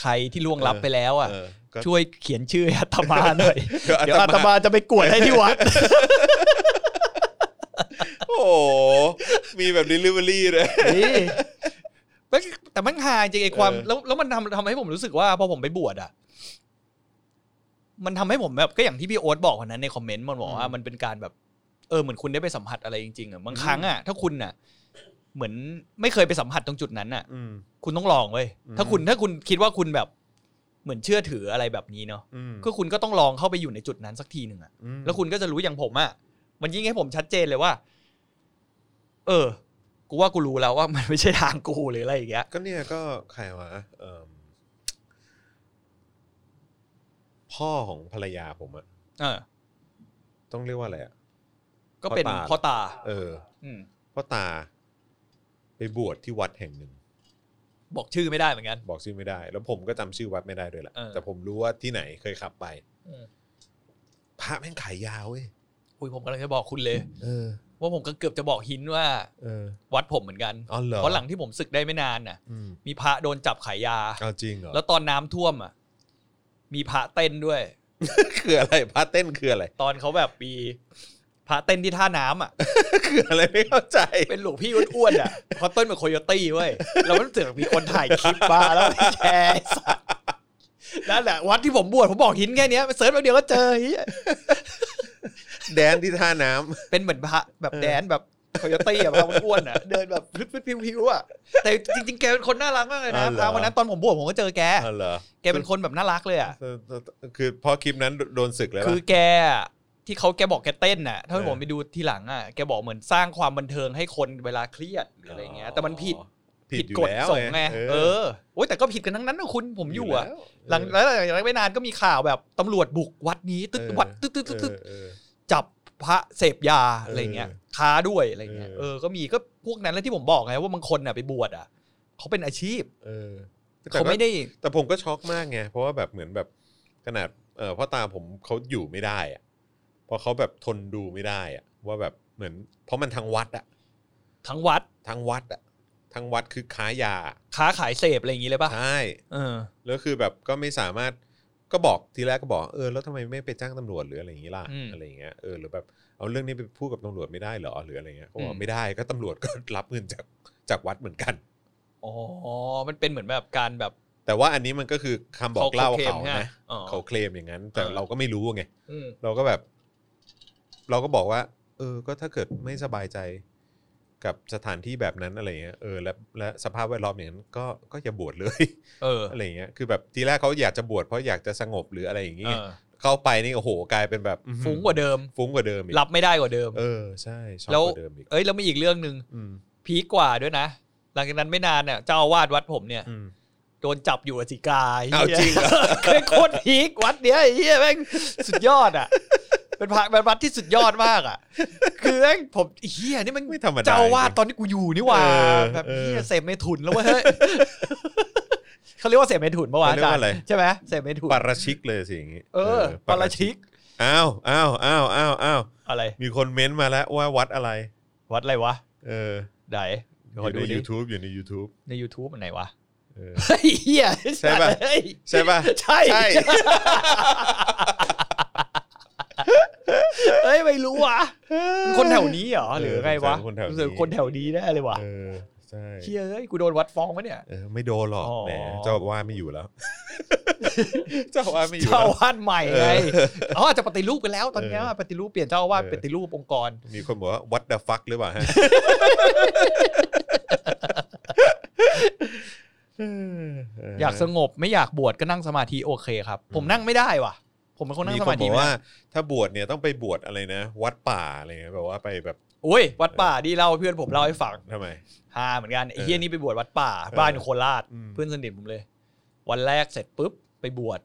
ใครที่ล่วงลับไปแล้วอ่ะ เออก็ ช่วยเขียนชื่อให้อาตมาหน่อย เดี๋ เดี๋ ย ยว ว อา อา ต ต มา มาจะไปกวดให้ที่วัด โอ้โหมีแบบ delivery เลย นี่แม่งแต่มันหาจริงไอ้ความ เออ แล้วแล้วมันทำทำให้ผมรู้สึกว่าพอผมไปบวชอ่ะ มันทำให้ผมแบบก็อย่างที่พี่โอ๊ตบอกวันนั้นในคอมเมนต์มันบอกว่ามันเป็นการแบบ เออเหมือนคุณได้ไปสัมผัสอะไรจริงๆอ่ะบางครั้งอ่ะถ้าคุณน่ะ เหมือนไม่เคยไปสัมผัสตรงจุดนั้นอ่ะ อืม คุณต้องลองเว้ย อืม ถ้าคุณถ้าคุณคิดว่าคุณแบบเหมือนเชื่อถืออะไรแบบนี้เนาะ อืม ก็คุณก็ต้องลองเข้าไปอยู่ในจุดนั้นสักทีหนึ่งอ่ะ อืม แล้วคุณก็จะรู้อย่างผมอะ่ะ มันยิ่งให้ผมชัดเจนเลยว่า เออ กูว่ากูรู้แล้วว่า มันไม่ใช่ทางกูหรืออะไรอย่างเงี้ย ก็เนี่ยก็ใครวะเอิ่มพ่อของภรรยาผมอะ เออ ต้องเรียกว่าอะไรอะ ก็เป็นพ่อตา เออ อืม พ่อตา ไปบวชที่วัดแห่งหนึ่ง บอกชื่อไม่ได้เหมือนกัน บอกชื่อไม่ได้ แล้วผมก็จำชื่อวัดไม่ได้ด้วยแหละ เออ แต่ผมรู้ว่าที่ไหนเคยขับไป อืม พระแม่งขายยาวเว้ย คุยผมกำลังจะบอกคุณเลย เออ ว่าผมก็เกือบจะบอกหินว่า เออ วัดผมเหมือนกัน อ๋อเหรอ เพราะหลังที่ผมศึกได้ไม่นานน่ะ อืม มีพระโดนจับขายยา เอาจริงเหรอ แล้วตอนน้ำท่วมอ่ะ มีพระเต้นด้วย คืออะไรพระเต้นคืออะไร ตอนเขาแบบมีพ ระเต้นที่ท่าน้ำอ่ะ คืออะไรไม่เข้าใจ เป็นหลวงพี่อ้วนๆอ่ะเขาเต้นเป็นโคโยตี้เว้ยเราก็รู้สึกมีคนถ่ายคลิปมาแล้ว ไปแชร์ไอ้สัสนั่นแหละวัดที่ผมบวชผมบอกหินแค่เนี้ยไปเสิร์ชแป๊บเดียวก็เจอเหี้ย แดนที่ท่าน้ำ เป็นเหมือนพระแบบแดนแบบโคโยตี้อะพระ อ้วนๆอ่ะเดินแบบพลึดๆพิวๆอ่ะแต่จริงๆแกเป็นคนน่ารักมากเลยนะ อ๋อเหพรอระวันนั้นตอนผมบวชผมก็เจอแก อ๋อเหรอ แกเป็นคนแบบน่ารักเลยอ่ะ เออเออเออคือพอคลิปนั้นโดนศึกแล้ว คือ ปะ แกอะที่เขาแกบอกแกเต้นน่ะ ถ้า เออ ผมไปดูทีหลังอ่ะแกบอกเหมือนสร้างความบันเทิงให้คนเวลาเครียดหรืออะไรเงี้ยแต่มันผิด ผิดอยู่ กฎ แล้ว สงฆ์ไงเออโอ้ยแต่ก็ผิดกันทั้งนั้นนะคุณผมอยู่อ่ะ หลังแล้วหลังจากนั้นไม่นานก็มีข่าวแบบตำรวจบุกวัดนี้ตึ๊ด เออ วัดตึ๊ดตึ๊ด เอ ตึ๊ด อ ตึ๊ด เออ จับพระเสพยาอะไรเงี้ย เออ ค้าด้วยอะไรเงี้ย เออ เออก็มีก็พวกนั้นแหล้วที่ผมบอกไงว่าบางคนน่ะไปบวชอ่ะเขาเป็นอาชีพ เออแต่ก็ เขาไม่ได้ แต่ผมก็ช็อกมากไง เพราะว่าแบบเหมือนแบบขนาดเออพ่อตาผมเขาอยู่ไม่ได้อะเพราะเขาแบบทนดูไม่ได้อะว่าแบบเหมือน เพราะมันทางวัดอะ ทั้งวัด ทางวัดอะทางวัดคือค้ายา ค้าขายเสพอะไรอย่างงี้เลยป่ะ ใช่ เออ แล้วคือแบบก็ไม่สามารถก็บอกทีแรกก็บอกเออแล้วทำไมไม่ไปจ้างตำรวจหรืออะไรอย่างงี้ล่ะ อืม อะไรอย่างเงี้ยเออหรือแบบเอาเรื่องนี้ไปพูดกับตำรวจไม่ได้เหรอหรืออะไรเงี้ยเขาบอ อื ก ม ไม่ได้ก็ตำรวจก็รับเงินจากจากวัดเหมือนกัน อ๋อ มันเป็นเหมือนแบบการแบบ แต่ว่าอันนี้มันก็คือคำบอกเล่าเขา เขาเคลมใช่ไหม นะ อ๋อ เขาเคลมอย่างนั้น แต่ เออ เราก็ไม่รู้ไง เราก็แบบ เราก็บอกว่า เออ ก็ถ้าเกิดไม่สบายใจกับสถานที่แบบนั้นอะไรเงี้ยเออและและสภาพแวดล้อมอย่างนั้นก็ก็อย่าบวชเลย เออ อะไรเงี้ยคือแบบทีแรกเขาอยากจะบวชเพราะอยากจะสงบหรืออะไรอย่างเงี้ เอย อ เข้าไปนี่โอ้โหกลายเป็นแบบอื้อหือ ฟุ้งกว่าเดิม ฟุ้งกว่าเดิมอีก รับไม่ได้กว่าเดิม เออใช่ชอบ แล้ว กว่าเดิมอีก เอ้ยแล้วมีอีกเรื่องหนึ่ง อืม พีคกว่าด้วยนะ หลังจากนั้นไม่นานเนี่ยเจ้าอาวาสวัดผมเนี่ย อืม โดนจับอยู่อสิกาไหี้ย เอาจริงเหรอ เคยโคตรพีควัดเนี้ยไอ้เฮียแม่งสุดยอดอ่ะ เป็นพระเป็นวัดที่สุดยอดมากอ่ะ คือแม่งผมเฮียนี่แมัน ไม่ธรรมดา เจ้าอาวาส จริง ตอนที่กูอยู่นี่หว่า เออ แบบ เออ เฮียเสพเมถุนแล้วเว้ย เขาเรียกว่าเสพเมถุนเมื่อวาน เขาเรีย จ้ะ กว่าอะไร ใช่ไหมเสพเมถุน ปาราชิกเลยสิอย่างงี้ เออปาราชิก อ้าวอ้าวอ้าวอ้าวอ้าว อะไร มีคนเม้นต์มาแล้วว่าวัดอะไร วัดอะไรวะ เออ ไหน อ เดี๋ยวขอยู่ ดูดิใน YouTube อยู่ใน YouTube ใน YouTube มันไหนวะ เออ เฮ้ยเหี้ย ใช่ปะ เฮ้ย ใช่ป่ะ ใช่ ใช่ เฮ้ย ไม่รู้วะมันคนแถวนี้เหรอ เออ หรือไงวะ คนแถวนี้ รู้สึกคนแถวนี้แน่เลยวะ เออใช่ เชี่ยเอ้ย กูโดนวัดฟ้องปะเนี่ย เออไม่โดนหรอก อ๋อ แหมเจ้าอาว่าสไม่อยู่ แล้ว เจ้าอาว่าสไม่อยู่ เจ้า แล้ว อาวาสใหม่ไงอ๋ออาจจะปฏิรูปกันแล้วตอนเนี้ยปฏิรูปเปลี่ยนเจ้าอาวาสปฏิรูปองค์กร มีคนบอกว่าวัด the fuck หรือเปล่าฮะ อยากสงบไม่อยากบวชก็นั่งสมาธิโอเคครับ ผมนั่งไม่ได้ว่ะ ผมเป็นคนนั่ง มี ส คน มา บ ธิ อก ไม่ ว่า ได้ ถ้าบวชเนี่ยต้องไปบวชอะไรนะ วัดป่าอะไรเงี้ยแบบว่าไปแบบ โอ้ยวัดป่าดีเล่าให้เพื่อนผมเล่าให้ฟัง ทำไม ฮาเหมือนกันไอ้ เออ เฮียนี่ไปบวชวัดป่า บ้านอยู่โคราช อืม เพื่อนสนิทผมเลย วันแรกเสร็จปุ๊บไปบวช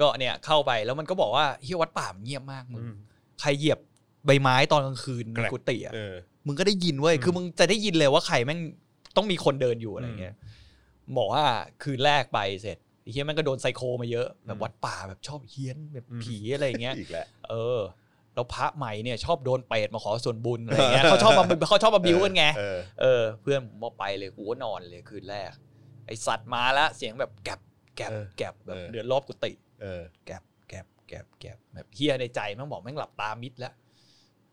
ก็เนี่ยเข้าไปแล้วมันก็บอกว่าเฮียวัดป่ามันเงียบมากมึง อืม ใครเหยียบใบไม้ตอนกลางคืนใน แกรก กุฏิอะ เออ มึงก็ได้ยินเว้ย อืม คือมึงจะได้ยินเลยว่าใครแม่งต้องมีคนเดินอยู่อะไรเงี้ยบอกว่าคืนแรกไปเสร็จไอ้เฮียแม่งก็โดนไซโคมาเยอะแบ อื บ ม วัดป่าแบบชอบเฮี้ยนแบบ อืม ผีอะไรเงี้ย อีกแล้ว เออแล้วพระใหม่เนี่ยชอบโดนเปรตมาขอส่วนบุญอะไรเงี้ ยเขาชอบมาเขาชอบมาบิ้วกันไง เออ เออเพื่อนผมบอกไปเลยกูก็นอนเลยคืนแรก ไอสัตว์มาละเสียงแบบแกรบแกรบ เออ แกรบแบบ เออ เดือดรอบกุฏิ เออ แกรบแกรบแกรบแกรบแบบเฮียในใจแม่งบอกแม่งหลับตามิดแล้ว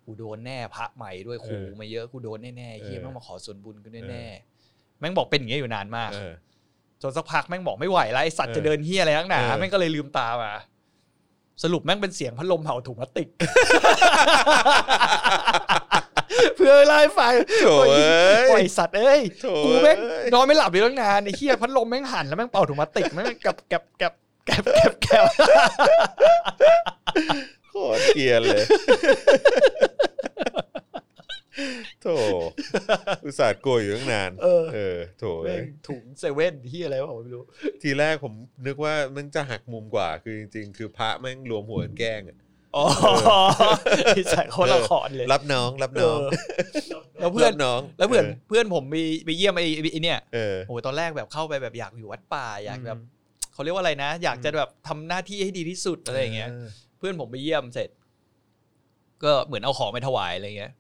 กูโดนแน่พระใหม่ด้วยครู เออ มาเยอะกูโดนแน่ๆเฮีย เออ แม่งมาขอส่วนบุญกู เอ แน่ อ ๆแม่งบอกเป็นอย่างเงี้ยอยู่นานมาก เออ จนสักพักแม่งบอกไม่ไหวแล้วไอสัตว์จะเดินเฮียอะไรนักหนา เออ แม่งก็เลยลืมตามาสรุปแม่งเป็นเสียงพัดลมเห่าถุงพลาส ติก เพื่อไล่ไฟ โถ่เอ้ ปล่อย ย สัตว์เอ้ย โถ่ กูแม่ง เอ้ย นอนไม่หลับอยู่ตั้งนานไอ้เฮียพัดลมแม่งหันแล้วแม่งเป่าถุงพลาสติกแม่งกับแกบแกบแกบแกบแกบ โคตรเกลียนเลย โถอุตส่าห์โกยอยู่ตั้งนาน เออ เออ โถ แม่งถุงเซเว่นเฮียอะไรวะผมไม่รู้ ทีแรกผมนึกว่าแมันจะหักมุมกว่า คือจริงๆ คือพระแม่งรวมหัวกันแกล้งอะ อ๋อที่ใส่คนละครเลย รับน้อง รับ เอ น้อง อแล้วเพื่อน รับน้อง แล้วเพื่อน ออ เพื่อนผมไปไปเยี่ยมไอ้ไอ้เนี่ย เออ โอ้โหตอนแรกแบบเข้าไปแบบอยากอยู่วัดป่าอยากแบบเขาเรียกว่าอะไรนะ อยากจะแบบทำหน้าที่ให้ดีที่สุดอะไรอย่างเงี้ย เพื่อนผมไปเยี่ยมเสร็จ ก็เหมือนเอาของไปถวายอะไรเงี้ย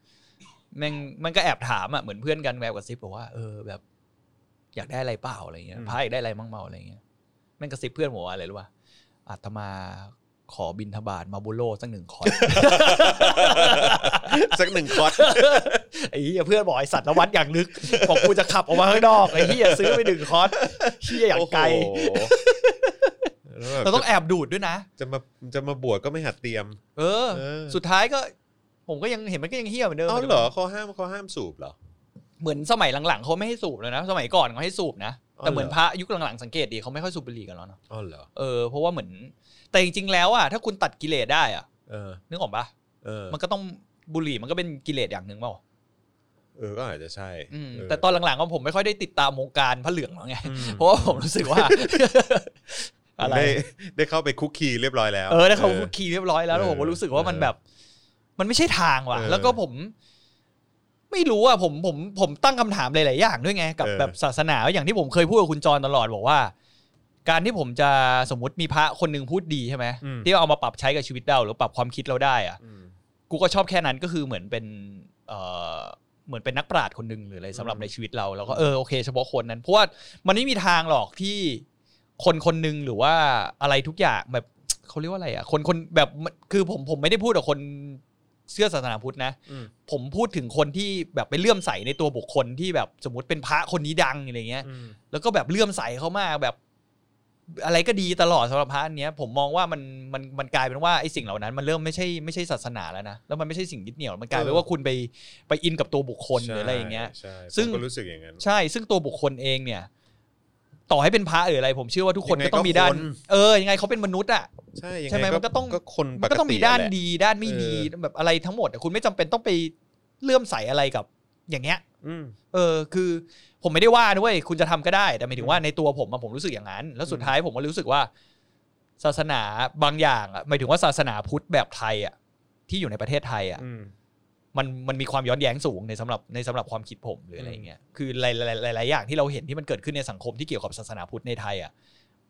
แม่งมันก็แอบถามอ่ะเหมือนเพื่อนกันแววกับซิบบอกว่าเออแบบ อยากได้อะไรเปล่าอะไรเงี้ยพระอยากได้อะไรมั่งเมาอะไรเงี้ยแม่งกระซิบเพื่อนผมว่าอะไรรู้ป่ะอาตมา ขอบินทบาทมาโบโลสักหนึ่งคอน สักหนึ่งคอร์ส ไอ้เหี้ยเพื่อนบอกไอ้สัตว์ละวัดอย่างลึกบอกกูจะขับออกมาข้างนอกไอ้เหี้ยซื้อไปหนึ่งคอร์สเหี้ยอย่างไกล โอ้โหแล้วแบบ เราต้องแอบดูดด้วยนะ จะมาจะมาบวชก็ไม่หัดเตรียม เออ เออ สุดท้ายก็ ผมก็ยังเห็นมันก็ยังเหี้ยเหมือนเดิม เอ้าเหรอเขาห้ามเขาห้ามสูบเหรอ เหมือนสมัยหลังๆเขาไม่ให้สูบแล้วนะ สมัยก่อนเขาให้สูบนะ อ๋อเหรอ แต่เหมือนพระยุคหลังๆสังเกตดีเขาไม่ค่อยสูบบุหรี่กันแล้วเนาะ อ๋อเหรอ เออเพราะว่าเหมือน แต่จริงๆแล้วอ่ะถ้าคุณตัดกิเลสได้อ่ะ เออ นึกออกปะ เออ มันก็ต้องบุหรี่มันก็เป็นกิเลสอย่างหนึ่งเปล่า เออก็อาจจะใช่ อืม เ แต่ตอนหลังๆก็ผมไม่ค่อยได้ติดตามวงการพระเหลืองแล้วไง อืม เพราะว่าผมรู้สึกว่า อะไร ได้ได้เข้าไปคุกคีเรียบร้อยแล้ว เออแล้วเขาคุกคีเรียบร้อยแล้วแล้ว เออ ผมก็รู้สึกว่ามันแบบ มันไม่ใช่ทางว่ะ เออ แล้วก็ผม ไม่รู้อ่ะผมผมผมตั้งคำถามหลาย ๆ อย่างด้วยไง กับ เออ แบบศาสนาอย่างที่ผมเคยพูดกับคุณจรตลอดบอกว่า การที่ผมจะสมมติมีพระคนหนึ่งพูดดีใช่ไหม อืม ที่เอามาปรับใช้กับชีวิตเราหรือปรับความคิดเราได้อ่ะ อืม กูก็ชอบแค่นั้นก็คือเหมือนเป็นเอ่อเหมือนเป็นนักปราชญ์คนหนึ่งหรืออะไรสำหรับ อืม ในชีวิตเราแล้วก็เออโอเคเฉพาะคนนั้นเพราะว่ามันไม่มีทางหรอกที่ คนคนหนึ่งหรือว่าอะไรทุกอย่างแบบ เขาเรียกว่าอะไรอ่ะคนคนแบบมันคือผมผมไม่ได้พูดกับคนเชื่อศาสนาพุทธนะ อืม ผมพูดถึงคนที่แบบไปเลื่อมใสในตัวบุคคลที่แบบสมมติเป็นพระคนนี้ดังอะไรเงี้ย อืม แล้วก็แบบเลื่อมใสเขามากแบบ อะไรก็ดีตลอดสำหรับพระอันเนี้ย ผมมองว่ามันมันมันกลายเป็นว่าไอ้สิ่งเหล่านั้น มันเริ่มไม่ใช่ไม่ใช่ศาสนาแล้วนะแล้วมันไม่ใช่สิ่งยึดเหนี่ยวมันกลายเป็นว่าคุณไปไปอินกับตัวบุคคลหรืออะไรอย่างเงี้ย ใช่ใช่ ซึ่ง ผมก็รู้สึกอย่างนั้น ใช่ ซึ่งตัวบุคคลเองเนี่ย ต่อให้เป็นพระหรืออะไร ผมเชื่อว่าทุกคน ยังไง ก็ต้องมีด้าน ก็คน เออ ยังไงเขาเป็นมนุษย์อ่ะ ใช่ยัง ใช่ไหม ไง มันก็ต้อง ก็คน มันก็ต้องมีด้าน ปกแหละ ดีด้านไม่ดี เออ แบบอะไรทั้งหมดอะคุณไม่จำเป็นต้องไปเลื่อมใสอะไรกับ อย่างเงี้ย อืม เออ คือผมไม่ได้ว่านะเว้ยคุณจะทำก็ได้ แต่หมายถึ อื ง ม ว่าในตัวผมอะผมรู้สึกอย่างนั้น แล้วสุด อืม ท้ายผมก็รู้สึกว่า ศาสนาบางอย่างอะหมายถึงว่าศาสนาพุทธแบบไทยอ่ะ ที่อยู่ในประเทศไทยอ่ะ อืม มันมันมีความย้อนแย้งสูงในสำหรับในสำหรับความคิดผมหรืออะไรอย่างเงี้ยคือหลายหลายหลายหลายอย่างที่เราเห็นที่มันเกิดขึ้นในสังคมที่เกี่ยวกับศาสนาพุทธในไทยอ่ะ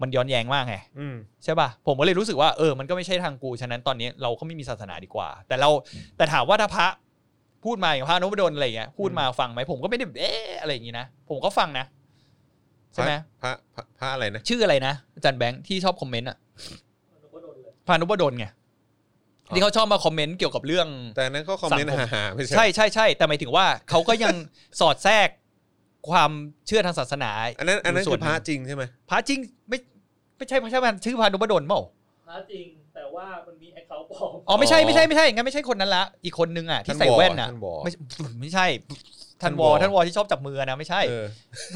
มันย้อนแย้งมากไง อืม ใช่ป่ะผมก็เลยรู้สึกว่าเออมันก็ไม่ใช่ทางกูฉะนั้นตอนนี้เราก็ไม่มีศาสนาดีกว่า แต่เราแต่ถามว่าถ้าพระพูดมาอย่างพระนพดลอะไรอย่างเงี้ยพูดมาฟังไหมผมก็ไม่ได้เอ๊ะอะไรอย่างงี้นะผมก็ฟังนะใช่ไหม พระพระพระอะไรนะ ชื่ออะไรนะอาจารย์แบงค์ที่ชอบคอมเมนต์อ่ะ มันก็โดนเลย พระนพดลไงที่เขาชอบมาคอมเมนต์เกี่ยวกับเรื่อง แต่อันนั้นเขาคอมเมนต์ สังคม หาๆไม่ใช่ ใช่ใช่ใช่แต่หมายถึงว่าเขาก็ยัง สอดแทรกความเชื่อทางศาสนา อันนั้นอันนั้น ยู่ คื ส่ว อพระจริงใช่ไหม พระจริงไม่ไม่ใช่พระใช่มันชื่อพระนุบดลเปล่า พาจริงแต่ว่ามันมีแอคเคาท์ปลอม อ๋อไม่ใช่ไม่ใช่ไม่ใช่งั้นไม่ใช่คนนั้นละอีกคนนึงอ่ะที่ใส่แว่นอ่ะ ท่านบอ ไม่ ไม่ใช่ท่านวอ ท่านวอ ท่านวอที่ชอบจับมือนะไม่ใช่ เออ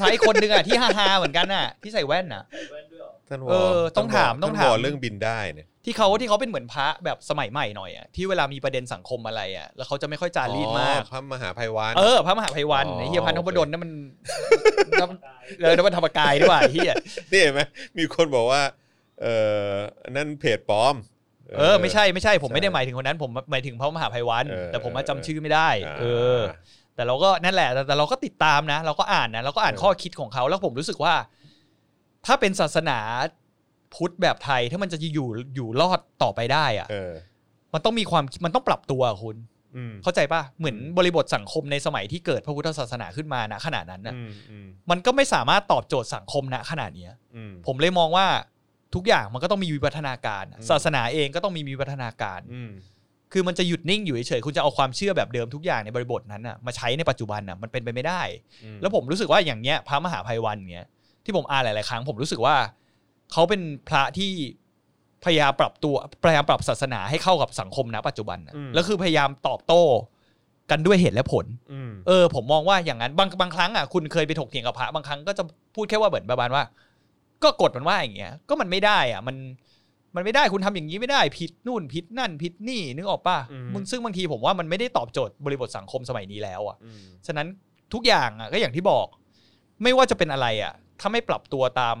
พระอีกคนนึงอ่ะ ที่ฮาฮาๆเหมือนกันน่ะที่ใส่แว่นน่ะ ใส่แว่นด้วยเหรอ ท่านว เออต้องถามต้องถาม ท่นวเรื่องบินได้เนี่ย ที่เขาที่เขาเป็นเหมือนพระแบบสมัยใหม่หน่อยอ่ะที่เวลามีประเด็นสังคมอะไรอ่ะแล้วเขาจะไม่ค่อยจารีดมาก อ๋อพระมหาภัยวัน เออพระมหาภัยวัน อ๋อ ไอ้เฮียพระนพดลนั่น มันนั่นมัน ตาย เลยนั่นมันธรรมกายด้วยว่ะไอ้เฮีย นี่เห็นไหมมีคนบอกว่า เอออันนั่นเพจปลอม เออไม่ใช่ไม่ใช่ผม ใช่ ไม่ได้หมายถึงคนนั้นผมหมายถึงพระมหาภัยวัน เออ แต่ผมมาจำ เออ ชื่อไม่ได้ อ่า เออ แต่เราก็นั่นแหละแต่แต่เราก็ติดตามนะ เราก็อ่านนะเราก็อ่าน เออ ข้อคิดของเขาแล้วผมรู้สึกว่า ถ้าเป็นศาสนาพุทธแบบไทยถ้ามันจะอยู่อยู่รอดต่อไปได้อะ เออ มันต้องมีความมันต้องปรับตัวคุณ อืม เข้าใจป่ะเหมือน อืม บริบทสังคมในสมัยที่เกิดพระพุทธศาสนาขึ้นมานะขนาดนั้นนะ อืมอืม มันก็ไม่สามารถตอบโจทย์สังคมนะขนาดเนี้ย อืม ผมเลยมองว่าทุกอย่างมันก็ต้องมีวิวัฒนาการอะ อืม ศาสนาเองก็ต้องมีวิวัฒนาการ อืม คือมันจะหยุดนิ่งอยู่เฉยๆ คุณจะเอาความเชื่อแบบเดิมทุกอย่างในบริบทนั้นน่ะมาใช้ในปัจจุบันน่ะมันเป็นไปไม่ได้ อืม แล้วผมรู้สึกว่าอย่างเนี้ยพระมหาภัยวันเนี้ยที่ผมอ่านหลายๆครั้ง ผมรู้สึกว่าเขาเป็นพระที่พยายามปรับตัวพยายามปรับศาสนาให้เข้ากับสังคมณปัจจุบันน่ะ อืม แล้วคือพยายามตอบโต้กันด้วยเหตุและผล อืม เออผมมองว่าอย่างนั้นบางบางครั้งอ่ะคุณเคยไปถกเถียงกับพระบางครั้งก็จะพูดแค่ว่าเหมือนประมาณว่า ก็กฎมันว่าอย่างเงี้ยก็มันไม่ได้อ่ะ มันมันไม่ได้คุณทำอย่างนี้ไม่ได้ผิดนู่นผิดนั่นผิดนี่นึกออกป่ะ อืม มึงซึ่งบางทีผมว่ามันไม่ได้ตอบโจทย์บริบทสังคมสมัยนี้แล้วอ่ะ อืม ฉะนั้นทุกอย่างอ่ะก็อย่างที่บอก ไม่ว่าจะเป็นอะไรอ่ะ ถ้าไม่ปรับตัวตาม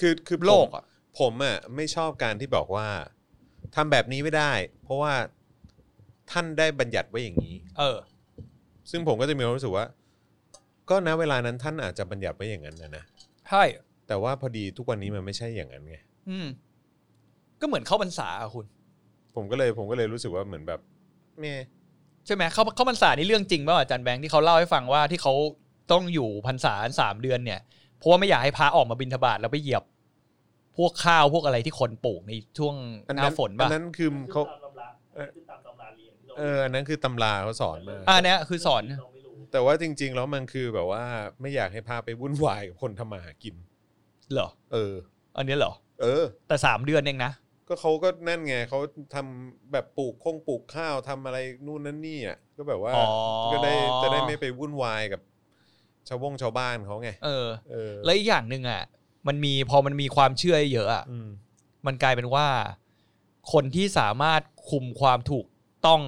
คือคือผม โลกอ่ะ ผมอ่ะไม่ชอบการที่บอกว่าทำแบบนี้ไม่ได้ เพราะว่าท่านได้บัญญัติไว้อย่างนี้ เออ ซึ่งผมก็จะมีความรู้สึกว่า ก็นะเวลานั้นท่านอาจจะบัญญัติไว้อย่างนั้นนะนะ ใช่ แต่ว่าพอดีทุกวันนี้มันไม่ใช่อย่างนั้นไง อืม ก็เหมือนเข้าพรรษาอ่ะคุณ ผมก็เลยผมก็เลยรู้สึกว่าเหมือนแบบแม่ ใช่ไหมเข้าเข้าพรรษานี่เรื่องจริงป่ะอาจารย์แบงค์ที่เขาเล่าให้ฟังว่าที่เขาต้องอยู่พรรษาสามเดือนเนี่ยเพราะว่าไม่อยากให้พระออกมาบิณฑบาตแล้วไปเหยียบ พ วกข้าวพวกอะไรที่คนปลูกในช่วง อัน ห นั้ น้าน ฝน อั ป่ะ นนั้นคือ คือ เขา ตามตำราคือตามตำราเรียนที่รา เอออันนั้นคือตำราเขาสอนมา อ่าเนี้ยคือสอน เราไม่รู้ แต่ว่าจริง ๆ แล้วมันคือแบบว่าไม่อยากให้พาไปวุ่นวายกับคนทำมาหากิน เหรอ เออ อันเนี้ยเหรอ เออ แต่สามเดือนเองนะ ก็เขาก็นั่นไงเขาทำแบบปลูกคงปลูกข้าวทำอะไรนู่นนั่นนี่อ่ะก็แบบว่า อ๋อ ก็ได้จะได้ไม่ไปวุ่นวายกับ ชาววงชาวบ้านเขาไง เออ เออ แล้วอีกอย่างหนึ่งอ่ะ มันมีพอมันมีความเชื่อเยอะอ่ะ อืม มันกลายเป็นว่า คนที่สามารถคุมความถูกต้อง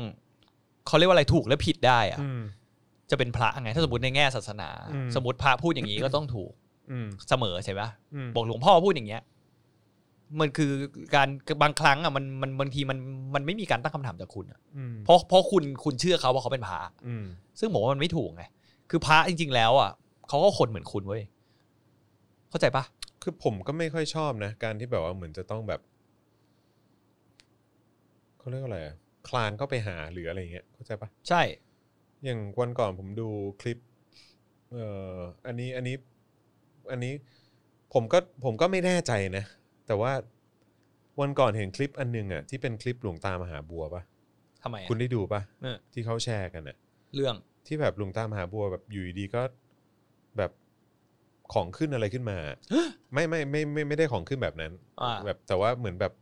เขาเรียกว่าอะไรถูกและผิดได้อ่ะ อืม จะเป็นพระไง ถ้าสมมติในแง่ศาสนา อืม สมมติพระพูดอย่างนี้ก็ต้องถูก อืม เสมอใช่ปะ อืม บอกหลวงพ่อพูดอย่างเงี้ย มันคือการบางครั้งอ่ะมันมันบางทีมันมันไม่มีการตั้งคำถามจากคุณอะ อืม เพราะเพราะคุณคุณเชื่อเขาว่าเขาเป็นพระ อืม ซึ่งผมว่ามันไม่ถูกไง คือพระจริง ๆ แล้วอ่ะเขาก็คนเหมือนคุณเว้ย เข้าใจปะ คือผมก็ไม่ค่อยชอบนะ การที่แบบว่าเหมือนจะต้องแบบเขาเรียกว่าอะไรอะคลานเข้าไปหาหรืออะไรอย่างเงี้ยเข้าใจปะ ใช่ อย่างวันก่อนผมดูคลิป เอ่ออันนี้อันนี้อันนี้ผมก็ผมก็ไม่แน่ใจนะ แต่ว่าวันก่อนเห็นคลิปอันหนึงอ่ะที่เป็นคลิปหลวงตามหาบัวปะ ทำไมอะ คุณได้ดูปะ เออ ที่เขาแชร์กันอ่ะ เรื่อง ที่แบบหลวงตามหาบัวแบบอยู่ดีๆก็แบบของขึ้นอะไรขึ้นมา ไม่ไม่ไม่ไม่ไม่ได้ของขึ้นแบบนั้น อ่า แบบแต่ว่าเหมือนแบบ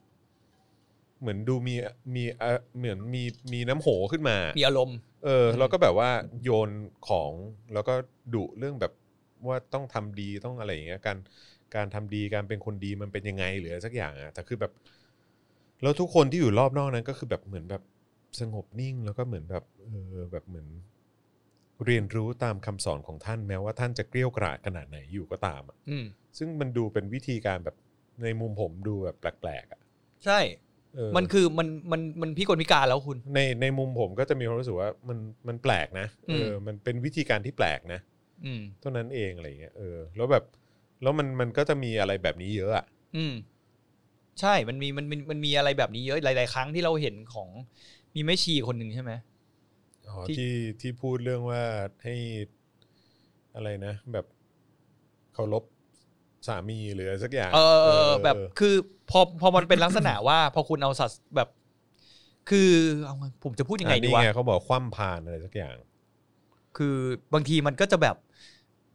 เหมือนดูมีมีเอ่อเหมือนมีมีน้ำโหขึ้นมา มีอารมณ์ เออเราก็แบบว่าโยนของแล้วก็ดุเรื่องแบบว่าต้องทำดีต้องอะไรอย่างเงี้ยการการทำดีการเป็นคนดีมันเป็นยังไงหรืออะไรสักอย่างอะแต่คือแบบแล้วทุกคนที่อยู่รอบนอกนั้นก็คือแบบเหมือนแบบสงบนิ่งแล้วก็เหมือนแบบเออแบบเหมือน เรียนรู้ตามคำสอนของท่านแม้ว่าท่านจะเกลี้ยวกราดขนาดไหนอยู่ก็ตามอะ อืม ซึ่งมันดูเป็นวิธีการแบบในมุมผมดูแบบแปลกๆอะ ใช่ เออ มันคือมันมันมันพี่กลพิการแล้วคุณ ในในมุมผมก็จะมีความรู้สึกว่ามันมันแปลกนะเอออมันเป็นวิธีการที่แปลกนะ อืม เท่านั้นเองอะไรเงี้ยเออแล้วแบบแล้วมันมันก็จะมีอะไรแบบนี้เยอะอ่ะ อืม ใช่ มันมีมันมันมันมีอะไรแบบนี้เยอะ หลาย ๆ ครั้งที่เราเห็นของ มีแม่ชีคนหนึ่งใช่ไหม อ๋อ ที่ ที่ที่พูดเรื่องว่าให้อะไรนะ แบบเคารพสามีหรืออะไรสักอย่าง เออเออเออแบบคือพอพอมันเป็นลักษณะว่า พอคุณเอาสัตว์แบบ คือเอาไงผมจะพูดยังไง อ่ะ ดี นี่ วะ ไงเขาบอกคว่ำพานอะไรสักอย่าง คือบางทีมันก็จะแบบ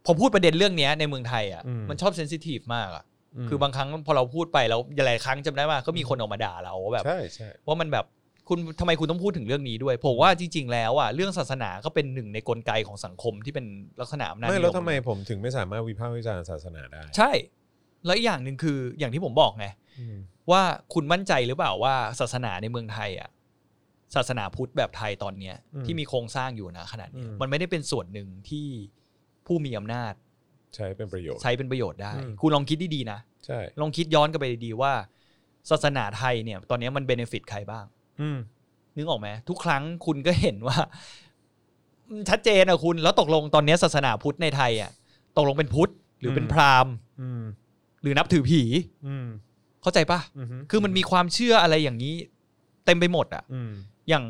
ผมพูดประเด็นเรื่องเนี้ยในเมืองไทยอ่ะ อืม มันชอบเซนซิทีฟมากอ่ะ ม คือบางครั้งพอเราพูดไปแล้วหลายๆครั้งจำได้ว่าก็มีคนออกมาด่าเราว่าแบบ ใช่ใช่ ว่ามันแบบคุณทำไมคุณต้องพูดถึงเรื่องนี้ด้วย ผมว่าจริง ๆ แล้วอ่ะเรื่องศาสนาก็เป็นหนึ่งในกลไกของสังคมที่เป็นลักษณะอำนาจ ไม่ นิย แล้วทำไมผมถึงไม่สามารถวิพากษ์วิจารณ์ศาสนาได้ ใช่ แล้วอีกอย่างหนึ่งคืออย่างที่ผมบอกไง อืม ว่าคุณมั่นใจหรือเปล่าว่าศาสนาในเมืองไทยอ่ะศาสนาพุทธแบบไทยตอนเนี้ย ที่มีโครงสร้างอยู่นะขนาดเนี้ยมันไม่ได้เป็นส่วนหนึ่งที่ผู้มีอำนาจ ใช้เป็นประโยชน์ ใช้เป็นประโยชน์ได้ อืม คุณลองคิดดีๆนะ ใช่ ลองคิดย้อนกลับไปดีๆว่า ศาสนาไทยเนี่ย ตอนนี้มันเบนฟิตใครบ้าง อืม นึกออกไหมทุกครั้งคุณก็เห็นว่า อืมชัดเจนอะคุณ แล้วตกลงตอนนี้ศาสนาพุทธในไทยอะตกลงเป็นพุทธ หรือเป็นพราหมณ์ อืม หรือนับถือผี อืม เข้าใจปะ อืม คือมันมีความเชื่ออะไรอย่างนี้ เต็มไปหมดอะ อืม อย่าง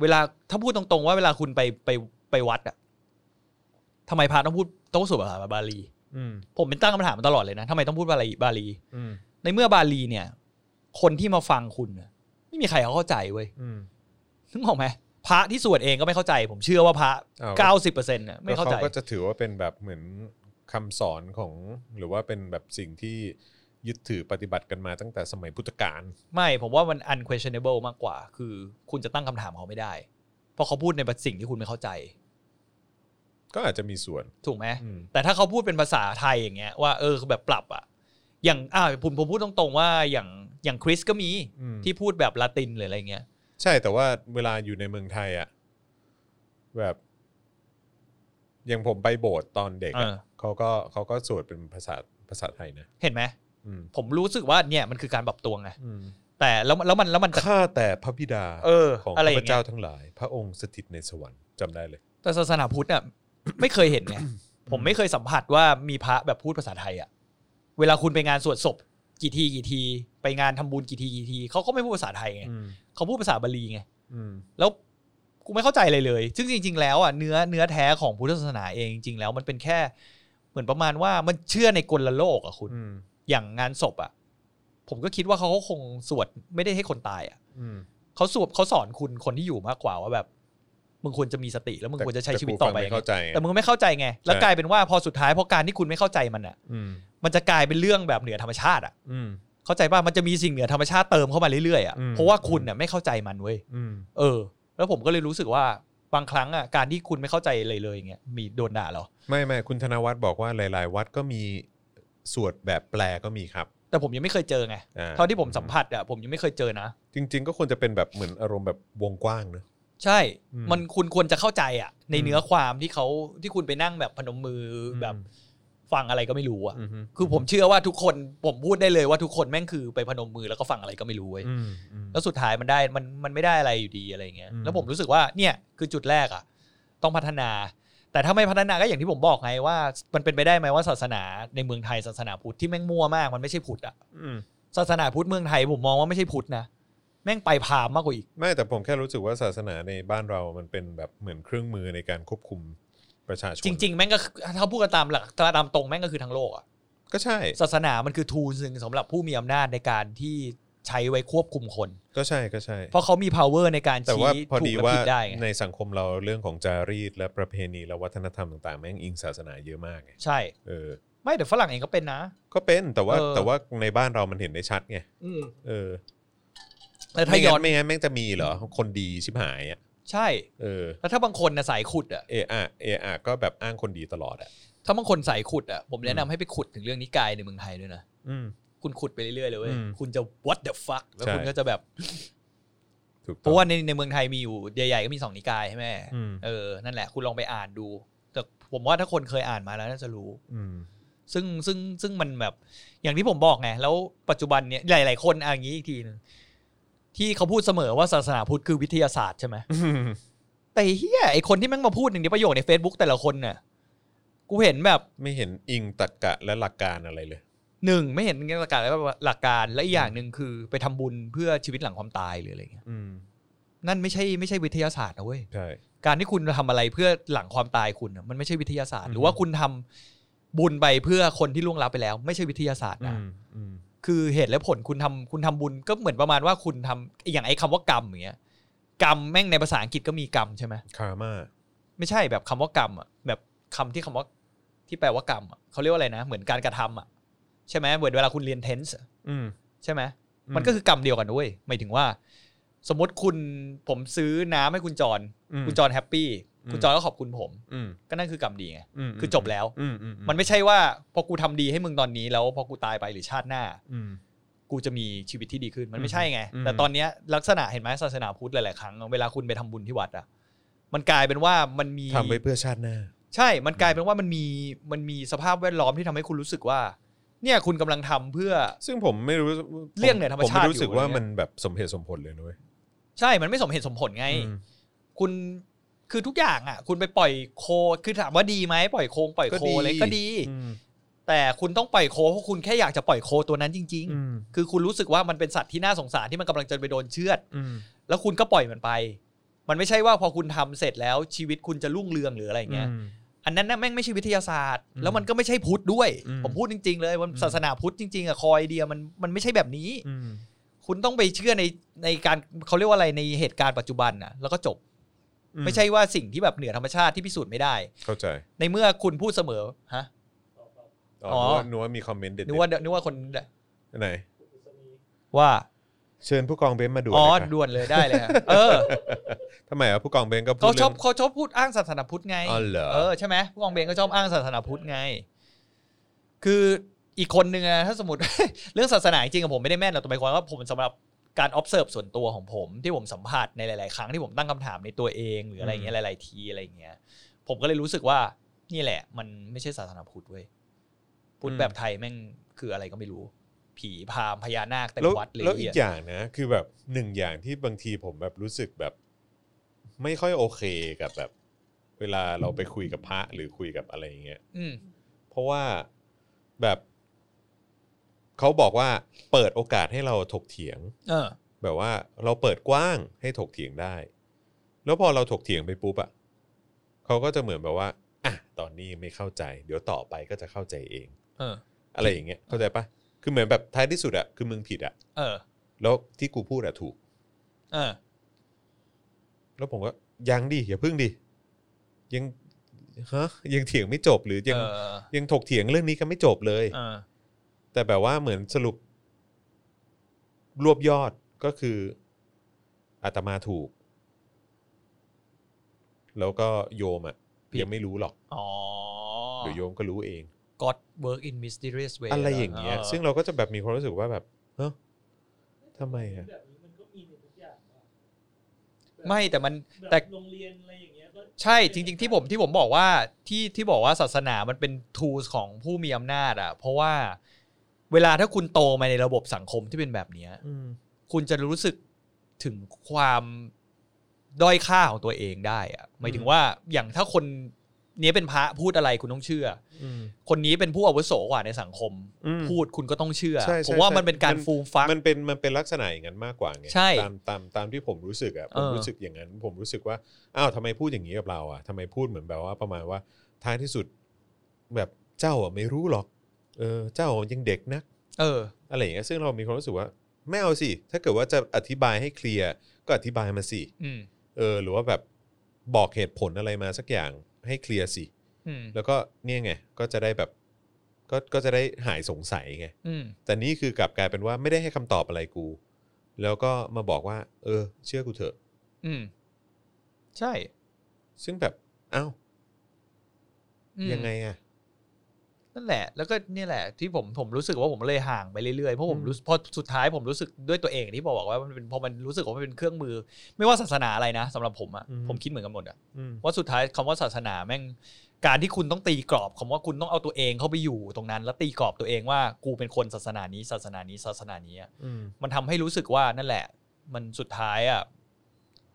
เวลาถ้าพูดตรงๆ ว่าเวลาคุณไปไปไปวัดอะทำไมพระต้องพูดต้องสวดภาษาบาลี อืม ผมเป็นตั้งคำถามมาตลอดเลยนะทำไมต้องพูดบาลีบาลี อืม ในเมื่อบาลีเนี่ย คนที่มาฟังคุณน่ะไม่มีใครเขาเข้าใจเว้ย อืม นึกออกไหมพระที่สวดเองก็ไม่เข้าใจ ผมเชื่อว่าพระ เอา เก้าสิบเปอร์เซ็นต์ไม่เข้าใจ แล้วก็จะถือว่าเป็นแบบเหมือนคำสอนของหรือว่าเป็นแบบสิ่งที่ยึดถือปฏิบัติกันมาตั้งแต่สมัยพุทธกาล ไม่ผมว่ามัน unquestionable มากกว่า คือคุณจะตั้งคำถามเขาไม่ได้ เพราะเขาพูดในบางสิ่งที่คุณไม่เข้าใจ ก็อาจจะมีส่วน ถูกไหม อืม แต่ถ้าเขาพูดเป็นภาษาไทยอย่างเงี้ยว่าเออคือแบบปรับอะอย่างอ่าผมผมพูดตรงๆว่าอย่างอย่างคริสก็มี อืม ที่พูดแบบละตินหรืออะไรเงี้ย ใช่แต่ว่าเวลาอยู่ในเมืองไทยอะแบบอย่างผมไปโบสถ์ตอนเด็กเออะอ เขาก็เขาก็สวดเป็นภาษาภาษาไทยนะ เห็นไหม อืม ผมรู้สึกว่าเนี่ยมันคือการปรับตัวไง อืม แต่แล้วแล้วมันแล้วมันจะ ข้าแต่พระบิดา เออ ของ อะไรอ ข้าย่างพเงี้ย เจ้าทั้งหลาย พระองค์สถิตในสวรรค์จำได้เลย แต่ศาสนาพุทธอ่ะ ไม่เคยเห็นไง ผมไม่เคยสัมผัสว่ามีพระแบบพูดภาษาไทยอ่ะ เวลาคุณไปงานสวดศพกี่ทีกี่ที ไปงานทำบุญกี่ทีกี่ทีเขาก็ไม่พูดภาษาไทยไง อืม เขาพูดภาษาบาลีไง อืม แล้วกูไม่เข้าใจเลยเลย ซึ่งจริง ๆ แล้วอ่ะเนื้อเนื้อแท้ของพุทธศาสนาเองจริงๆแล้วมันเป็นแค่เหมือนประมาณว่ามันเชื่อในกลโลกอ่ะคุณ อืม อย่างงานศพอ่ะ ผมก็คิดว่าเขาก็คงสวดไม่ได้ให้คนตายอ่ะ อืม เขาสวดเขาสอนคุณคนที่อยู่มากกว่าว่าแบบมึงควรจะมีสติแล้วมึงควรจะใช้ชีวิตต่อไป แกูฟังม่เข้าใจอะ แต่มึงไม่เข้าใจไง แล้ว ใช่ กลายเป็นว่าพอสุดท้ายพอการที่คุณไม่เข้าใจมันอ่ะ อืม มันจะกลายเป็นเรื่องแบบเหนือธรรมชาติอ่ะ อืม เข้าใจป่ะมันจะมีสิ่งเหนือธรรมชาติเติมเข้ามาเรื่อยๆอ่ะ อืม เพราะว่าคุณน่ะไม่เข้าใจมันเว้ย อืม เออ แล้วผมก็เลยรู้สึกว่าบางครั้งอ่ะการที่คุณไม่เข้าใจเลยเลยอย่างเงี้ยมีโดนด่าเหรอ ไม่ไม่คุณธนวัฒน์บอกว่าหลาย ๆ วัดก็มีสวดแบบแปลก็มีครับ แต่ผมยังไม่เคยเจอไง อ่ เท่าที่ผมสัมผัสอ่ะผมยังไม่เคยเจอนะ จริง ๆ ก็ควรจะเป็นแบบเหมือนอารมณ์แบบวงกว้างเนอะ ใช่ อืม มันคุณควรจะเข้าใจอ่ะ ใน อืม เนื้อความที่เขาที่คุณไปนั่งแบบพนมมืออ ม แบบฟังอะไรก็ไม่รู้อ่ะ อืมฮึ คือผมเชื่อว่าทุกคนผมพูดได้เลยว่าทุกคนแม่งคือไปพนมมือแล้วก็ฟังอะไรก็ไม่รู้เว้ย อืมอืม แล้วสุดท้ายมันได้มันมันไม่ได้อะไรอยู่ดีอะไรอย่างเงี้ย อืม แล้วผมรู้สึกว่าเนี่ยคือจุดแรกอ่ะ ต้องพัฒนา แต่ถ้าไม่พัฒนาก็อย่างที่ผมบอกไงว่า มันเป็นไปได้ไหมว่าศาสนาในเมืองไทยศาสนาพุทธที่แม่งมั่วมากมันไม่ใช่พุทธอ่ะ อืม ศาสนาพุทธเมืองไทยผมมองว่าไม่ใช่พุทธนะแม่งไปพราหมณ์มากกว่าอีก ไม่แต่ผมแค่รู้สึกว่าศาสนาในบ้านเรามันเป็นแบบเหมือนเครื่องมือในการควบคุมประชาชน จริง ๆ แม่งก็คือถ้าพูดกันตามหลักตามตรงแม่งก็คือทั้งโลกอ่ะ ก็ใช่ ศาสนามันคือทูลซึ่งสำหรับผู้มีอำนาจในการที่ใช้ไว้ควบคุมคน ก็ใช่ก็ใช่ เพราะเขามี power ในการ แต่ ชี้ ว่าพอ ถู ดี กและ ว่า ผิดได้ไง ในสังคมเราเรื่องของจารีตและประเพณีและวัฒนธรรมต่างๆ แม่งอิงศาสนาเยอะมากไง ใช่ เออ ไม่แต่ฝรั่งเองก็เป็นนะ ก็เป็นแต่ว่า เออ แต่ว่าในบ้านเรามันเห็นได้ชัดไง อืม เออ แต่ถ้าย้อน ไม่งั้นแม่งจะมีเหรอคนดีชิบหายอ่ะ ใช่ เออ แล้วถ้าบางคนนะสายขุดอ่ะ เออะเออะก็แบบอ้างคนดีตลอดอ่ะ ถ้าบางคนสายขุดอ่ะ ผมแนะนำ อืม ให้ไปขุดถึงเรื่องนิกายในเมืองไทยด้วยนะ อืม คุณขุดไปเรื่อยๆเลยเว้ย อืม คุณจะ what the fuck แล้ว ใช่ คุณก็จะแบบ ถูก เพ ต้อ ราะ ง ว่าในในเมืองไทยมีอยู่ใหญ่ๆก็มีสองนิกายใช่ไหม อืม เออ นั่นแหละ คุณลองไปอ่านดู แต่ผมว่าถ้าคนเคยอ่านมาแล้วน่าจะรู้ อืม ซึ่งซึ่งซึ่งมันแบบ อย่างที่ผมบอกไง แล้วปัจจุบันเนี่ยหลายๆคนอ่ะอย่างนี้อีกทีหนึงที่เขาพูดเสมอว่าศาสนาพุทธคือวิทยาศาสตร์ใช่ไหม แต่เฮียไอคนที่แม่งมาพูดหนึ่างในประโยคใน Facebook แต่ละคนน่ะ กูเห็นแบบ ไม่เห็นอิงตรรกะและหลักการอะไรเลย หนึ่งไม่เห็นหลักการแล้วหลักการและอีกอย่างหนึ่งคือไปทำบุญเพื่อชีวิตหลังความตายหรืออะไรเงี้ย อืม นั่นไม่ใช่ไม่ใช่วิทยาศาสตร์นะเว้ย ใช่ การที่คุณทำอะไรเพื่อหลังความตายคุณน่ะมันไม่ใช่วิทยาศาสตร์ อืม หรือว่าคุณทำบุญไปเพื่อคนที่ล่วงลับไปแล้ว ไม่ใช่วิทยาศาสตร์ อื นะ มอืม คือเหตุและผลคุณทำคุณทำบุญก็เหมือนประมาณว่าคุณทำอย่างไอ้คำว่ากรรมอย่างเงี้ยกรรมแม่งในภาษาอังกฤษก็มีกรรมใช่ไหม คาร์มา ไม่ใช่แบบคำว่ากรรมอ่ะแบบคำที่คำว่าที่แปลว่ากรรมอ่ะเขาเรียกว่าอะไรนะ เหมือนการกระทำอ่ะใช่ไหมเหมือนเวลาคุณเรียน tense อะ อืม ใช่ไหม อืม มันก็คือกรรมเดียวกันด้วยหมายถึงว่า สมมติคุณผมซื้อน้ำให้คุณจร อืม คุณจรแฮปปี้ อืม คุณจรก็ขอบคุณผม อืม ก็นั่นคือกรรมดีไง ม คือจบแล้ว อืมอือื มันไม่ใช่ว่าพอกูทำดีให้มึงตอนนี้แล้วพอกูตายไปหรือชาติหน้า อืม กูจะมีชีวิตที่ดีขึ้นมัน อื ไม่ ม ใช่ไง อืม แต่ตอนเนี้ยลักษณะเห็นไหมศาสนาพุทธหลายๆครั้งเวลาคุณไปทำบุญที่วัดอะมันกลายเป็นว่ามันมี ทำไปเพื่อชาติหน้า ใช่ มันกลายเป็นว่ามันมีมันมีสภาพแวดล้อมที่ทำให้คุณรู้สึกว่า เนี่ยคุณกำลังทำเพื่อ ซึ่งผมไม่รู้ เรื่องเนี่ยธรรมชาติ ผไม่รู้สึก อยู่ ว่ามันแบบสมเหตุสมผลเลยนุ้ย ใช่มันไม่สมเหตุสมผลไง อืม คุณคือทุกอย่างอ่ะ คุณไปปล่อยโค คือถามว่าดีไหมปล่อยโคงปล่อยโคอะไรก็ดี อืม แต่คุณต้องปล่อยโคเพราะคุณแค่อยากจะปล่อยโคตัวนั้นจริง อืม ๆ คือคุณรู้สึกว่ามันเป็นสัตว์ที่น่าสงสารที่มันกำลังจะไปโดนเชือด อืม แล้วคุณก็ปล่อยมันไป มันไม่ใช่ว่าพอคุณทำเสร็จแล้วชีวิตคุณจะรุ่งเรืองหรืออะไรอย่างเงี้ย อันนั้นนะแม่งไม่ใช่วิทยาศาสตร์ อืม แล้วมันก็ไม่ใช่พุทธด้วย อืม ผมพูดจริง ๆ เลยว่า อืม ศาสนาพุทธจริงๆอะคอยเดียมันมันไม่ใช่แบบนี้ อืม คุณต้องไปเชื่อในในการเขาเรียกว่าอะไรในเหตุการณ์ปัจจุบันนะแล้วก็จบ อื ไม่ใช่ว่าสิ่งที่แบบเหนือธรรมชาติที่พิสูจน์ไม่ได้ เข้าใจ ในเมื่อคุณพูดเสมอฮะ ตอบแบบ อ๋อ อ อนึกว่านึกว่ามีคอมเมนต์เด็ด นึกว่านึกว่าคน ๆไหน คุณสมี ว่า เชิญผู้กองเบนซ์มาดู อ๋อ หน่ยค่ะ ด่วนเลยได้เลยฮะเออ ทำไมอ่ะผู้กองเบนซ์ก็พูด เขาชอบ รื่ง เขาชอบพูดอ้างศาสนาพุทธไง อ๋อเหรอ เออใช่ไหมผู้กองเบนก็ชอบอ้างศาสนาพุทธไง คืออีกคนนึงนะถ้าสมมติ เรื่องศาสนาจริงๆกับผมไม่ได้แม่นหรอกแต่หมายความว่าผมสำหรับการ observe ส่วนตัวของผมที่ผมสัมผัสในหลาย ๆ ครั้งที่ผมตั้งคำถามในตัวเองหรืออะไรอย่างเงี้ยหลาย ๆ ทีอะไรอย่างเงี้ย ผมก็เลยรู้สึกว่านี่แหละ มันไม่ใช่ศาสนาพุทธเว้ยพุทธแบบไทยแม่งคืออะไรก็ไม่รู้ ผีพราหมณ์พญานาคเต็ม แล้ว วัดเลย แล้วอีก เหี้ย อย่างนะ คือแบบหนึ่งอย่างที่บางทีผมแบบรู้สึกแบบ ไม่ค่อยโอเคกับแบบ เวลาเราไปคุยกับพระหรือคุยกับอะไรอย่างเงี้ย อืม เพราะว่าแบบเขาบอกว่าเปิดโอกาสให้เราถกเถียง เออ แบบว่าเราเปิดกว้างให้ถกเถียงได้ แล้วพอเราถกเถียงไปปุ๊บอะเขาก็จะเหมือนแบบว่าอ่ะตอนนี้ไม่เข้าใจ เดี๋ยวต่อไปก็จะเข้าใจเอง เออ อะไรอย่างเงี้ยเข้าใจปะ คือเหมือนแบบท้ายที่สุดอะคือมึงผิดอะ เออ แล้วที่กูพูดอะถูก เออ แล้วผมก็ยังดิอย่าพึ่งดิยังฮะยังเถียงไม่จบหรือยัง เออ ยังถกเถียงเรื่องนี้กันไม่จบเลย เออ แต่แบบว่าเหมือนสรุป รวบยอดก็คืออาตมาถูก แล้วก็โยมอะ ผิด ยังไม่รู้หรอก อ๋อ เดี๋ยวโยมก็รู้เอง God work in mysterious way อะไรอย่างเงี้ย ซึ่งเราก็จะแบบมีความรู้สึกว่าแบบเฮ้ยทำไมอะ แบบนี้มันก็มีในทุกอย่างอะ ไม่แต่มัน แบบ แต่ โรงเรียนอะไรอย่างเงี้ยก็ ใช่จริง ๆ ที่ผมที่ผมบอกว่าที่ที่บอกว่าศาสนามันเป็น tools ของผู้มีอำนาจอ่ะ เพราะว่าเวลาถ้าคุณโตมาในระบบสังคมที่เป็นแบบเนี้ยคุณจะรู้สึกถึงความด้อยค่าของตัวเองได้อ่ะหมายถึงว่าอย่างถ้าคนเนี้ยเป็นพระพูดอะไรคุณต้องเชื่อ คนนี้เป็นผู้อาวุโสกว่าในสังคม อืม พูดคุณก็ต้องเชื่อ ใช่ใช่ ผมว่า ใช่ มันเป็นการ มัน ฟูมฟัก มันเป็นมันเป็นลักษณะอย่างนั้นมากกว่าไง ใช่ ตามตามตามที่ผมรู้สึกอะผม เออ รู้สึกอย่างนั้น ผมรู้สึกว่าอ้าวทำไมพูดอย่างนี้กับเราอะทำไมพูดเหมือนแบบว่าประมาณว่าท้ายที่สุดแบบเจ้าอะไม่รู้หรอก เออ เจ้ายังเด็กนะ เออ อะไรอย่างเงี้ยซึ่งเรามีความรู้สึกว่าไม่เอาสิถ้าเกิดว่าจะอธิบายให้เคลียร์ก็อธิบายมาสิ อืม เออ หรือว่าแบบบอกเหตุผลอะไรมาสักอย่างให้เคลียร์สิ อืม แล้วก็เนี่ยไงก็จะได้แบบก็ก็จะได้หายสงสัยไง อืม แต่นี่คือกลับกลายเป็นว่าไม่ได้ให้คำตอบอะไรกู แล้วก็มาบอกว่า เออ เชื่อกูเถอะ อืมใช่ ซึ่งแบบอ้าว อืม ยังไงอะ นั่นแหละ แล้วก็เนี่ยแหละที่ผมผมรู้สึกว่าผมเลยห่างไปเรื่อยๆ เพราะผม อืม รู้สึกพอสุดท้ายผมรู้สึกด้วยตัวเองที่บอกว่ามันเป็นพอมันรู้สึกว่ามันเป็นเครื่องมือ ไม่ว่าศาสนาอะไรนะสำหรับผมอะผมคิดเหมือนกันหมดอะ อืม ว่าสุดท้ายคำว่าศาสนาแม่งการที่คุณต้องตีกรอบคำว่าคุณต้องเอาตัวเองเข้าไปอยู่ตรงนั้น แล้วตีกรอบตัวเองว่ากูเป็นคนศาสนานี้ ศาสนานี้ศาสนานี้อะ อืม มันทำให้รู้สึกว่านั่นแหละ มันสุดท้ายอะ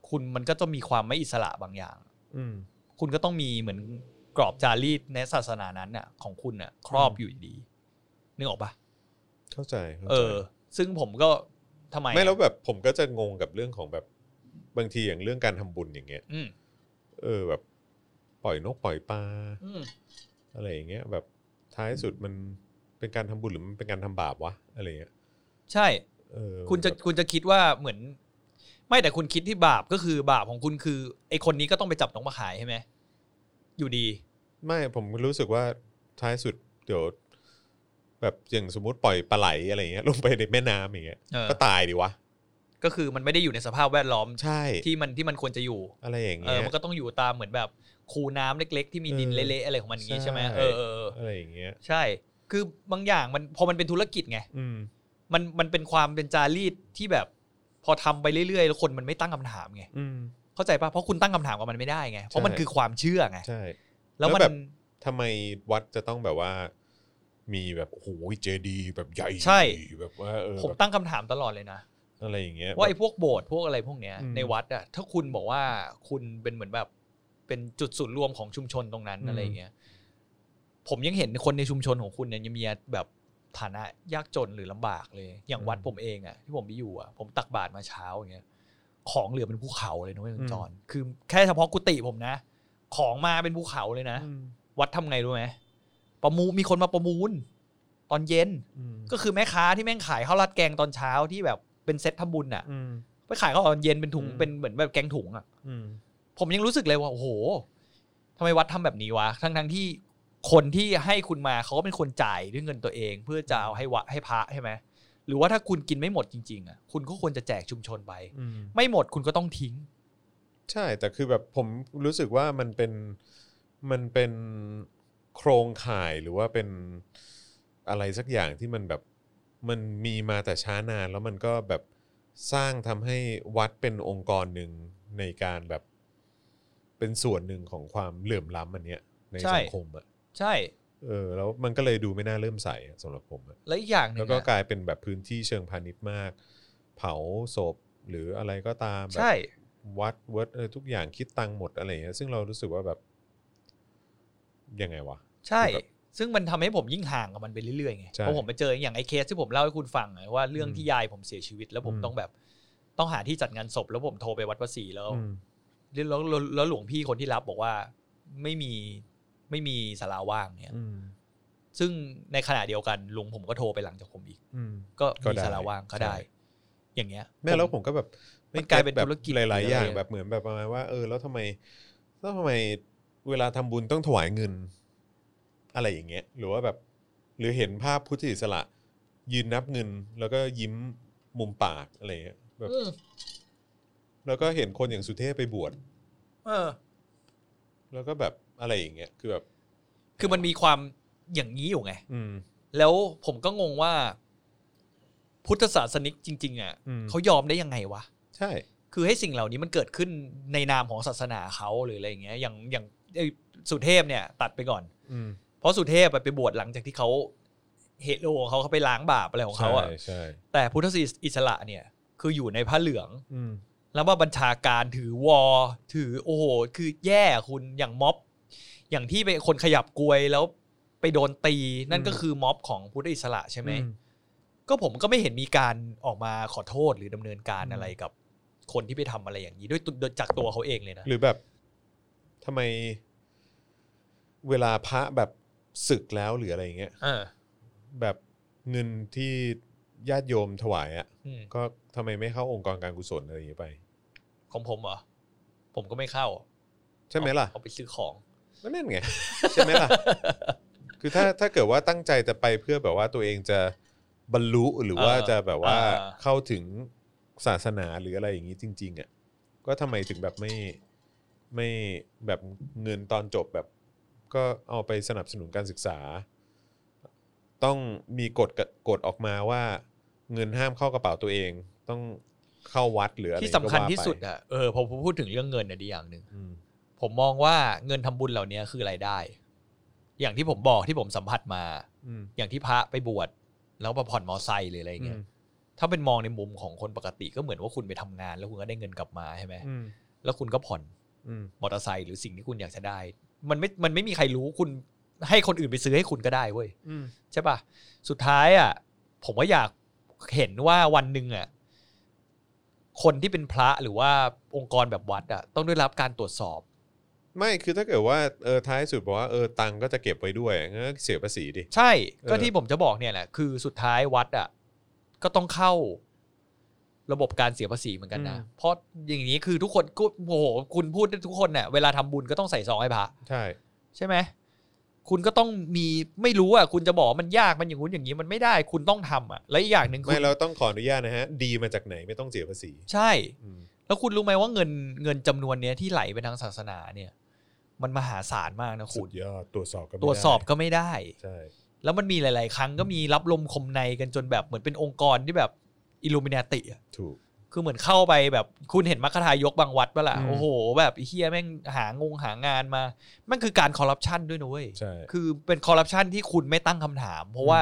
คุณมันก็จะมีความไม่อิสระบางอย่าง อืม คุณก็ต้องมีเหมือนกรอบจารีตในศาสนานั้นน่ะ ของคุณน่ะ ครอบอยู่ดีนึกออกปะ เข้าใจข้าใจ เออ ซึ่งผมก็ทำไม ไม่แล้วแบบผมก็จะงงกับเรื่องของแบบบางทีอย่างเรื่องการทำบุญอย่างเงี้ย อืม เออแบบ ปล่อยนกปล่อยปลา อืม อะไรอย่างเงี้ย แบบท้ายสุดมันเป็นการทำบุญหรือมันเป็นการทำบาปวะอะไรเงี้ย ใช่ เออ คุณจะ แบบ คุณจะคิดว่าเหมือน ไม่แต่คุณคิดที่บาปก็คือบาปของคุณคือไอคนนี้ก็ต้องไปจับน้องมาขายใช่ไหมอยู่ดี ไม่ผมรู้สึกว่าท้ายสุดเดี๋ยวแบบอย่างสมมติปล่อยปลาไหลอะไรเงี้ยลงไปในแม่น้ำอย่างเงี้ย เออ ก็ตายดิวะ ก็คือมันไม่ได้อยู่ในสภาพแวดล้อม ใช่ ที่มันที่มันควรจะอยู่ อะไรอย่าง เอ เงี้ อย มันก็ต้องอยู่ตามเหมือนแบบคูน้ำเล็ก ๆ ที่มีดิน เออ เละๆอะไรของมันอย่างงี้ใช่ไหม ใช่ เออเออเออ อะไรอย่างเงี้ย ใช่ คือบางอย่างมันพอมันเป็นธุรกิจไง อืม มันมันเป็นความเป็นจารีตที่แบบ พอทำไปเรื่อยๆ แล้วคนมันไม่ตั้งคำถามไง อืม เข้าใจปะเพราะคุณตั้งคำถามกับมันไม่ได้ไง เพราะมัน ใช่ คือความเชื่อไง ใช่ แล้วมัน แล้วแบบ ทำไมวัดจะต้องแบบว่า มีแบบโอ้โหเจดีย์แบบใหญ่ ใช่ แบบว่าเออ ผม แบบ ตั้งคำถามตลอดเลยนะ อะไรอย่างเงี้ย ว่าไอ้พวกโบสถ์พวกอะไรพวกเนี้ย อืม ในวัดอะถ้าคุณบอกว่าคุณเป็นเหมือนแบบเป็นจุดศูนย์รวมของชุมชนตรงนั้น อืม อะไรอย่างเงี้ยผมยังเห็นคนในชุมชนของคุณเนี่ยยังมีแบบฐานะยากจนหรือลำบากเลย อย่างวัดผมเองอะที่ผมไปอยู่อะผมตักบาตรมาเช้าอย่างเงี้ย ของเหลือเป็นภูเขาเลยนะเว้ยคุณจอนคือแค่เฉพาะกุฏิผมนะ ของมาเป็นภูเขาเลยนะ อืม วัดทำไงรู้ไหมประมูลมีคนมาประมูล ตอนเย็น อืม ก็คือแม่ค้าที่แม่งขายข้าวราดแกงตอนเช้าที่แบบเป็นเซ็ตทำบุญอะ อืม ไปขายข้าวตอนเย็นเป็นถุง อืม เป็นเหมือนแบบแกงถุงอ่ะ อืม ผมยังรู้สึกเลยว่าโอ้โหทำไมวัดทำแบบนี้วะทั้งทั้งๆที่คนที่ให้คุณมาเขาก็เป็นคนจ่ายด้วยเงินตัวเอง เพื่อจะเอาให้วะให้พระใช่ไหมหรือว่าถ้าคุณกินไม่หมดจริง ๆอ่ะคุณก็ควรจะแจกชุมชนไป อืม ไม่หมดคุณก็ต้องทิ้ง ใช่ แต่คือแบบผมรู้สึกว่ามันเป็นมันเป็นโครงข่ายหรือว่าเป็นอะไรสักอย่างที่มันแบบมันมีมาแต่ช้านานแล้วมันก็แบบสร้างทำให้วัดเป็นองค์กรหนึ่งในการแบบเป็นส่วนหนึ่งของความเหลื่อมล้ำอันเนี้ยใน ใช่ สังคมอ่ะ ใช่ เออแล้วมันก็เลยดูไม่น่าเริ่อมใสอะสำหรับผมอะ แล้วอีกอย่างหนึ่ง แล้ว อะ ก็กลายเป็นแบบพื้นที่เชิงพาณิชย์มาก เผาศพหรืออะไรก็ตามแบบ ใช่ วัดวัดเออทุกอย่างคิดตังค์หมดอะไรอย่างเงี้ยซึ่งเรารู้สึกว่าแบบ ยังไงวะ ใช่ ซึ่งมันทำให้ผมยิ่งห่างกับมันไปเรื่อยๆไง ใช่ เพราะผมไปเจออย่างไอ้เคสที่ผมเล่าให้คุณฟังไงว่าเรื่อง อืม ที่ยายผมเสียชีวิต แล้วผม อืม ต้องแบบต้องหาที่จัดงานศพแล้วผมโทรไปวัดภาษีแล้ว อืม แล้วแล้วแล้วแล้วหลวงพี่คนที่รับบอกว่าไม่มีไม่มีสาราว่างเนี่ย อืม ซึ่งในขณะเดียวกันลุงผมก็โทรไปหลังจากผมอีก อืม ก็ ก็ มี ได้ สาระว่างก็ ใช่ ได้ อย่างเงี้ย แม่แล้ว ผ ผม มก็แบบไ มันกลายเป็น แบบ ธุรกิจ หลายๆอย่าง เลยอะ แบบเหมือนแบบประมาณว่าเออแล้วทำไมแล้วทำไมเวลาทำบุญต้องถวายเงิน อะไรอย่างเงี้ย หรือว่าแบบหรือเห็นภาพพุทธอิสระ ยืนนับเงิน แล้วก็ยิ้มมุมปากอะไรอย่างเงี้ยแบบ อืม แล้วก็เห็นคนอย่างสุเทพไปบวช เออ แล้วก็แบบอะไรอย่างเงี้ยคือแบบ คือมันมีความอย่างนี้อยู่ไง อืม แล้วผมก็งงว่า พุทธศาสนิกจริง ๆ อ่ะ อืม เขายอมได้ยังไงวะ ใช่ คือให้สิ่งเหล่านี้มันเกิดขึ้นในนามของศาสนาเขาหรืออะไรอย่างเงี้ย อย่างอย่างไอ้สุเทพเนี่ยตัดไปก่อน อืม เพราะสุเทพอะไปบวชหลังจากที่เขาเฮโลของเขาเขาไปล้างบาปอะไรของเขาอ่ะ ใช่ใช่ แต่พุทธอิสระเนี่ย คืออยู่ในผ้าเหลือง อืม แล้วมาบัญชาการถือวอ ถือโอ้โห คือแย่คุณอย่างม็อบ อย่างที่เป็นคนขยับกลวยแล้วไปโดนตีนั่นก็คือม็อบของพุทธอิสระใช่ไหม อื ก็ผมก็ไม่เห็นมีการออกมาขอโทษหรือดำเนินการอะไรกับคนที่ไปทำอะไรอย่างนี้ด้วยตัวจากตัวเขาเองเลยนะ หรือแบบทำไม เวลาพระแบบศึกแล้วหรืออะไรอย่างเงี้ย เออ แบบเงินที่ญาติโยมถวายอะ่ะ อืม ก็ทำไมไม่เข้าองค์กรการกุศลอะไรอย่างเงี้ยไป ของผมเหรอ ผมก็ไม่เข้า ใช่ไหมล่ะ เอาไปซื้อของ ก็นั่นไง ใช่ไหมล่ะ คือถ้าถ้าเกิดว่าตั้งใจจะไปเพื่อแบบว่าตัวเองจะบรรลุหรือว่า เออ จะแบบว่า เออ เข้าถึงศาสนาหรืออะไรอย่างนี้จริง ๆอะ่ะก็ทำไมถึงแบบไม่ไม่แบบเงินตอนจบแบบ ก็เอาไปสนับสนุนการศึกษา ต้องมีกฎกกฎออกมาว่า เงินห้ามเข้ากระเป๋าตัวเอง ต้องเข้าวัดหรืออะไร ที่สำคัญ ก็ว่าไป ที่สุดอ่ะเออพอผมพูดถึงเรื่องเงินเนี่ยดีอย่างหนึ่ง อืม ผมมองว่าเงินทำบุญเหล่านี้คือรายได้ อย่างที่ผมบอกที่ผมสัมผัสมา อืม อย่างที่พระไปบวชแล้วมาผ่อนมอไซค์หรืออะไรอย่างเงี้ย ถ้าเป็นมองในมุมของคนปกติก็เหมือนว่าคุณไปทำงาน แล้วคุณก็ได้เงินกลับมาใช่ไหม อืม แล้วคุณก็ผ่อน อืม มอเตอร์ไซค์หรือสิ่งที่คุณอยากจะได้ มันไม่ มันไม่มีใครรู้คุณให้คนอื่นไปซื้อให้คุณก็ได้เว้ย อืม ใช่ปะสุดท้ายอ่ะ ผมว่าอยากเห็นว่าวันหนึ่งอ่ะคนที่เป็นพระหรือว่าองค์กรแบบวัดอ่ะต้องได้รับการตรวจสอบ ไม่คือถ้าเกิดว่าเออท้ายสุดบอกว่าเออตังค์ก็จะเก็บไว้ด้วยงั้นก็เสียภาษีดิ ใช่ก็ เออ ที่ผมจะบอกเนี่ยแหละคือสุดท้ายวัดอ่ะก็ต้องเข้าระบบการเสียภาษีเหมือนกันนะ เพราะอย่างนี้คือทุกคนก็โอ้โหคุณพูดทุกคนเนี่ยเวลาทำบุญก็ต้องใส่ซองให้พระ ใช่ ใช่ไหมคุณก็ต้องมีไม่รู้อ่ะคุณจะบอกว่ามันยากมันอย่างงู้นอย่างนี้มันไม่ได้คุณต้องทำอ่ะและอีกอย่างหนึ่งคุ ไม่ ณ เราต้องขออนุญาตนะฮะ ดีมาจากไหนไม่ต้องเสียภาษี ใช่ อืม แล้วคุณรู้ไหมว่าเงินเงินจำนวนเนี้ยที่ไหลไปทางศาสนาเนี่ย มันมหาศาลมากนะ สุ คุณ ดยอดตรวจสอบกันไม่ ตรวจสอบ ได้ ก็ไม่ได้ ใช่ แล้วมันมีหลาย ๆ ครั้งก็มีรับลมคมในกันจนแบบเหมือนเป็นองค์กรที่แบบอิลูมินาติอะ ถูก คือเหมือนเข้าไปแบบคุณเห็นมัคคทายกบางวัดปะล่ะ อืม โอ้โห แบบไอ้เฮียแม่งหางงหางานมา มันคือการคอร์รัปชันด้วยนะเว้ย ใช่ คือเป็นคอร์รัปชันที่คุณไม่ตั้งคำถาม เพราะว่า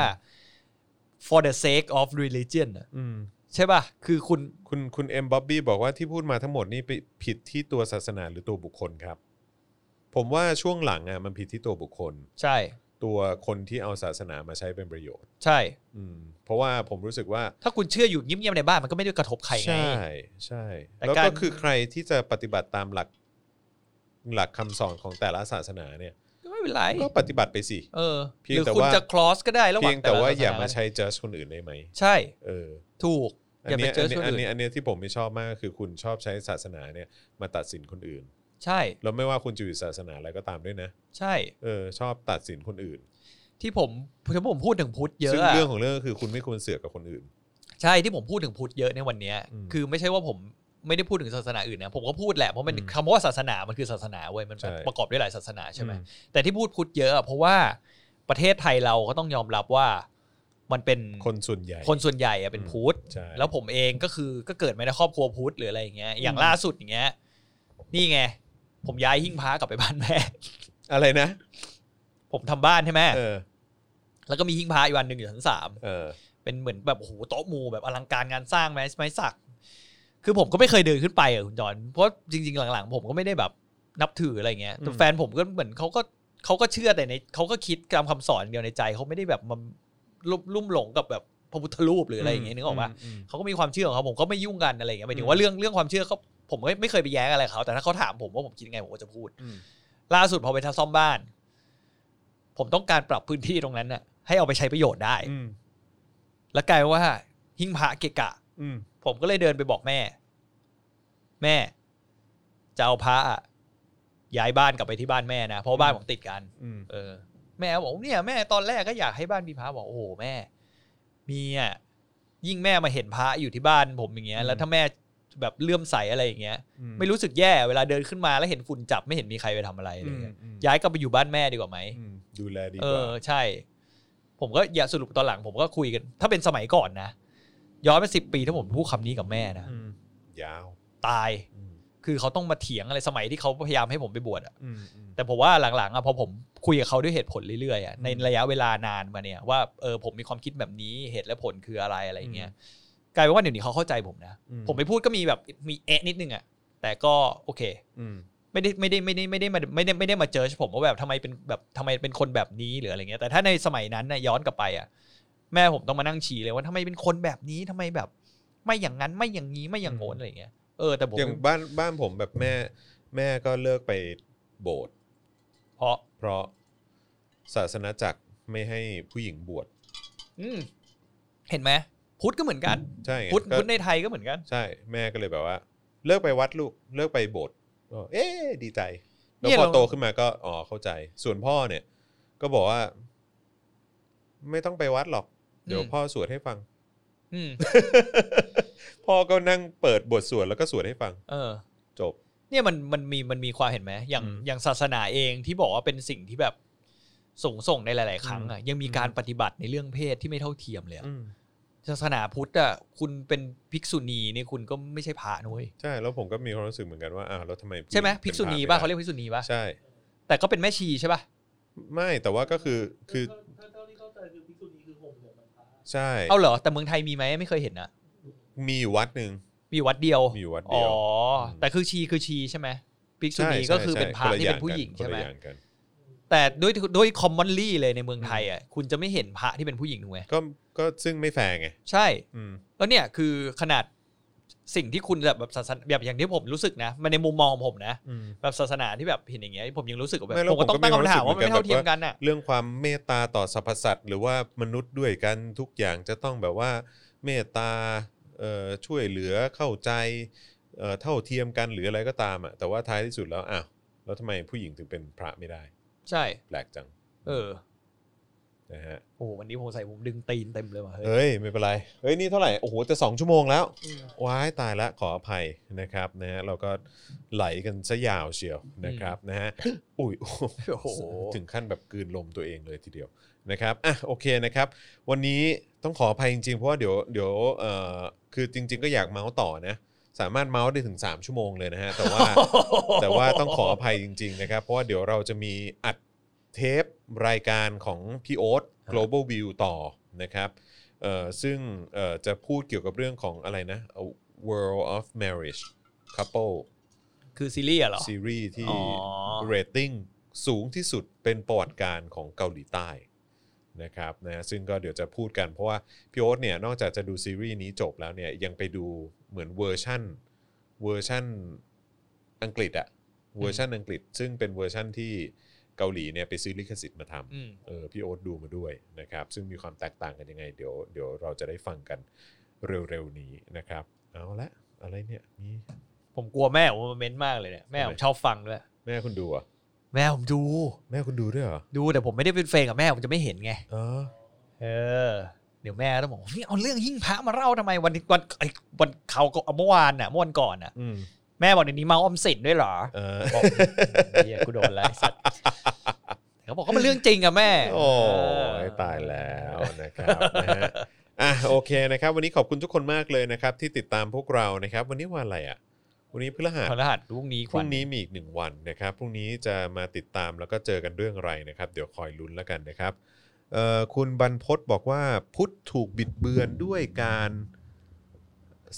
for the sake of religion อะ อืม ใช่ป่ะ คือคุณ คุณคุณเอ็มบ๊อบบี้บอกว่าที่พูดมาทั้งหมดนี่ไปผิดที่ตัวศาสนาหรือตัวบุคคลครับ ผมว่าช่วงหลังอ่ะมันผิดที่ตัวบุคคล ใช่ ตัวคนที่เอาศาสนามาใช้เป็นประโยชน์ ใช่ อืมเพราะว่าผมรู้สึกว่า ถ้าคุณเชื่ออยู่เงียบ ๆ ในบ้านมันก็ไม่ได้กระทบใครไง ใช่ใช่ แต่ แล้ว กา ก็ ร คือใครที่จะปฏิบัติตามหลักหลักคำสอนของแต่ละศาสนาเนี่ย ก็ไม่เป็นไร ก็ปฏิบัติไปสิ เออ เพี ห ยง รือ แต่ คุณ ว่า จะ cross ก็ได้ระหว่า เพีย ง งแต่ว่า ละศสน อย่ามาใช้จัดคนอื่นได้ไหม ใช่ เออ ถูก อั อย่านไป เนี้ย เจอนอัเนี้ย คน อัน อื่น เนี้ยอันเนี้ยที่ผมไม่ชอบมากคือคุณชอบใช้ศาสนาเนี่ยมาตัดสินคนอื่น ใช่ แล้วไม่ว่าคุณจะอยู่ศาสนาอะไรก็ตามด้วยนะ ใช่ เออชอบตัดสินคนอื่น ที่ผมที่ผมพูดถึงพุทธเย ซึ่ง อะอะ เรื่องของเรื่องก็คือคุณไม่ควรเสือกกับคนอื่น ใช่ที่ผมพูดถึงพุทธเยอะในวันเนี้ย อืม คือไม่ใช่ว่าผมไม่ได้พูดถึงศาสนาอื่นนะผมก็พูดแหละเพราะมัน อืม คำว่าศาสนามันคือศาสนาเว้ยมัน ใช่ ประกอบด้วยหลายศาสนาใช่ไหม อื แต่ที่พูดพุทธเยอะอะเพราะว่าประเทศไทยเราก็ต้องยอมรับว่ามันเป็น คนส่วนใหญ่ คนส่วนใหญ่อะเป็นพุทธ ใช่ แล้วผมเองก็คือก็เกิดมาในครอบครัวพุทธหรืออะไรอย่างเงี้ยอย่างล่าสุดอย่างเงี้ยนี่ไง ผมย้ายหิ้งพระกลับไปบ้านแม่ อะไรนะ ผมทำบ้านใช่ไหม เออ แล้วก็มีหิ้งพระอีกวันหนึ่งอยู่ชั้นสาม เออ เป็นเหมือนแบบโอ้โหโต๊ะหมู่แบบอลังการงานสร้างไม้ไม้สัก คือผมก็ไม่เคยเดินขึ้นไปอ่ะคุณจอนเพราะจริง ๆ หลังๆ ผมก็ไม่ได้แบบนับถืออะไรเงี้ยแต่แฟนผมก็เหมือนเขาก็เขาก็เชื่อแต่ในเขาก็คิดตามคำสอนเดียวในใจเขาไม่ได้แบบมาลุ่มลุ่มหลงกับแบบพระพุทธรูปหรืออะไรอย่างเงี้ยนึกออกปะ ม เขาก็มีความเชื่อของเขาผมก็ไม่ยุ่งกันอะไรเงี้ยหมายถึ อื ง ม ว่าเรื่องเรื่องความเชื่อเขาผมไม่ไม่เคยไปแย้งอะไรเขาแต่ถ้าเขาถามผมว่าผมคิดยังไงผมก็จะพูด อืม ล่าสุดพอไปทำซ่อมบ้าน ผมต้องการปรับพื้นที่ตรงนั้นน่ะให้เอาไปใช้ประโยชน์ได้ อืม แล้วกลายว่า หิ้งพระเกะกะ อืม ผมก็เลยเดินไปบอกแม่ แม่จะเอาพระอะย้ายบ้านกลับไปที่บ้านแม่นะเพราะบ้านผมติดกัน อืม เออ แม่บอกเนี่ยแม่ตอนแรกก็อยากให้บ้านมีพระบอกโอ้โหแม่ มีอ่ะยิ่งแม่มาเห็นพระอยู่ที่บ้านผมอย่างเงี้ย แล้วถ้าแม่แบบเลื่อมใสอะไรอย่างเงี้ย อื ไม่รู้สึกแย่ เวลาเดินขึ้นมาแล้วเห็นฝุ่นจับไม่เห็นมีใครไปทำอะไรอะไร อืม เงี้ย อืม ย้ายกลับไปอยู่บ้านแม่ดีกว่าไหม อืมดูแลดี เอก ว่า อใช่ ผมก็อย่าสรุปตอนหลังผมก็คุยกัน ถ้าเป็นสมัยก่อนนะย้อนไปสิบปีถ้าผมพูดคำนี้กับแม่นะ มยาว ตาย อืม คือเขาต้องมาเถียงอะไรสมัยที่เขาพยายามให้ผมไปบวชอะ อืมอืม แต่ผมว่าหลังๆอะพอผมคุยกับเขาด้วยเหตุผลเรื่อยๆอะ อืม ในระยะเวลานานมาเนี่ยว่าเออผมมีความคิดแบบนี้เหตุและผลคืออะไรอะไรเงี้ยกลายเป็นว่าเดี๋ยวนี้เขาเข้าใจผมนะ อืม ผมไปพูดก็มีแบบมีเอะนิดนึงอะแต่ก็โอเค อืม ไม่ได้ไม่ได้ไม่ได้ไม่ได้มาไม่ได้ไม่ได้มาเจอผมว่าแบบทำไมเป็นแบบทำไมเป็นคนแบบนี้หรืออะไรเงี้ยแต่ถ้าในสมัยนั้นนะย้อนกลับไปอ่ะแม่ผมต้องมานั่งชี้เลยว่าทำไมเป็นคนแบบนี้ทำไมแบบ ไม่อย่างนั้นไม่อย่างนี้ไม่อย่างโน้นอะไรเงี้ยเออแต่ผม อย่างบ้านบ้านผมแบบแม่แม่ก็เลิกไปโบสถ์ เพราะ เพราะศาสนาจักรไม่ให้ผู้หญิงบวช อืมเห็นไหมพุทธก็เหมือนกัน ใช่ไง พุทธ ก็ พุทธในไทยก็เหมือนกัน ใช่แม่ก็เลยแบบว่า เลิกไปวัดลูกเลิกไปโบสถ์ก็เอ๊ะดีใจ แล้ว เนี่ย พอ เรา โตขึ้นมาก็อ๋อเข้าใจ ส่วนพ่อเนี่ย ก็บอกว่า ไม่ต้องไปวัดหรอก เดี๋ยวพ่อสวดให้ฟัง อืม พ่อก็นั่งเปิดบทสวดแล้วก็สวดให้ฟัง เออ จบ เนี่ยมันมันมีมันมีความเห็นไหมอย่าง อืม อย่างศาสนาเองที่บอกว่าเป็นสิ่งที่แบบส่งส่งในหลาย ๆ ครั้งอ่ะยังมี อืม การปฏิบัติในเรื่องเพศที่ไม่เท่าเทียมเลยอะ อืม ศาสนาพุทธอ่ะคุณเป็นภิกษุณีนี่คุณก็ไม่ใช่พระนุ้ย ใช่แล้วผมก็มีความรู้สึกเหมือนกันว่าอ้าวแล้วทำไมผู้ญิง ใช่ไหม เป็ ภิกษุณี พ ป่ะ ระ เขาเรี ไม่ยกได้ภิกษุณีป่ะ ใช่ แต่ก็เป็นแม่ชีใช่ป่ะ ไม่แต่ว่าก็คือคือ ถ้าเท่าที่เข้าใจคือพิกษุนีคือห่มเหลืองบรรพา ใช่ เอาเหรอแต่เมืองไทยมีไหมไม่เคยเห็นนะ มีอยู่วัดหนึ่ง มีอยู่วัดเดียว มีอยู่วัดอ๋เดีอ ยว อ ม แต่คือชีคือชีใช่ไหมภิกษุ ใช่ ณี ใช่ ก็คือ ใช่ เป็นพระ คละ ที่เป็น อย่า ผู้หญิง กัน ใช่ไหม คนละอย่างกัน แต่ด้วยด้วยคอมมอนลี่เลยในเมืองไทยอ่ะคุณจะไม่เห็นพระที่เป็นผู้หญิงถูกไหม ก็ก็ซึ่งไม่แฟงไง ใช่ อืม แล้วเนี่ยคือขนาดสิ่งที่คุณแบบแบบศาสนาแบบอย่างที่ผมรู้สึกนะมันในมุมมองของผมนะ แบบศาสนาที่แบบเห็นอย่างเงี้ยผมยังรู้สึกว่าแบบ ไม่แล้ว ผมก็ ผ ต้อ ม ง ก็ ตั้ง มีความ คำถาม รู้ ว่า สึก มันไม่เท่า เหมือนกัน เทียมกันน่ะ เรื่องความเมตตาต่อสรรพสัตว์หรือว่ามนุษย์ด้วยกันทุกอย่างจะต้องแบบว่าเมตตาเอ่อช่วยเหลือเข้าใจเอ่อเท่าเทียมกันหรืออะไรก็ตามอ่ะแต่ว่าท้ายที่สุดแล้วอ้าวแล้วทำไมผู้หญิงถึงเป็นพระไม่ได้ ใช่ แปลกจัง เออ นะฮะ โอ้โหวันนี้ผมใส่ผมดึงตีนเต็มเลยว่ะเฮ้ย เฮ้ยไม่เป็นไรเฮ้ยนี่เท่าไหร่โอ้โหจะสองชั่วโมงแล้ว อืม ว้ายตายละขออภัยนะครับนะฮะเราก็ไหลกันซะยาวเชียวนะครับนะฮะอุ้ย โอ้โห โอ้โห ถึงขั้นแบบกลืนลมตัวเองเลยทีเดียวนะครับอ่ะโอเคนะครับ วันนี้ต้องขออภัยจริงๆ เพราะว่าเดี๋ยวเดี๋ยวเอ่อคือจริง ๆ ก็อยากเมาส์ต่อนะ สามารถเมาส์ได้ถึง 3 ชั่วโมงเลยนะฮะแต่ว่า แต่ว่าต้องขออภัยจริง ๆ นะครับ เพราะว่าเดี๋ยวเราจะมีอัดเทปรายการของพี่โอ๊ต global view ต่อนะครับเอ่อซึ่งเอ่อจะพูดเกี่ยวกับเรื่องของอะไรนะ A world of marriage couple คือซีรีส์อะเหรอ ซีรีส์ที่ อ๋อ เรตติ้งสูงที่สุดเป็นประวัติการของเกาหลีใต้นะครับนะซึ่งก็เดี๋ยวจะพูดกันเพราะว่าพี่โอ๊ตเนี่ยนอกจากจะดูซีรีส์นี้จบแล้วเนี่ยยังไปดูเหมือนเวอร์ชั่นเวอร์ชั่นอังกฤษอะเวอร์ชันอังกฤษ ซึ่งเป็นเวอร์ชั่นที่เกาหลีเนี่ยไปซื้อลิขสิทธิ์มาทำ อืม เออพี่โอ๊ตดูมาด้วยนะครับ ซึ่งมีความแตกต่างกันยังไง เดี๋ยวเดี๋ยวเราจะได้ฟังกันเร็วๆนี้นะครับ เอาละอะไรเนี่ยนี่ ผมกลัวแม่ผมมาเม้นมากเลยเนี่ยแม่ผม ทำไม ชอบฟังด้วย แม่คุณดูเหรอ่ะ แม่ผมดู แม่คุณดูด้วยเหรอ ดูแต่ผมไม่ได้เป็นเฟนกับแม่ผมจะไม่เห็นไง อ๋อ เออเดี๋ยวแม่ต้องบอกนี่เอาเรื่องหิ้งพระมาเล่าทำไมวันนี้วันไอ้วันเขาก็เมื่อวานน่ะเมื่อวันก่อนน่ะ อืม แม่บอกเดี๋ยวนี้เมาออมสินด้วยเหรอ เออ บอกเฮียกูโดนอะไรสัตว์แต่เขาบอกก็มันเรื่องจริงอะแม่ โอ้ เอย อ ตายแล้วนะครับ นะฮะอ่ะโอเคนะครับ วันนี้ขอบคุณทุกคนมากเลยนะครับ ที่ติดตามพวกเรานะครับ วันนี้วันอะไรอ่ะ วันนี้พฤหัส พระรหัสพรุ่งนี้ พ วั รุ่งนี้มีอีกหนึ่งวันนะครับ พรุ่งนี้จะมาติดตามแล้วก็เจอกันเรื่องอะไรนะครับ เดี๋ยวคอยลุ้นแล้วกันนะครับเอ่อคุณบรรพศบอกว่าพุทธถูกบิดเบือนด้วยการ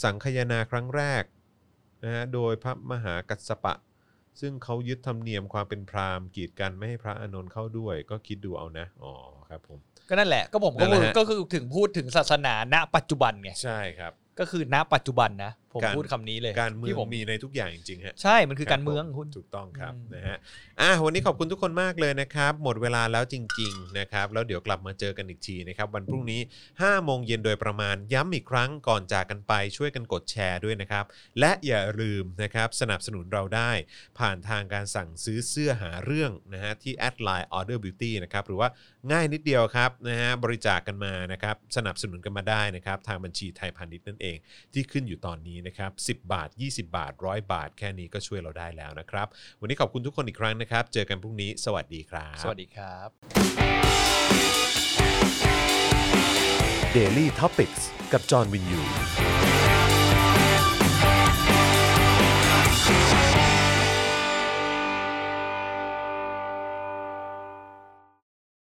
สังคายนาครั้งแรกนะฮะโดยพระมหากัสสปะ ซึ่งเขายึดธรรมเนียมความเป็นพราหมณ์กีดกันไม่ให้พระอานนท์เข้าด้วย ก็คิดดูเอานะ อ๋อครับผม ก็นั่นแหละก็ผม นั่ ก็ นแห พู ละ ด ฮะ ก็คือถึงพูดถึงศาสนาณปัจจุบันไง ใช่ครับ ก็คือณปัจจุบันนะ ผม การ พูดคำนี้เลย การเมือง ที่ผม มีในทุกอย่างจริงๆฮะ ใช่มันคือการ บผ เมืองคุณ ถูกต้องครับ อืม นะฮะอ่ะวันนี้ขอบคุณทุกคนมากเลยนะครับ หมดเวลาแล้วจริง ๆ นะครับ แล้วเดี๋ยวกลับมาเจอกันอีกทีนะครับ วันพรุ่งนี้5โมงเย็นโดยประมาณย้ำอีกครั้งก่อนจากกันไปช่วยกันกดแชร์ด้วยนะครับ และอย่าลืมนะครับสนับสนุนเราได้ ผ่านทางการสั่งซื้อเสื้อหาเรื่องนะฮะที่ at line order beauty นะครับหรือว่าง่ายนิดเดียวครับนะฮะบริจาคกันมานะครับสนับสนุนกันมาได้นะครับทางบัญชีไทยพาณิชย์นั่นเอง ที่ขึ้นอยู่ตอนนี้นะครับ 10 บาท 20 บาท 100 บาท แค่นี้ก็ช่วยเราได้แล้วนะครับ วันนี้ขอบคุณทุกคนอีกครั้งนะครับ เจอกันพรุ่งนี้สวัสดีครับ สวัสดีครับ Daily t o p i c กกับจอห์นวินยู